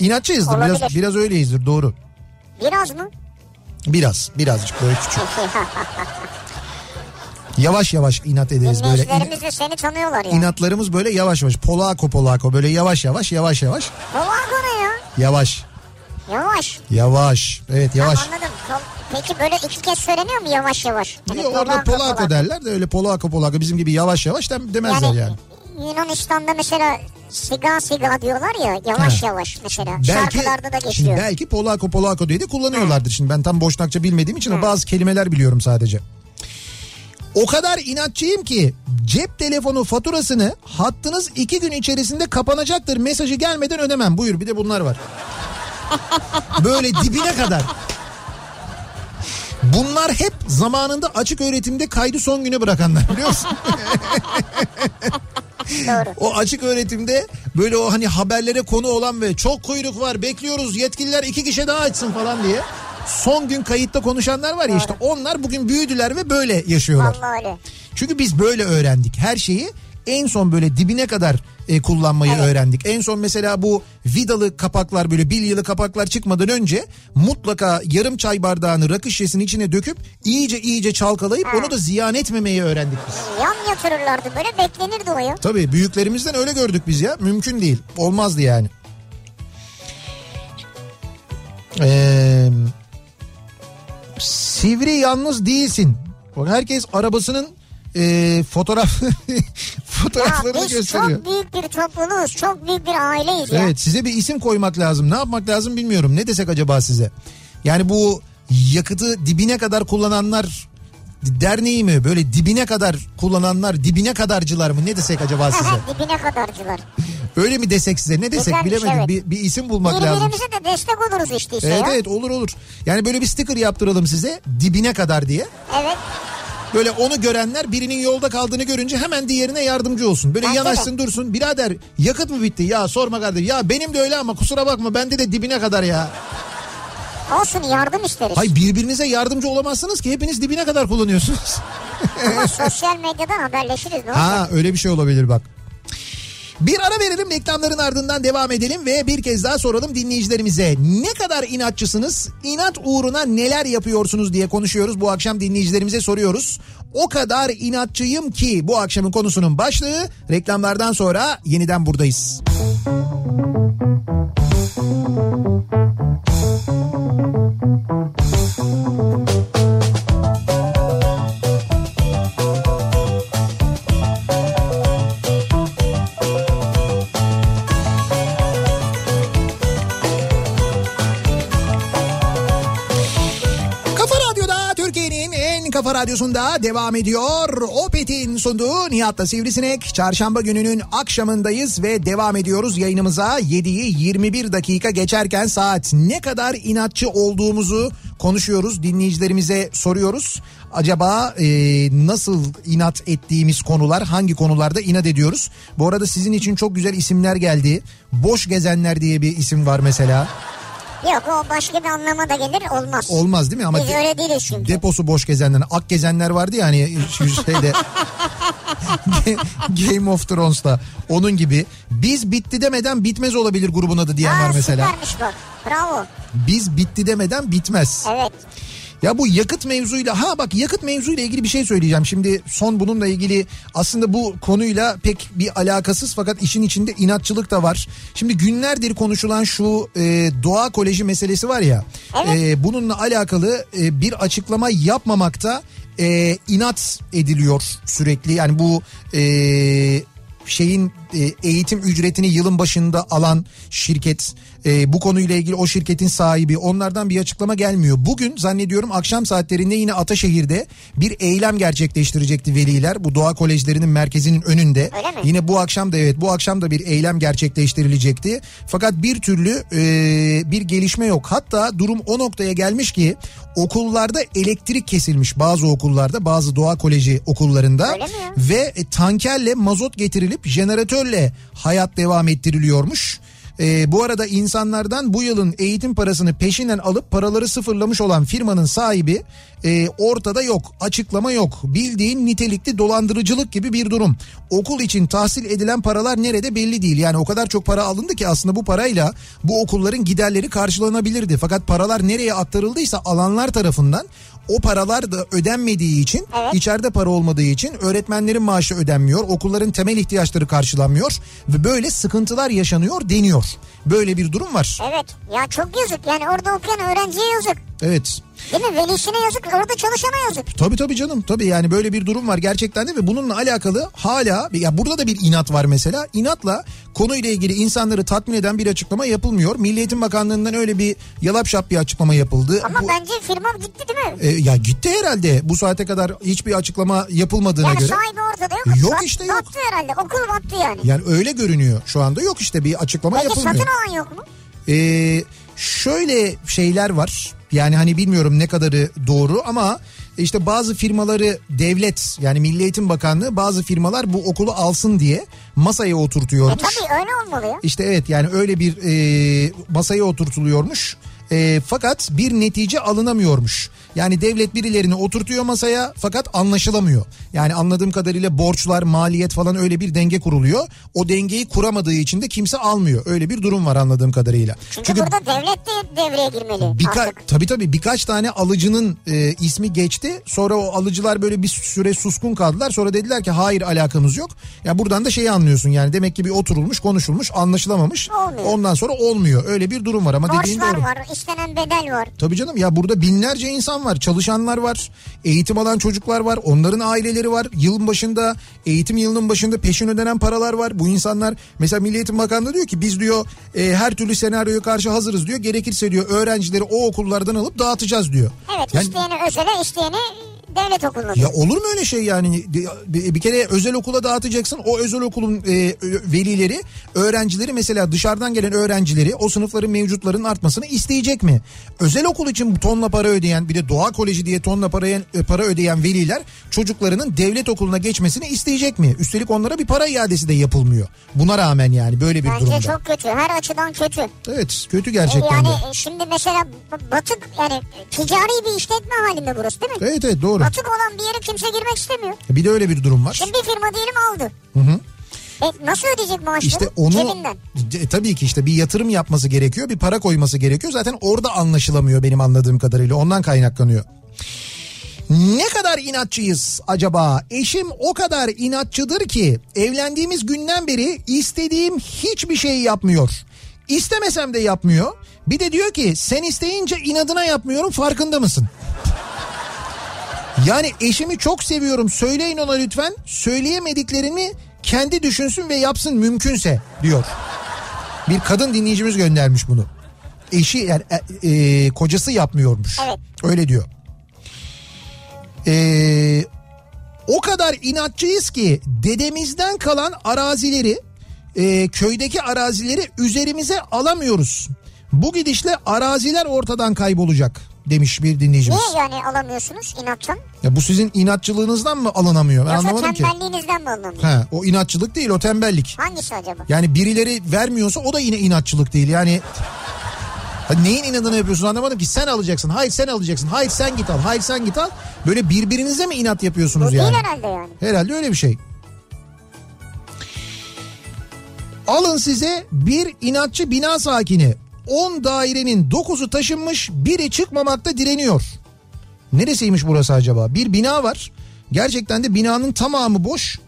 Speaker 1: İnatçıyızdır. Biraz,
Speaker 2: Olabilir.
Speaker 1: biraz öyleyizdir doğru.
Speaker 2: Biraz mı?
Speaker 1: Biraz. Birazcık böyle küçük. Yavaş yavaş inat ederiz. Böyle in-
Speaker 2: Dinleyicilerimiz de seni tanıyorlar ya.
Speaker 1: inatlarımız böyle yavaş yavaş. Polako polako böyle yavaş yavaş yavaş yavaş.
Speaker 2: Yavaş ona ya.
Speaker 1: Yavaş.
Speaker 2: Yavaş.
Speaker 1: Yavaş. Evet yavaş.
Speaker 2: Anladım. Pol- Peki böyle iki kez söyleniyor mu yavaş yavaş? Hani
Speaker 1: Yok, orada
Speaker 2: polako
Speaker 1: polako
Speaker 2: polako.
Speaker 1: derler de öyle polako polako bizim gibi yavaş yavaş dem- demezler yani.
Speaker 2: Yani, Yunanistan'da mesela siga siga diyorlar ya yavaş
Speaker 1: Ha.
Speaker 2: yavaş mesela. Şarkılarda da
Speaker 1: şimdi
Speaker 2: geçiyor.
Speaker 1: belki polako polako diye de kullanıyorlardır. Şimdi ben tam boşnakça bilmediğim için o bazı kelimeler biliyorum sadece. O kadar inatçıyım ki cep telefonu faturasını hattınız iki gün içerisinde kapanacaktır mesajı gelmeden ödemem. Buyur bir de bunlar var. Böyle dibine kadar. Bunlar hep zamanında açık öğretimde kaydı son güne bırakanlar biliyor musun?
Speaker 2: Doğru.
Speaker 1: O açık öğretimde böyle o hani haberlere konu olan ve çok kuyruk var bekliyoruz yetkililer iki kişi daha açsın falan diye. Son gün kayıtta konuşanlar var ya işte onlar bugün büyüdüler ve böyle yaşıyorlar.
Speaker 2: Vallahi öyle.
Speaker 1: Çünkü biz böyle öğrendik her şeyi en son böyle dibine kadar e, kullanmayı öğrendik. En son mesela bu vidalı kapaklar böyle bilyalı kapaklar çıkmadan önce mutlaka yarım çay bardağını rakı şişesinin içine döküp iyice iyice çalkalayıp onu da ziyan etmemeyi öğrendik biz.
Speaker 2: Yan yatırırlardı böyle beklenirdi o ya.
Speaker 1: Tabii büyüklerimizden öyle gördük biz ya. Mümkün değil. Olmazdı yani. Ee, sivri yalnız değilsin. Bak herkes arabasının e, fotoğraf
Speaker 2: Ya
Speaker 1: fotoğraflarını
Speaker 2: biz
Speaker 1: gösteriyor.
Speaker 2: çok büyük bir topluluğuz, çok büyük bir aileyiz ya.
Speaker 1: Evet size bir isim koymak lazım. Ne yapmak lazım bilmiyorum. Ne desek acaba size? Yani bu yakıtı dibine kadar kullananlar derneği mi? Böyle dibine kadar kullananlar, dibine kadarcılar mı? Ne desek acaba size?
Speaker 2: Dibine kadarcılar.
Speaker 1: Öyle mi desek size ne desek
Speaker 2: Güzelmiş,
Speaker 1: bilemedim.
Speaker 2: evet.
Speaker 1: Bir, bir isim bulmak lazım.
Speaker 2: Birbirimize de destek oluruz işte işte
Speaker 1: Evet
Speaker 2: ya.
Speaker 1: evet olur olur. Yani böyle bir sticker yaptıralım size dibine kadar diye.
Speaker 2: Evet.
Speaker 1: Böyle onu görenler birinin yolda kaldığını görünce hemen diğerine yardımcı olsun. Böyle
Speaker 2: Bence de.
Speaker 1: yanaşsın dursun. Birader yakıt mı bitti? Ya sorma kardeşim. Ya benim de öyle ama kusura bakma bende de dibine kadar ya.
Speaker 2: Olsun yardım isteriz.
Speaker 1: Hayır birbirinize yardımcı olamazsınız ki hepiniz dibine kadar kullanıyorsunuz.
Speaker 2: Ama sosyal medyadan haberleşiriz ne olacak?
Speaker 1: Ha öyle bir şey olabilir bak. Bir ara verelim reklamların ardından devam edelim ve bir kez daha soralım dinleyicilerimize. Ne kadar inatçısınız? İnat uğruna neler yapıyorsunuz diye konuşuyoruz. Bu akşam dinleyicilerimize soruyoruz. O kadar inatçıyım ki bu akşamın konusunun başlığı reklamlardan sonra yeniden buradayız. Kafa Radyo'da Türkiye'nin en kafa radyosunda devam ediyor. Opet'in sunduğu Nihat'la Sivrisinek. Çarşamba gününün akşamındayız ve devam ediyoruz yayınımıza. 7'yi 21 dakika geçerken saat ne kadar inatçı olduğumuzu konuşuyoruz. Dinleyicilerimize soruyoruz. Acaba e, nasıl inat ettiğimiz konular hangi konularda inat ediyoruz? Bu arada sizin için çok güzel isimler geldi. Boş gezenler diye bir isim var mesela.
Speaker 2: Yok o başka bir anlama da gelir olmaz.
Speaker 1: Olmaz değil mi? Ama
Speaker 2: Biz
Speaker 1: de-
Speaker 2: öyle değiliz çünkü.
Speaker 1: Deposu boş gezenler, ak gezenler vardı ya hani şu şeyde Game of Thrones'ta onun gibi. Biz bitti demeden bitmez olabilir grubun adı diyen
Speaker 2: Aa,
Speaker 1: var mesela.
Speaker 2: Süpermiş bu. Bravo.
Speaker 1: Biz bitti demeden bitmez.
Speaker 2: Evet.
Speaker 1: Ya bu yakıt mevzuyla ha bak yakıt mevzuyla ilgili bir şey söyleyeceğim. Şimdi son bununla ilgili aslında bu konuyla pek bir alakasız fakat işin içinde inatçılık da var. Şimdi günlerdir konuşulan şu e, doğa koleji meselesi var ya.
Speaker 2: Evet.
Speaker 1: e, bununla alakalı e, bir açıklama yapmamakta e, inat ediliyor sürekli. Yani bu e, şeyin e, eğitim ücretini yılın başında alan şirket e, bu konuyla ilgili o şirketin sahibi onlardan bir açıklama gelmiyor. Bugün zannediyorum akşam saatlerinde yine Ataşehir'de bir eylem gerçekleştirecekti veliler bu doğa kolejlerinin merkezinin önünde.
Speaker 2: Öyle mi?
Speaker 1: Yine bu akşam da evet bu akşam da bir eylem gerçekleştirilecekti. Fakat bir türlü e, bir gelişme yok. Hatta durum o noktaya gelmiş ki okullarda elektrik kesilmiş bazı okullarda bazı doğa koleji okullarında
Speaker 2: Öyle mi ya?
Speaker 1: ve e, tankerle mazot getirilip jeneratörle hayat devam ettiriliyormuş. E, bu arada insanlardan bu yılın eğitim parasını peşinden alıp paraları sıfırlamış olan firmanın sahibi e, ortada yok. Açıklama yok. Bildiğin nitelikli dolandırıcılık gibi bir durum. Okul için tahsil edilen paralar nerede belli değil. Yani o kadar çok para alındı ki aslında bu parayla bu okulların giderleri karşılanabilirdi. Fakat paralar nereye aktarıldıysa alanlar tarafından o paralar da ödenmediği için
Speaker 2: Evet.
Speaker 1: içeride para olmadığı için öğretmenlerin maaşı ödenmiyor. Okulların temel ihtiyaçları karşılanmıyor ve böyle sıkıntılar yaşanıyor deniyor. Böyle bir durum var.
Speaker 2: Evet ya çok yazık yani orada okuyan öğrenciye yazık.
Speaker 1: Evet.
Speaker 2: Değil mi? Velisine yazık orada çalışana yazık.
Speaker 1: Tabii tabii canım tabii yani böyle bir durum var gerçekten de ve bununla alakalı hala ya burada da bir inat var mesela inatla konuyla ilgili insanları tatmin eden bir açıklama yapılmıyor. Milli Eğitim Bakanlığı'ndan öyle bir yalap şap bir açıklama yapıldı.
Speaker 2: Ama
Speaker 1: Bu-
Speaker 2: bence firma gitti değil
Speaker 1: E,
Speaker 2: mi?
Speaker 1: ya gitti herhalde bu saate kadar hiçbir açıklama yapılmadığına
Speaker 2: yani
Speaker 1: göre.
Speaker 2: sahibi ortada yok.
Speaker 1: Yok
Speaker 2: Bat-
Speaker 1: işte yok.
Speaker 2: Battı herhalde okul battı yani.
Speaker 1: Yani öyle görünüyor şu anda yok işte bir açıklama
Speaker 2: Peki
Speaker 1: yapılmıyor.
Speaker 2: satın alan yok mu? E,
Speaker 1: Ee, şöyle şeyler var. Yani hani bilmiyorum ne kadarı doğru ama işte bazı firmaları devlet yani Milli Eğitim Bakanlığı bazı firmalar bu okulu alsın diye masaya
Speaker 2: E
Speaker 1: oturtuyormuş.
Speaker 2: tabii öyle olmalı ya.
Speaker 1: İşte evet yani öyle bir e, masaya oturtuluyormuş. E, fakat bir netice alınamıyormuş. Yani devlet birilerini oturtuyor masaya fakat anlaşılamıyor. Yani anladığım kadarıyla borçlar, maliyet falan öyle bir denge kuruluyor. O dengeyi kuramadığı için de kimse almıyor. Öyle bir durum var anladığım kadarıyla.
Speaker 2: Çünkü, burada devlet de devreye girmeli
Speaker 1: Birka-
Speaker 2: artık.
Speaker 1: tabii tabii birkaç tane alıcının e, ismi geçti. Sonra o alıcılar böyle bir süre suskun kaldılar. Sonra dediler ki hayır alakamız yok. Ya buradan da şeyi anlıyorsun yani demek ki bir oturulmuş, konuşulmuş, anlaşılamamış.
Speaker 2: Olmuyor.
Speaker 1: Ondan sonra olmuyor. Öyle bir durum var ama dediğin
Speaker 2: Borçlar
Speaker 1: doğru.
Speaker 2: var, istenen bedel var.
Speaker 1: Tabii canım ya burada binlerce insan var, çalışanlar var, eğitim alan çocuklar var, onların aileleri var. Yılın başında, eğitim yılının başında peşin ödenen paralar var. Bu insanlar mesela Milli Eğitim Bakanlığı diyor ki biz diyor e, her türlü senaryoya karşı hazırız diyor. Gerekirse diyor öğrencileri o okullardan alıp dağıtacağız diyor.
Speaker 2: Evet
Speaker 1: Yani-
Speaker 2: isteyene özele isteyene devlet okuluna.
Speaker 1: ya olur mu öyle şey yani bir bir kere özel okula dağıtacaksın o özel okulun e, ö- velileri öğrencileri mesela dışarıdan gelen öğrencileri o sınıfların mevcutların artmasını isteyecek mi? Özel okul için tonla para ödeyen bir de doğa koleji diye tonla paraya, e, para ödeyen veliler çocuklarının devlet okuluna geçmesini isteyecek mi? Üstelik onlara bir para iadesi de yapılmıyor buna rağmen yani böyle bir
Speaker 2: Bence
Speaker 1: durumda.
Speaker 2: çok kötü her açıdan kötü.
Speaker 1: Evet kötü
Speaker 2: E,
Speaker 1: gerçekten
Speaker 2: yani
Speaker 1: de.
Speaker 2: e, şimdi mesela b- batık yani ticari bir işletme halinde burası değil mi?
Speaker 1: Evet evet doğru.
Speaker 2: Batık olan bir yere kimse girmek istemiyor.
Speaker 1: Bir de öyle bir durum var.
Speaker 2: Şimdi bir firma diyelim aldı.
Speaker 1: hı.
Speaker 2: E, nasıl ödeyecek maaşları?
Speaker 1: İşte onu
Speaker 2: Cebinden.
Speaker 1: E, tabii ki işte bir yatırım yapması gerekiyor, bir para koyması gerekiyor. Zaten orada anlaşılamıyor benim anladığım kadarıyla. Ondan kaynaklanıyor. Ne kadar inatçıyız acaba? Eşim o kadar inatçıdır ki evlendiğimiz günden beri istediğim hiçbir şey yapmıyor. İstemesem de yapmıyor. Bir de diyor ki sen isteyince inadına yapmıyorum farkında mısın? Yani eşimi çok seviyorum söyleyin ona lütfen. Söyleyemediklerini kendi düşünsün ve yapsın mümkünse diyor. Bir kadın dinleyicimiz göndermiş bunu. Eşi yani e, e, kocası yapmıyormuş.
Speaker 2: Evet.
Speaker 1: Öyle diyor. Ee, o kadar inatçıyız ki dedemizden kalan arazileri e, köydeki arazileri üzerimize alamıyoruz. Bu gidişle araziler ortadan kaybolacak demiş bir dinleyicimiz.
Speaker 2: Niye yani alamıyorsunuz inatçan?
Speaker 1: Ya bu sizin inatçılığınızdan mı alınamıyor? Ben
Speaker 2: Yoksa
Speaker 1: anlamadım ki.
Speaker 2: tembelliğinizden mi alınıyor?
Speaker 1: Ha, o inatçılık değil o tembellik.
Speaker 2: Hangisi acaba?
Speaker 1: Yani birileri vermiyorsa o da yine inatçılık değil. Yani Ha, neyin inadını yapıyorsun anlamadım ki. Sen alacaksın. Hayır sen alacaksın. Hayır sen git al. Hayır sen git al. Böyle birbirinize mi inat yapıyorsunuz
Speaker 2: Bu
Speaker 1: yani?
Speaker 2: değil herhalde yani.
Speaker 1: Herhalde öyle bir şey. Alın size bir inatçı bina sakini. 10 dairenin 9'u taşınmış, biri çıkmamakta direniyor. Neresiymiş burası acaba? Bir bina var. Gerçekten de binanın tamamı boş.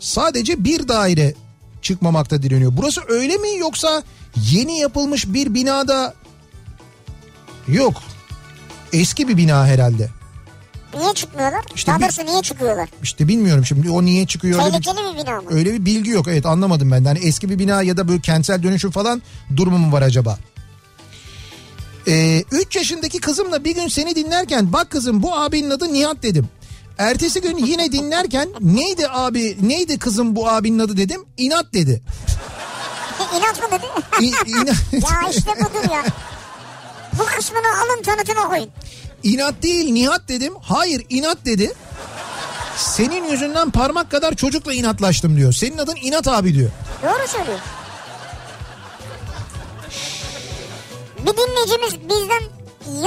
Speaker 1: Sadece bir daire çıkmamakta direniyor. Burası öyle mi yoksa yeni yapılmış bir binada yok. Eski bir bina herhalde.
Speaker 2: Niye çıkmıyorlar?
Speaker 1: İşte
Speaker 2: Daha
Speaker 1: bir-
Speaker 2: doğrusu niye çıkıyorlar?
Speaker 1: İşte bilmiyorum şimdi o niye çıkıyor öyle bir
Speaker 2: Tehlikeli bir bina mı?
Speaker 1: Öyle bir bilgi yok evet anlamadım ben. de. Hani eski bir bina ya da böyle kentsel dönüşüm falan durumu mu var acaba? 3 yaşındaki kızımla bir gün seni dinlerken bak kızım bu abinin adı Nihat dedim. Ertesi gün yine dinlerken neydi abi neydi kızım bu abinin adı dedim inat dedi.
Speaker 2: İnat mı dedi?
Speaker 1: İ- ina-
Speaker 2: ya işte budur ya. Bu kısmını alın tanıtıma koyun.
Speaker 1: İnat değil Nihat dedim. Hayır inat dedi. Senin yüzünden parmak kadar çocukla inatlaştım diyor. Senin adın inat abi diyor.
Speaker 2: Doğru söylüyor. Bir dinleyicimiz bizden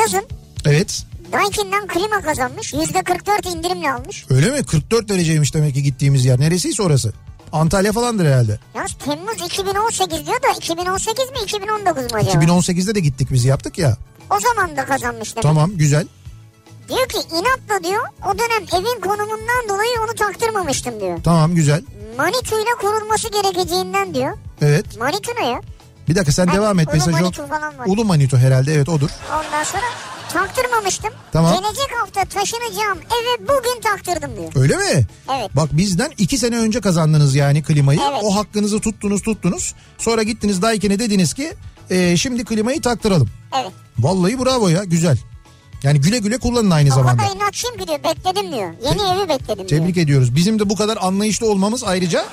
Speaker 2: yazın
Speaker 1: Evet.
Speaker 2: Daikin'den klima kazanmış. %44 indirimle almış.
Speaker 1: Öyle mi? 44 dereceymiş demek ki gittiğimiz yer. Neresiyse orası. Antalya falandır herhalde.
Speaker 2: Yalnız Temmuz 2018 diyor da 2018 mi 2019 mu acaba?
Speaker 1: 2018'de de gittik biz yaptık ya.
Speaker 2: O zaman da kazanmış demek.
Speaker 1: Tamam güzel.
Speaker 2: Diyor ki inatla diyor o dönem evin konumundan dolayı onu taktırmamıştım diyor.
Speaker 1: Tamam güzel.
Speaker 2: Manikürle korunması gerekeceğinden diyor.
Speaker 1: Evet.
Speaker 2: Manikür ne ya?
Speaker 1: Bir dakika sen
Speaker 2: Ay,
Speaker 1: E, devam et.
Speaker 2: Ulu
Speaker 1: Mesaj
Speaker 2: Manitu falan var.
Speaker 1: Ulu Manitu herhalde evet odur.
Speaker 2: Ondan sonra taktırmamıştım.
Speaker 1: Tamam.
Speaker 2: Gelecek hafta taşınacağım eve bugün taktırdım diyor.
Speaker 1: Öyle mi?
Speaker 2: Evet.
Speaker 1: Bak bizden iki sene önce kazandınız yani klimayı.
Speaker 2: Evet.
Speaker 1: O hakkınızı tuttunuz tuttunuz. Sonra gittiniz Daikin'e dediniz ki "E, şimdi klimayı taktıralım.
Speaker 2: Evet.
Speaker 1: Vallahi bravo ya güzel. Yani güle güle kullanın aynı
Speaker 2: O
Speaker 1: zamanda.
Speaker 2: kadar inatçıyım ki diyor bekledim diyor. Yeni evi bekledim diyor.
Speaker 1: Tebrik ediyoruz. Bizim de bu kadar anlayışlı olmamız ayrıca...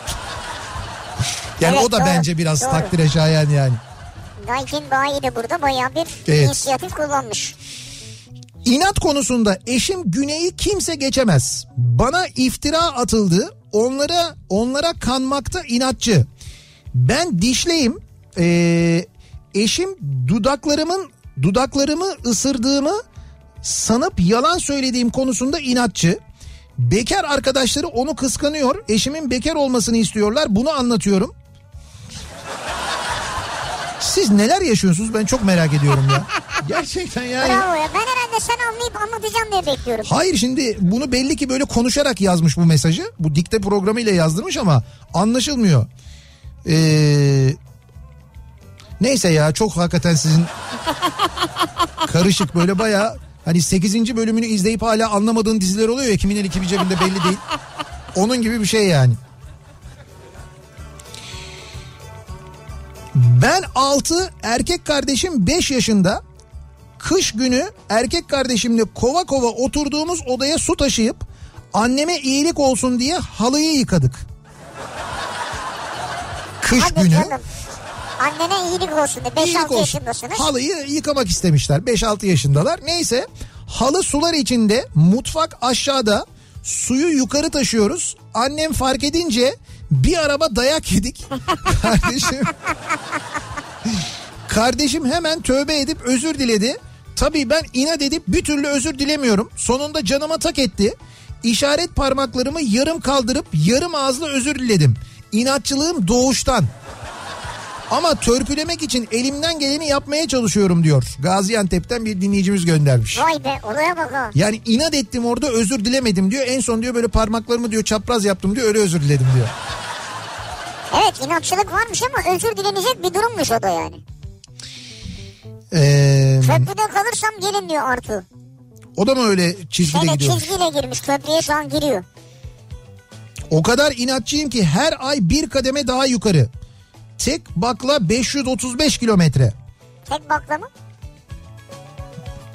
Speaker 1: Yani
Speaker 2: Evet,
Speaker 1: o da
Speaker 2: doğru,
Speaker 1: bence biraz
Speaker 2: doğru.
Speaker 1: takdire şayan yani.
Speaker 2: Daikin bayi de burada bayağı bir
Speaker 1: Evet.
Speaker 2: inisiyatif kullanmış.
Speaker 1: İnat konusunda eşim Güney'i kimse geçemez. Bana iftira atıldı. Onlara onlara kanmakta inatçı. Ben dişleyim. Ee, eşim dudaklarımın dudaklarımı ısırdığımı sanıp yalan söylediğim konusunda inatçı. Bekar arkadaşları onu kıskanıyor. Eşimin bekar olmasını istiyorlar. Bunu anlatıyorum. Siz neler yaşıyorsunuz ben çok merak ediyorum ya. Gerçekten yani.
Speaker 2: Bravo ya ben herhalde sen anlayıp anlatacağım diye bekliyorum.
Speaker 1: Hayır şimdi bunu belli ki böyle konuşarak yazmış bu mesajı. Bu dikte programıyla yazdırmış ama anlaşılmıyor. Ee, neyse ya çok hakikaten sizin karışık böyle baya hani 8. bölümünü izleyip hala anlamadığın diziler oluyor ya kimin eli kimin cebinde belli değil. Onun gibi bir şey yani. Ben 6 erkek kardeşim 5 yaşında kış günü erkek kardeşimle kova kova oturduğumuz odaya su taşıyıp anneme iyilik olsun diye halıyı yıkadık. Kış
Speaker 2: Hadi
Speaker 1: günü
Speaker 2: canım. Annene iyilik olsun diye. 5-6
Speaker 1: iyilik olsun.
Speaker 2: yaşındasınız.
Speaker 1: Halıyı yıkamak istemişler 5-6 yaşındalar. Neyse halı sular içinde mutfak aşağıda suyu yukarı taşıyoruz. Annem fark edince bir araba dayak yedik. Kardeşim Kardeşim hemen tövbe edip özür diledi. Tabii ben inat edip bir türlü özür dilemiyorum. Sonunda canıma tak etti. İşaret parmaklarımı yarım kaldırıp yarım ağızla özür diledim. İnatçılığım doğuştan. Ama törpülemek için elimden geleni yapmaya çalışıyorum diyor. Gaziantep'ten bir dinleyicimiz göndermiş.
Speaker 2: Vay be olaya bak ha.
Speaker 1: Yani inat ettim orada özür dilemedim diyor. En son diyor böyle parmaklarımı diyor çapraz yaptım diyor öyle özür diledim diyor.
Speaker 2: Evet inatçılık varmış ama özür dilenecek bir durummuş o da yani.
Speaker 1: Ee,
Speaker 2: Köprüde kalırsam gelin diyor Artu.
Speaker 1: o da mı öyle çizgide
Speaker 2: Şöyle
Speaker 1: gidiyor?
Speaker 2: çizgiyle girmiş köprüye şu an giriyor.
Speaker 1: O kadar inatçıyım ki her ay bir kademe daha yukarı. Tek bakla 535 kilometre.
Speaker 2: Tek bakla mı?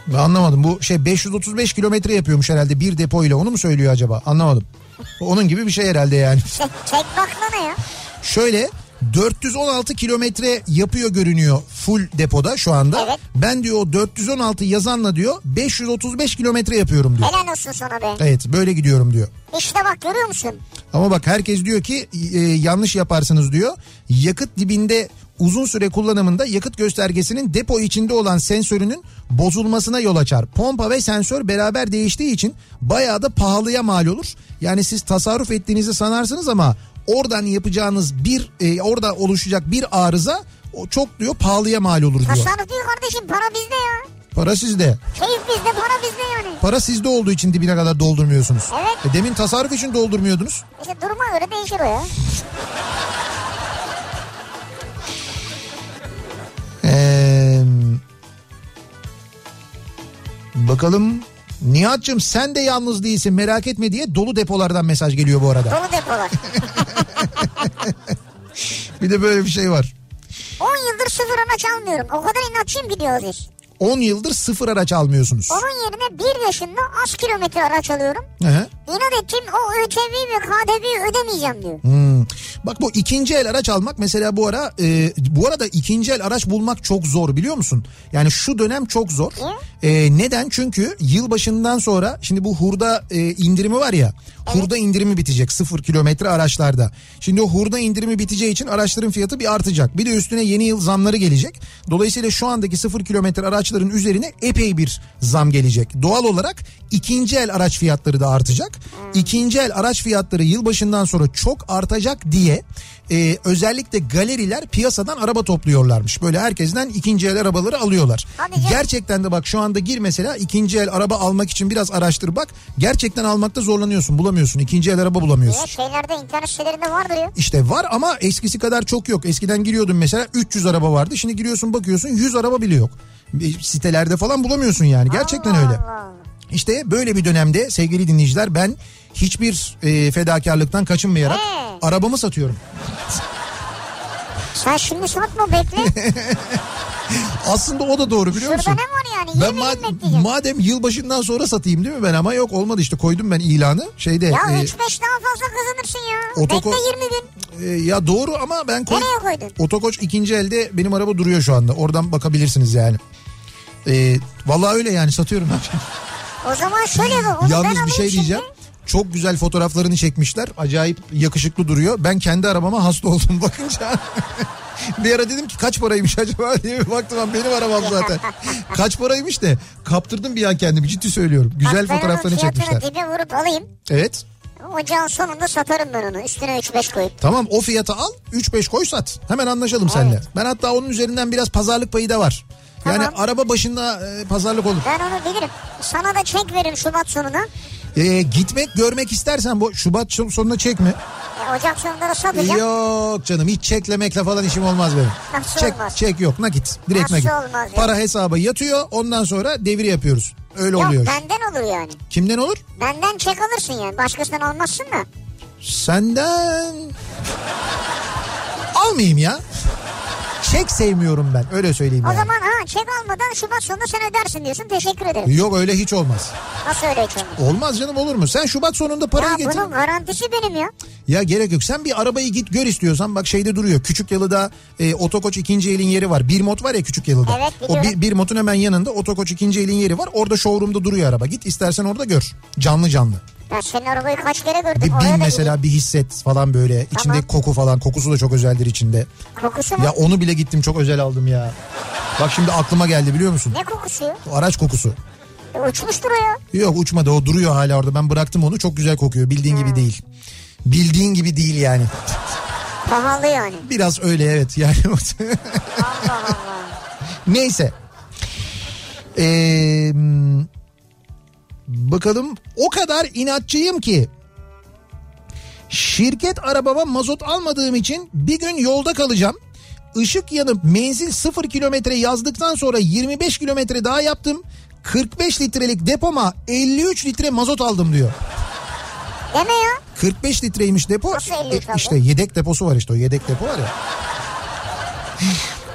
Speaker 1: Ben anlamadım bu şey 535 kilometre yapıyormuş herhalde bir depo ile onu mu söylüyor acaba anlamadım. Onun gibi bir şey herhalde yani.
Speaker 2: Tek, tek bakla ne ya?
Speaker 1: Şöyle 416 kilometre yapıyor görünüyor full depoda şu anda.
Speaker 2: Evet.
Speaker 1: Ben diyor o 416 yazanla diyor 535 kilometre yapıyorum diyor.
Speaker 2: Helal olsun sana be.
Speaker 1: Evet böyle gidiyorum diyor.
Speaker 2: İşte bak görüyor musun?
Speaker 1: Ama bak herkes diyor ki e, yanlış yaparsınız diyor. Yakıt dibinde uzun süre kullanımında yakıt göstergesinin depo içinde olan sensörünün bozulmasına yol açar. Pompa ve sensör beraber değiştiği için bayağı da pahalıya mal olur. Yani siz tasarruf ettiğinizi sanarsınız ama oradan yapacağınız bir e, orada oluşacak bir arıza o çok diyor pahalıya mal olur diyor.
Speaker 2: Tasarruf diyor kardeşim para bizde ya.
Speaker 1: Para sizde.
Speaker 2: Keyif bizde para bizde yani.
Speaker 1: Para sizde olduğu için dibine kadar doldurmuyorsunuz.
Speaker 2: Evet.
Speaker 1: E, demin tasarruf için doldurmuyordunuz.
Speaker 2: İşte duruma göre değişir o ya.
Speaker 1: Ee, bakalım Nihat'cığım sen de yalnız değilsin merak etme diye dolu depolardan mesaj geliyor bu arada.
Speaker 2: Dolu depolar.
Speaker 1: Bir de böyle bir şey var.
Speaker 2: 10 yıldır sıfır araç almıyorum. O kadar inatçıyım ki diyor Aziz.
Speaker 1: 10 yıldır sıfır araç almıyorsunuz.
Speaker 2: Onun yerine 1 yaşında az kilometre araç alıyorum.
Speaker 1: Hı hı.
Speaker 2: İnat ettim o ÖTV ve KDV ödemeyeceğim diyor.
Speaker 1: Hmm. Bak bu ikinci el araç almak mesela bu ara e, bu arada ikinci el araç bulmak çok zor biliyor musun? Yani şu dönem çok zor. E, neden? Çünkü yılbaşından sonra şimdi bu hurda e, indirimi var ya. Hurda indirimi bitecek sıfır kilometre araçlarda. Şimdi o hurda indirimi biteceği için araçların fiyatı bir artacak. Bir de üstüne yeni yıl zamları gelecek. Dolayısıyla şu andaki sıfır kilometre araçların üzerine epey bir zam gelecek. Doğal olarak ikinci el araç fiyatları da artacak. İkinci el araç fiyatları yılbaşından sonra çok artacak diye e, özellikle galeriler piyasadan araba topluyorlarmış. Böyle herkesten ikinci el arabaları alıyorlar.
Speaker 2: Hadi canım.
Speaker 1: Gerçekten de bak şu anda gir mesela ikinci el araba almak için biraz araştır bak. Gerçekten almakta zorlanıyorsun bulamıyorsun. İkinci el araba bulamıyorsun.
Speaker 2: Ya şeylerde internet sitelerinde vardır ya.
Speaker 1: İşte var ama eskisi kadar çok yok. Eskiden giriyordun mesela 300 araba vardı. Şimdi giriyorsun bakıyorsun 100 araba bile yok. E, Sitelerde falan bulamıyorsun yani. Gerçekten
Speaker 2: Allah
Speaker 1: öyle.
Speaker 2: Allah.
Speaker 1: İşte böyle bir dönemde sevgili dinleyiciler ben hiçbir e, fedakarlıktan kaçınmayarak
Speaker 2: He.
Speaker 1: arabamı satıyorum.
Speaker 2: Sen şimdi satma bekle.
Speaker 1: Aslında o da doğru biliyor
Speaker 2: Şurada
Speaker 1: musun?
Speaker 2: ne var yani?
Speaker 1: Ben
Speaker 2: Yemeyin
Speaker 1: ma-
Speaker 2: bekleyeceğim.
Speaker 1: madem yılbaşından sonra satayım değil mi ben ama yok olmadı işte koydum ben ilanı şeyde
Speaker 2: ya
Speaker 1: e,
Speaker 2: 3-5 daha fazla kazanırsın ya.
Speaker 1: otoko-
Speaker 2: Bekle 20 gün.
Speaker 1: e, ya doğru ama ben koy-
Speaker 2: Nereye koydun?
Speaker 1: Otokoç ikinci elde benim araba duruyor şu anda. Oradan bakabilirsiniz yani. Ee, vallahi öyle yani satıyorum.
Speaker 2: O zaman şöyle yapalım. Onu ben
Speaker 1: Yalnız bir
Speaker 2: alayım
Speaker 1: şey
Speaker 2: şimdi.
Speaker 1: diyeceğim. Çok güzel fotoğraflarını çekmişler. Acayip yakışıklı duruyor. Ben kendi arabama hasta oldum bakınca. bir ara dedim ki kaç paraymış acaba diye bir baktım ben benim arabam zaten. kaç paraymış de kaptırdım bir an kendimi ciddi söylüyorum. Güzel
Speaker 2: Bak ben onun
Speaker 1: fotoğraflarını
Speaker 2: fiyatını
Speaker 1: çekmişler.
Speaker 2: dibe vurup alayım.
Speaker 1: Evet.
Speaker 2: Ocağın sonunda satarım ben onu. Üstüne 3-5 koyup.
Speaker 1: Tamam o fiyata al 3-5 koy sat. Hemen anlaşalım seninle. Ben hatta onun üzerinden biraz pazarlık payı da var. Yani
Speaker 2: Tamam.
Speaker 1: araba başında e, pazarlık olur.
Speaker 2: Ben onu bilirim. Sana da çek veririm Şubat sonuna.
Speaker 1: E, gitmek görmek istersen bu Şubat son- sonuna çek mi?
Speaker 2: E, Ocak sonunda da satacağım.
Speaker 1: Yok canım hiç çeklemekle falan işim olmaz benim.
Speaker 2: Nasıl
Speaker 1: çek,
Speaker 2: olmaz?
Speaker 1: çek yok nakit. Direkt
Speaker 2: Nasıl
Speaker 1: nakit.
Speaker 2: olmaz ya?
Speaker 1: Para hesaba yatıyor ondan sonra devir yapıyoruz. Öyle
Speaker 2: Yok
Speaker 1: oluyor.
Speaker 2: benden olur yani.
Speaker 1: Kimden olur?
Speaker 2: Benden çek alırsın yani. Başkasından almazsın da.
Speaker 1: Senden almayayım ya. Çek sevmiyorum ben öyle söyleyeyim
Speaker 2: O
Speaker 1: yani.
Speaker 2: zaman ha çek almadan Şubat sonunda sen ödersin diyorsun. Teşekkür ederim.
Speaker 1: Yok öyle hiç olmaz.
Speaker 2: Nasıl öyle hiç olmaz?
Speaker 1: Olmaz canım olur mu? Sen Şubat sonunda parayı
Speaker 2: Ya
Speaker 1: getir.
Speaker 2: bunun garantisi benim ya.
Speaker 1: Ya gerek yok. Sen bir arabayı git gör istiyorsan bak şeyde duruyor. Küçük Yalı'da e, Otokoç ikinci elin yeri var. Bir mod var ya Küçük Yalı'da.
Speaker 2: Evet,
Speaker 1: o
Speaker 2: biliyorum.
Speaker 1: bir, bir modun hemen yanında Otokoç ikinci elin yeri var. Orada showroom'da duruyor araba. Git istersen orada gör. Canlı canlı.
Speaker 2: Ya senin arabayı kaç kere gördüm.
Speaker 1: Bir
Speaker 2: oraya da
Speaker 1: bin mesela bir hisset falan böyle. İçinde
Speaker 2: Tamam.
Speaker 1: koku falan. Kokusu da çok özeldir içinde.
Speaker 2: gideyim. Kokusu mu?
Speaker 1: Ya onu bile gittim çok özel aldım ya. Bak şimdi aklıma geldi biliyor musun?
Speaker 2: Ne kokusu ya?
Speaker 1: O Araç kokusu.
Speaker 2: E, uçmuştur o ya.
Speaker 1: Yok uçmadı o duruyor hala orada. Ben bıraktım onu çok güzel kokuyor. Bildiğin
Speaker 2: Hmm.
Speaker 1: gibi değil. Bildiğin gibi değil yani.
Speaker 2: Pahalı yani.
Speaker 1: Biraz öyle evet yani.
Speaker 2: Allah Allah.
Speaker 1: Neyse. Ee, m, bakalım o kadar inatçıyım ki şirket arabama mazot almadığım için bir gün yolda kalacağım. Işık yanıp menzil 0 kilometre yazdıktan sonra 25 kilometre daha yaptım. 45 litrelik depoma 53 litre mazot aldım diyor.
Speaker 2: Deme ya.
Speaker 1: 45 litreymiş depo.
Speaker 2: Nasıl 53
Speaker 1: E,
Speaker 2: abi?
Speaker 1: İşte yedek deposu var işte o yedek depo var ya.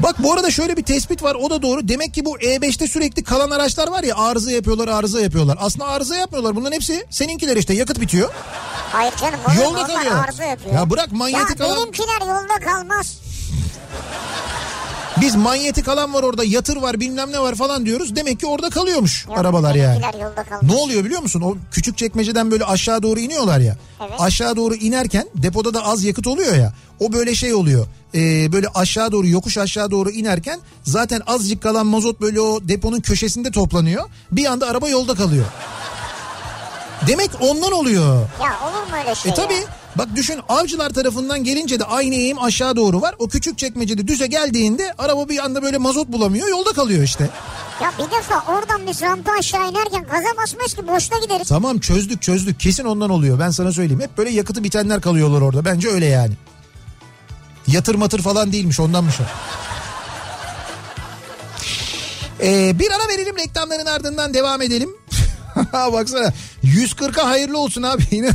Speaker 1: Bak bu arada şöyle bir tespit var o da doğru. Demek ki bu E5'te sürekli kalan araçlar var ya arıza yapıyorlar arıza yapıyorlar. Aslında arıza yapmıyorlar bunların hepsi seninkiler işte yakıt bitiyor.
Speaker 2: Hayır canım olur mu?
Speaker 1: yolda
Speaker 2: Onlar
Speaker 1: kalıyorlar.
Speaker 2: arıza yapıyor.
Speaker 1: Ya bırak
Speaker 2: Ya
Speaker 1: manyetik alan.
Speaker 2: benimkiler yolda kalmaz.
Speaker 1: Biz manyetik alan var orada yatır var bilmem ne var falan diyoruz. Demek ki orada kalıyormuş
Speaker 2: Yok,
Speaker 1: arabalar yani.
Speaker 2: Benimkiler yolda kalmaz.
Speaker 1: Ne oluyor biliyor musun? O küçük çekmeceden böyle aşağı doğru iniyorlar ya.
Speaker 2: Evet.
Speaker 1: Aşağı doğru inerken depoda da az yakıt oluyor ya. O böyle şey oluyor. Ee, böyle aşağı doğru yokuş aşağı doğru inerken zaten azıcık kalan mazot böyle o deponun köşesinde toplanıyor. Bir anda araba yolda kalıyor. Demek ondan oluyor.
Speaker 2: Ya olur mu öyle şey
Speaker 1: E tabi
Speaker 2: ya?
Speaker 1: bak düşün avcılar tarafından gelince de aynı eğim aşağı doğru var. O küçük çekmecede düze geldiğinde araba bir anda böyle mazot bulamıyor yolda kalıyor işte.
Speaker 2: Ya bir defa oradan biz rampa aşağı inerken gaza basmış ki boşta gideriz.
Speaker 1: Tamam çözdük çözdük kesin ondan oluyor ben sana söyleyeyim. Hep böyle yakıtı bitenler kalıyorlar orada bence öyle yani. Yatır matır falan değilmiş ondanmış o. Ee, bir ara verelim reklamların ardından devam edelim. Baksana 140'a hayırlı olsun abi. Yine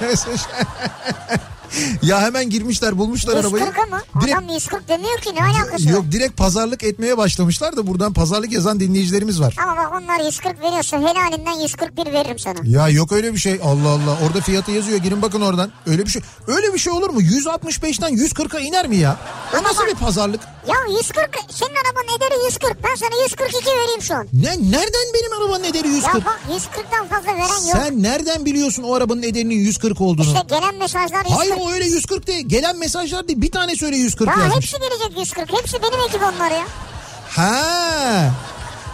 Speaker 1: mesaj. ya hemen girmişler bulmuşlar arabayı.
Speaker 2: 140 mı?
Speaker 1: Direkt-
Speaker 2: Adam şey 140 demiyor ki ne alakası
Speaker 1: Yok
Speaker 2: var?
Speaker 1: direkt pazarlık etmeye başlamışlar da buradan pazarlık yazan dinleyicilerimiz var.
Speaker 2: Ama bak onlar 140 veriyorsa helalinden 141 veririm sana.
Speaker 1: Ya yok öyle bir şey. Allah Allah. Orada fiyatı yazıyor. Girin bakın oradan. Öyle bir şey. Öyle bir şey olur mu? 165'ten 140'a iner mi ya? O nasıl bir pazarlık?
Speaker 2: Ya 140 senin arabanın ederi 140 ben sana 142 vereyim şu an.
Speaker 1: Ne nereden benim arabanın ederi
Speaker 2: Ya
Speaker 1: 140?
Speaker 2: bak 140'dan fazla veren yok.
Speaker 1: Sen nereden biliyorsun o arabanın ederinin 140 olduğunu?
Speaker 2: İşte gelen mesajlar 140.
Speaker 1: Hayır o öyle 140 değil. Gelen mesajlar değil. Bir tanesi öyle 140
Speaker 2: Ya
Speaker 1: yazmış.
Speaker 2: hepsi gelecek 140. Hepsi benim ekip onlar ya.
Speaker 1: Ha.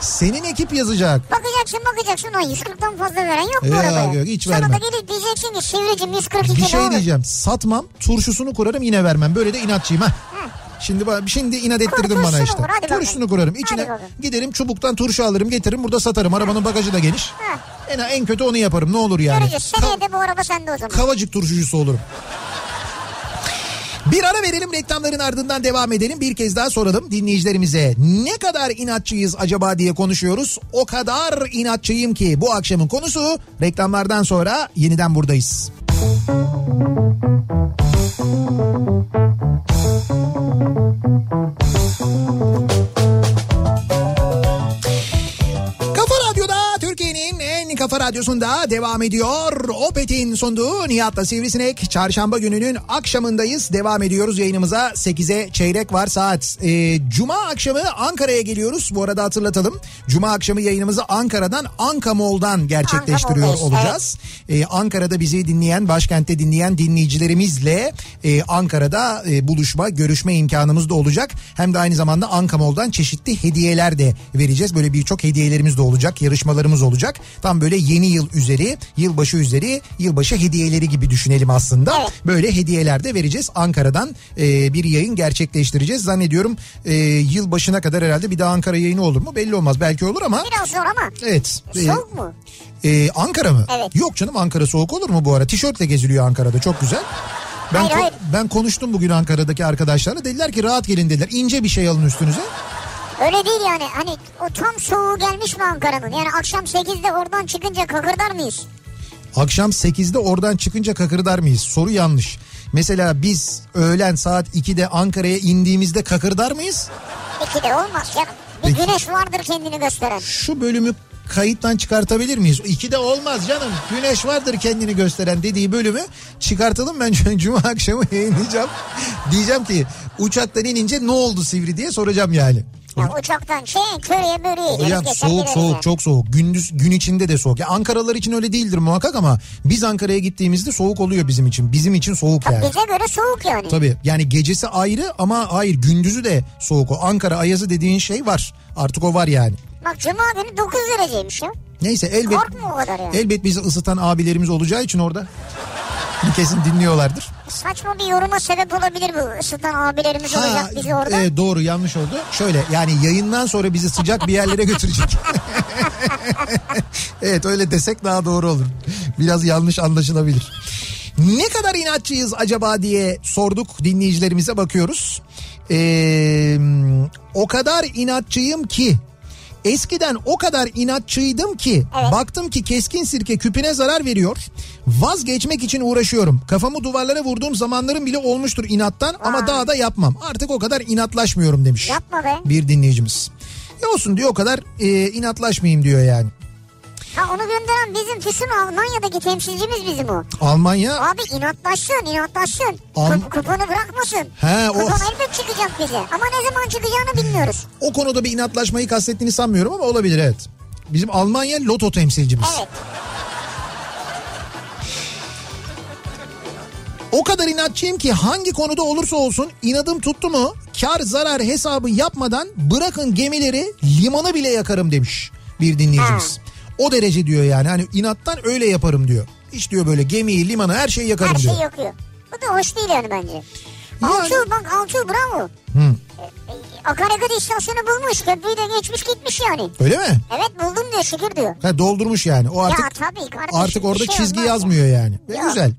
Speaker 1: Senin ekip yazacak.
Speaker 2: Bakacaksın bakacaksın o 140'dan fazla veren yok
Speaker 1: Yok,
Speaker 2: bu arabaya.
Speaker 1: yok, hiç
Speaker 2: Sana
Speaker 1: vermem.
Speaker 2: da gelip diyeceksin ki sivricim 142
Speaker 1: Bir
Speaker 2: ne
Speaker 1: şey
Speaker 2: olur?
Speaker 1: diyeceğim. Satmam, turşusunu kurarım yine vermem. Böyle de inatçıyım ha. Şimdi ba- şimdi inat ettirdin bana
Speaker 2: turşunu
Speaker 1: işte.
Speaker 2: kur, hadi bakalım.
Speaker 1: turşusunu kurarım.
Speaker 2: Hadi
Speaker 1: İçine
Speaker 2: bakalım.
Speaker 1: giderim çubuktan turşu alırım, getiririm burada satarım. Arabanın bagajı da geniş.
Speaker 2: Ha.
Speaker 1: En en kötü onu yaparım. Ne olur yani.
Speaker 2: Göreceğiz. Seneye de bu araba sende o zaman.
Speaker 1: Kavacık turşucusu olurum. Bir ara verelim reklamların ardından devam edelim. Bir kez daha soralım dinleyicilerimize. Ne kadar inatçıyız acaba diye konuşuyoruz. O kadar inatçıyım ki bu akşamın konusu reklamlardan sonra yeniden buradayız. Kafa Radyo'da Türkiye'nin en kafa radyosunda devam ediyor. Opet'in sunduğu Nihat'la Sivrisinek. Çarşamba gününün akşamındayız. Devam ediyoruz yayınımıza. 8'e çeyrek var saat. Ee, Cuma akşamı Ankara'ya geliyoruz. Bu arada hatırlatalım. Cuma akşamı yayınımızı Ankara'dan Anka Mall'dan gerçekleştiriyor
Speaker 2: Anka Mall'dayız,
Speaker 1: olacağız. Ee, Ankara'da bizi dinleyen, başkentte dinleyen dinleyicilerimizle e, Ankara'da e, buluşma, görüşme imkanımız da olacak. Hem de aynı zamanda Anka Mall'dan çeşitli hediyeler de vereceğiz. Böyle birçok hediyelerimiz de olacak, yarışmalarımız olacak. Tam böyle yeni yıl üzeri, yılbaşı üzeri, yılbaşı hediyeleri gibi düşünelim aslında.
Speaker 2: Evet.
Speaker 1: Böyle hediyeler de vereceğiz. Ankara'dan e, bir yayın gerçekleştireceğiz. Zannediyorum e, yılbaşına kadar herhalde bir daha Ankara yayını olur mu? Belli olmaz. Belki olur ama...
Speaker 2: Biraz zor ama.
Speaker 1: Evet. E,
Speaker 2: Soğuk mu?
Speaker 1: ee, Ankara mı?
Speaker 2: Evet.
Speaker 1: Yok canım Ankara soğuk olur mu bu ara? Tişörtle geziliyor Ankara'da çok güzel. Ben
Speaker 2: Hayır, hayır.
Speaker 1: ben konuştum bugün Ankara'daki arkadaşlarla. Dediler ki rahat gelin dediler. İnce bir şey alın üstünüze.
Speaker 2: Öyle değil yani. Hani o tam soğuğu gelmiş mi Ankara'nın? Yani akşam 8'de oradan çıkınca kakırdar mıyız?
Speaker 1: Akşam 8'de oradan çıkınca kakırdar mıyız? Soru yanlış. Mesela biz öğlen saat 2'de Ankara'ya indiğimizde kakırdar mıyız?
Speaker 2: Peki de olmaz canım. Bir
Speaker 1: Peki.
Speaker 2: güneş vardır kendini gösteren.
Speaker 1: Şu bölümü kayıttan çıkartabilir miyiz? 2'de olmaz canım. Güneş vardır kendini gösteren dediği bölümü çıkartalım ben cuma akşamı yayınlayacağım. Diyeceğim ki uçaktan inince ne oldu Sivri diye soracağım yani.
Speaker 2: Ya uçaktan şey köreye böreğe gideriz
Speaker 1: Hocam
Speaker 2: geçer
Speaker 1: soğuk
Speaker 2: gideriz
Speaker 1: soğuk
Speaker 2: yani.
Speaker 1: çok soğuk. Gündüz gün içinde de soğuk. Ya Ankaralılar için öyle değildir muhakkak ama biz Ankara'ya gittiğimizde soğuk oluyor bizim için. Bizim için soğuk yani.
Speaker 2: Bize göre soğuk yani.
Speaker 1: Tabii yani gecesi ayrı ama hayır gündüzü de soğuk. O Ankara ayazı dediğin şey var. Artık o var yani.
Speaker 2: Bak cuma günü 9 dereceymiş ya.
Speaker 1: Neyse elbet
Speaker 2: Korkma o kadar yani.
Speaker 1: elbet bizi ısıtan abilerimiz olacağı için orada kesin dinliyorlardır.
Speaker 2: Saçma bir yoruma sebep olabilir bu ısıtan abilerimiz olacak bizi orada.
Speaker 1: e, doğru yanlış oldu. Şöyle yani yayından sonra bizi sıcak bir yerlere götürecek. evet öyle desek daha doğru olur. Biraz yanlış anlaşılabilir. Ne kadar inatçıyız acaba diye sorduk dinleyicilerimize bakıyoruz. Ee, o kadar inatçıyım ki Eskiden o kadar inatçıydım ki baktım ki keskin sirke küpüne zarar veriyor. Vazgeçmek için uğraşıyorum. Kafamı duvarlara vurduğum zamanlarım bile olmuştur inattan ama daha da yapmam. Artık o kadar inatlaşmıyorum demiş
Speaker 2: Yapma be.
Speaker 1: bir dinleyicimiz. Ne olsun diyor o kadar e, inatlaşmayayım diyor yani.
Speaker 2: Ha onu gönderen bizim Füsun Almanya'daki temsilcimiz bizim o.
Speaker 1: Almanya
Speaker 2: Abi inatlaşsın inatlaşsın.
Speaker 1: Al-
Speaker 2: Kup- kuponu bırakmasın.
Speaker 1: He, o-
Speaker 2: Kupon elbet çıkacak bize. Ama ne zaman çıkacağını bilmiyoruz.
Speaker 1: o konuda bir inatlaşmayı kastettiğini sanmıyorum ama olabilir evet. Bizim Almanya loto temsilcimiz.
Speaker 2: Evet.
Speaker 1: O kadar inatçıyım ki hangi konuda olursa olsun inadım tuttu mu kar zarar hesabı yapmadan bırakın gemileri limanı bile yakarım demiş bir dinleyicimiz.
Speaker 2: Hmm.
Speaker 1: O derece diyor yani hani inattan öyle yaparım diyor. Hiç diyor böyle gemiyi limanı her şeyi yakarım
Speaker 2: Her
Speaker 1: diyor.
Speaker 2: şey yakıyor. Bu da hoş değil yani bence. Altuğ bak Altuğ bravo.
Speaker 1: Hı.
Speaker 2: E, e, akaryakıt istasyonu bulmuş. Köprüyü de geçmiş gitmiş yani.
Speaker 1: Öyle mi?
Speaker 2: Evet buldum diyor şükür diyor.
Speaker 1: Ha, doldurmuş yani. O artık
Speaker 2: ya tabii kardeşim.
Speaker 1: artık orada
Speaker 2: bir şey
Speaker 1: çizgi
Speaker 2: olmaz ya.
Speaker 1: yazmıyor yani. Ne
Speaker 2: Yok.
Speaker 1: güzel.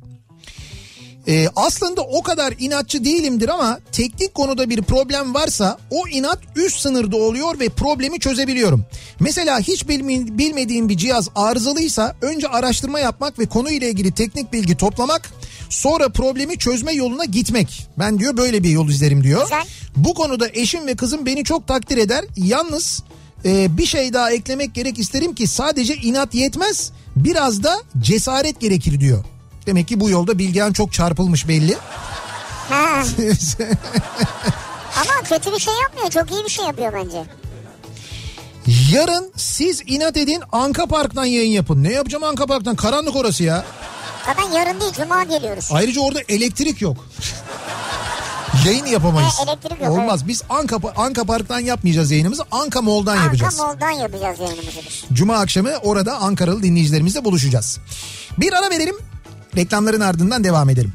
Speaker 1: Ee, aslında o kadar inatçı değilimdir ama teknik konuda bir problem varsa o inat üst sınırda oluyor ve problemi çözebiliyorum. Mesela hiç bilmi- bilmediğim bir cihaz arızalıysa önce araştırma yapmak ve konuyla ilgili teknik bilgi toplamak sonra problemi çözme yoluna gitmek. Ben diyor böyle bir yol izlerim diyor.
Speaker 2: Güzel.
Speaker 1: Bu konuda eşim ve kızım beni çok takdir eder. Yalnız e, bir şey daha eklemek gerek isterim ki sadece inat yetmez biraz da cesaret gerekir diyor. Demek ki bu yolda Bilgehan çok çarpılmış belli.
Speaker 2: Ha. Ama kötü bir şey yapmıyor. Çok iyi bir şey yapıyor bence.
Speaker 1: Yarın siz inat edin Anka Park'tan yayın yapın. Ne yapacağım Anka Park'tan? Karanlık orası ya.
Speaker 2: Zaten yarın değil cuma geliyoruz.
Speaker 1: Ayrıca orada elektrik yok. Yayın yapamayız.
Speaker 2: Ha, elektrik yok,
Speaker 1: Olmaz. Biz Anka, Anka Park'tan yapmayacağız yayınımızı. Anka Mall'dan yapacağız.
Speaker 2: Arka moldan yapacağız yayınımızı biz.
Speaker 1: Cuma akşamı orada Ankaralı dinleyicilerimizle buluşacağız. Bir ara verelim. Reklamların ardından devam edelim.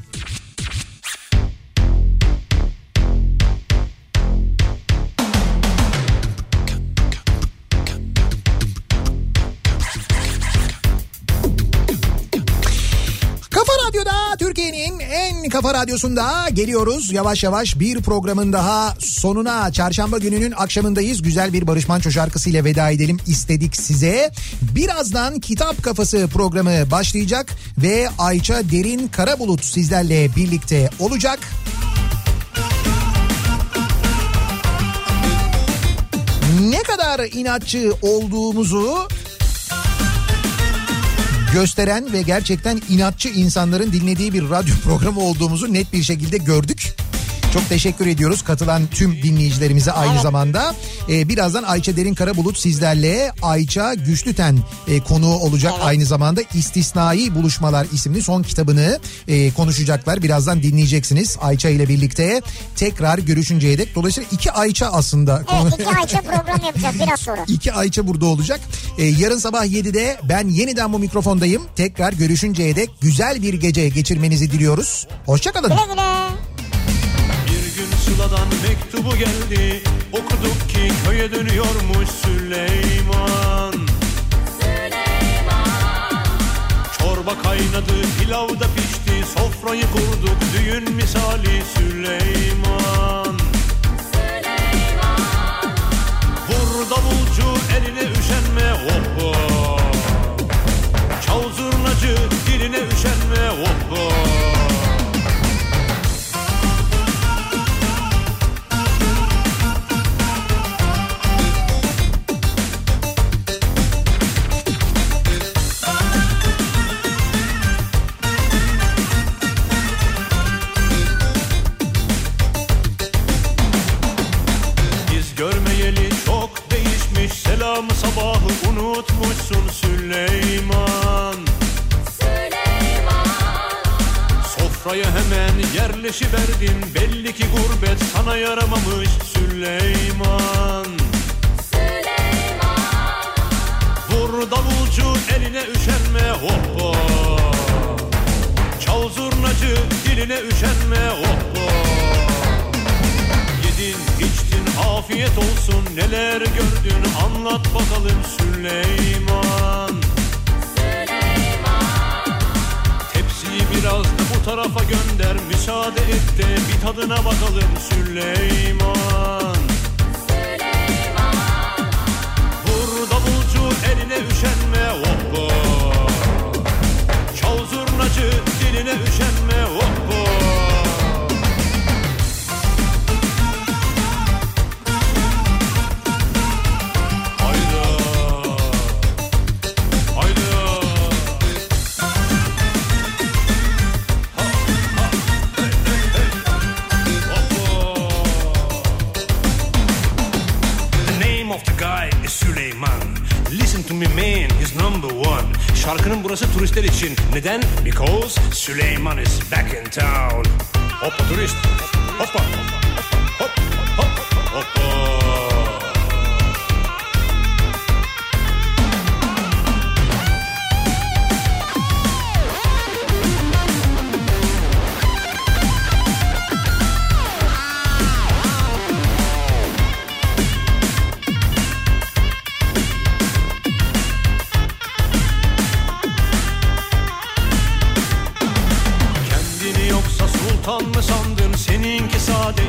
Speaker 1: Kafa Radyo'da Türkiye'nin en kafa radyosunda geliyoruz. Yavaş yavaş bir programın daha sonuna. Çarşamba gününün akşamındayız. Güzel bir Barış Manço şarkısıyla veda edelim istedik size. Birazdan Kitap Kafası programı başlayacak ve Ayça Derin Karabulut sizlerle birlikte olacak. Ne kadar inatçı olduğumuzu gösteren ve gerçekten inatçı insanların dinlediği bir radyo programı olduğumuzu net bir şekilde gördük. Çok teşekkür ediyoruz katılan tüm dinleyicilerimize aynı zamanda. Ee, birazdan Ayça Derin Karabulut sizlerle Ayça Güçlüten e, konuğu olacak. Aynı zamanda İstisnai Buluşmalar isimli son kitabını e, konuşacaklar. Birazdan dinleyeceksiniz Ayça ile birlikte tekrar görüşünceye dek. Dolayısıyla iki Ayça aslında
Speaker 2: Evet iki Ayça program yapacağız biraz sonra.
Speaker 1: İki Ayça burada olacak. Ee, yarın sabah 7'de ben yeniden bu mikrofondayım. Tekrar görüşünceye dek güzel bir gece geçirmenizi diliyoruz. Hoşçakalın.
Speaker 2: Güle güle.
Speaker 4: Bir gün Sıla'dan mektubu geldi Okuduk ki köye dönüyormuş Süleyman Çorba kaynadı pilav da pişti Sofrayı kurduk düğün misali Süleyman Vur davulcu eline üşenme hoppa Çal zurnacı diline üşenme hoppa Biz görmeyeli çok değişmiş Selamı sabahı unutmuşsun Süleyman Sofraya hemen yerleşiverdim Belli ki gurbet sana yaramamış Süleyman Vur davulcu eline üşenme hoppa Çal zurnacı diline üşenme hoppa Yedin içtin afiyet olsun neler gördün anlat bakalım Süleyman Tepsiyi biraz da bu tarafa gönder müsaade et de bir tadına bakalım Süleyman Vur davulcu eline üşenme hoppa Çal zurnacı diline üşenme hoppa Hayda. Hayda. Ha, ha, hey, hey, hey. Hoppa.
Speaker 5: The name of the guy is Süleyman. Listen to me man, he's number one. Şarkının burası turistler için. Neden? Because Süleyman is back in town.
Speaker 4: Hoppa turist. Hoppa. Hop, hop, hoppa.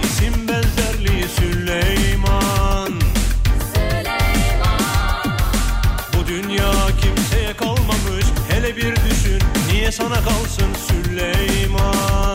Speaker 4: isim benzerliği Süleyman Bu dünya kimseye kalmamış hele bir düşün niye sana kalsın Süleyman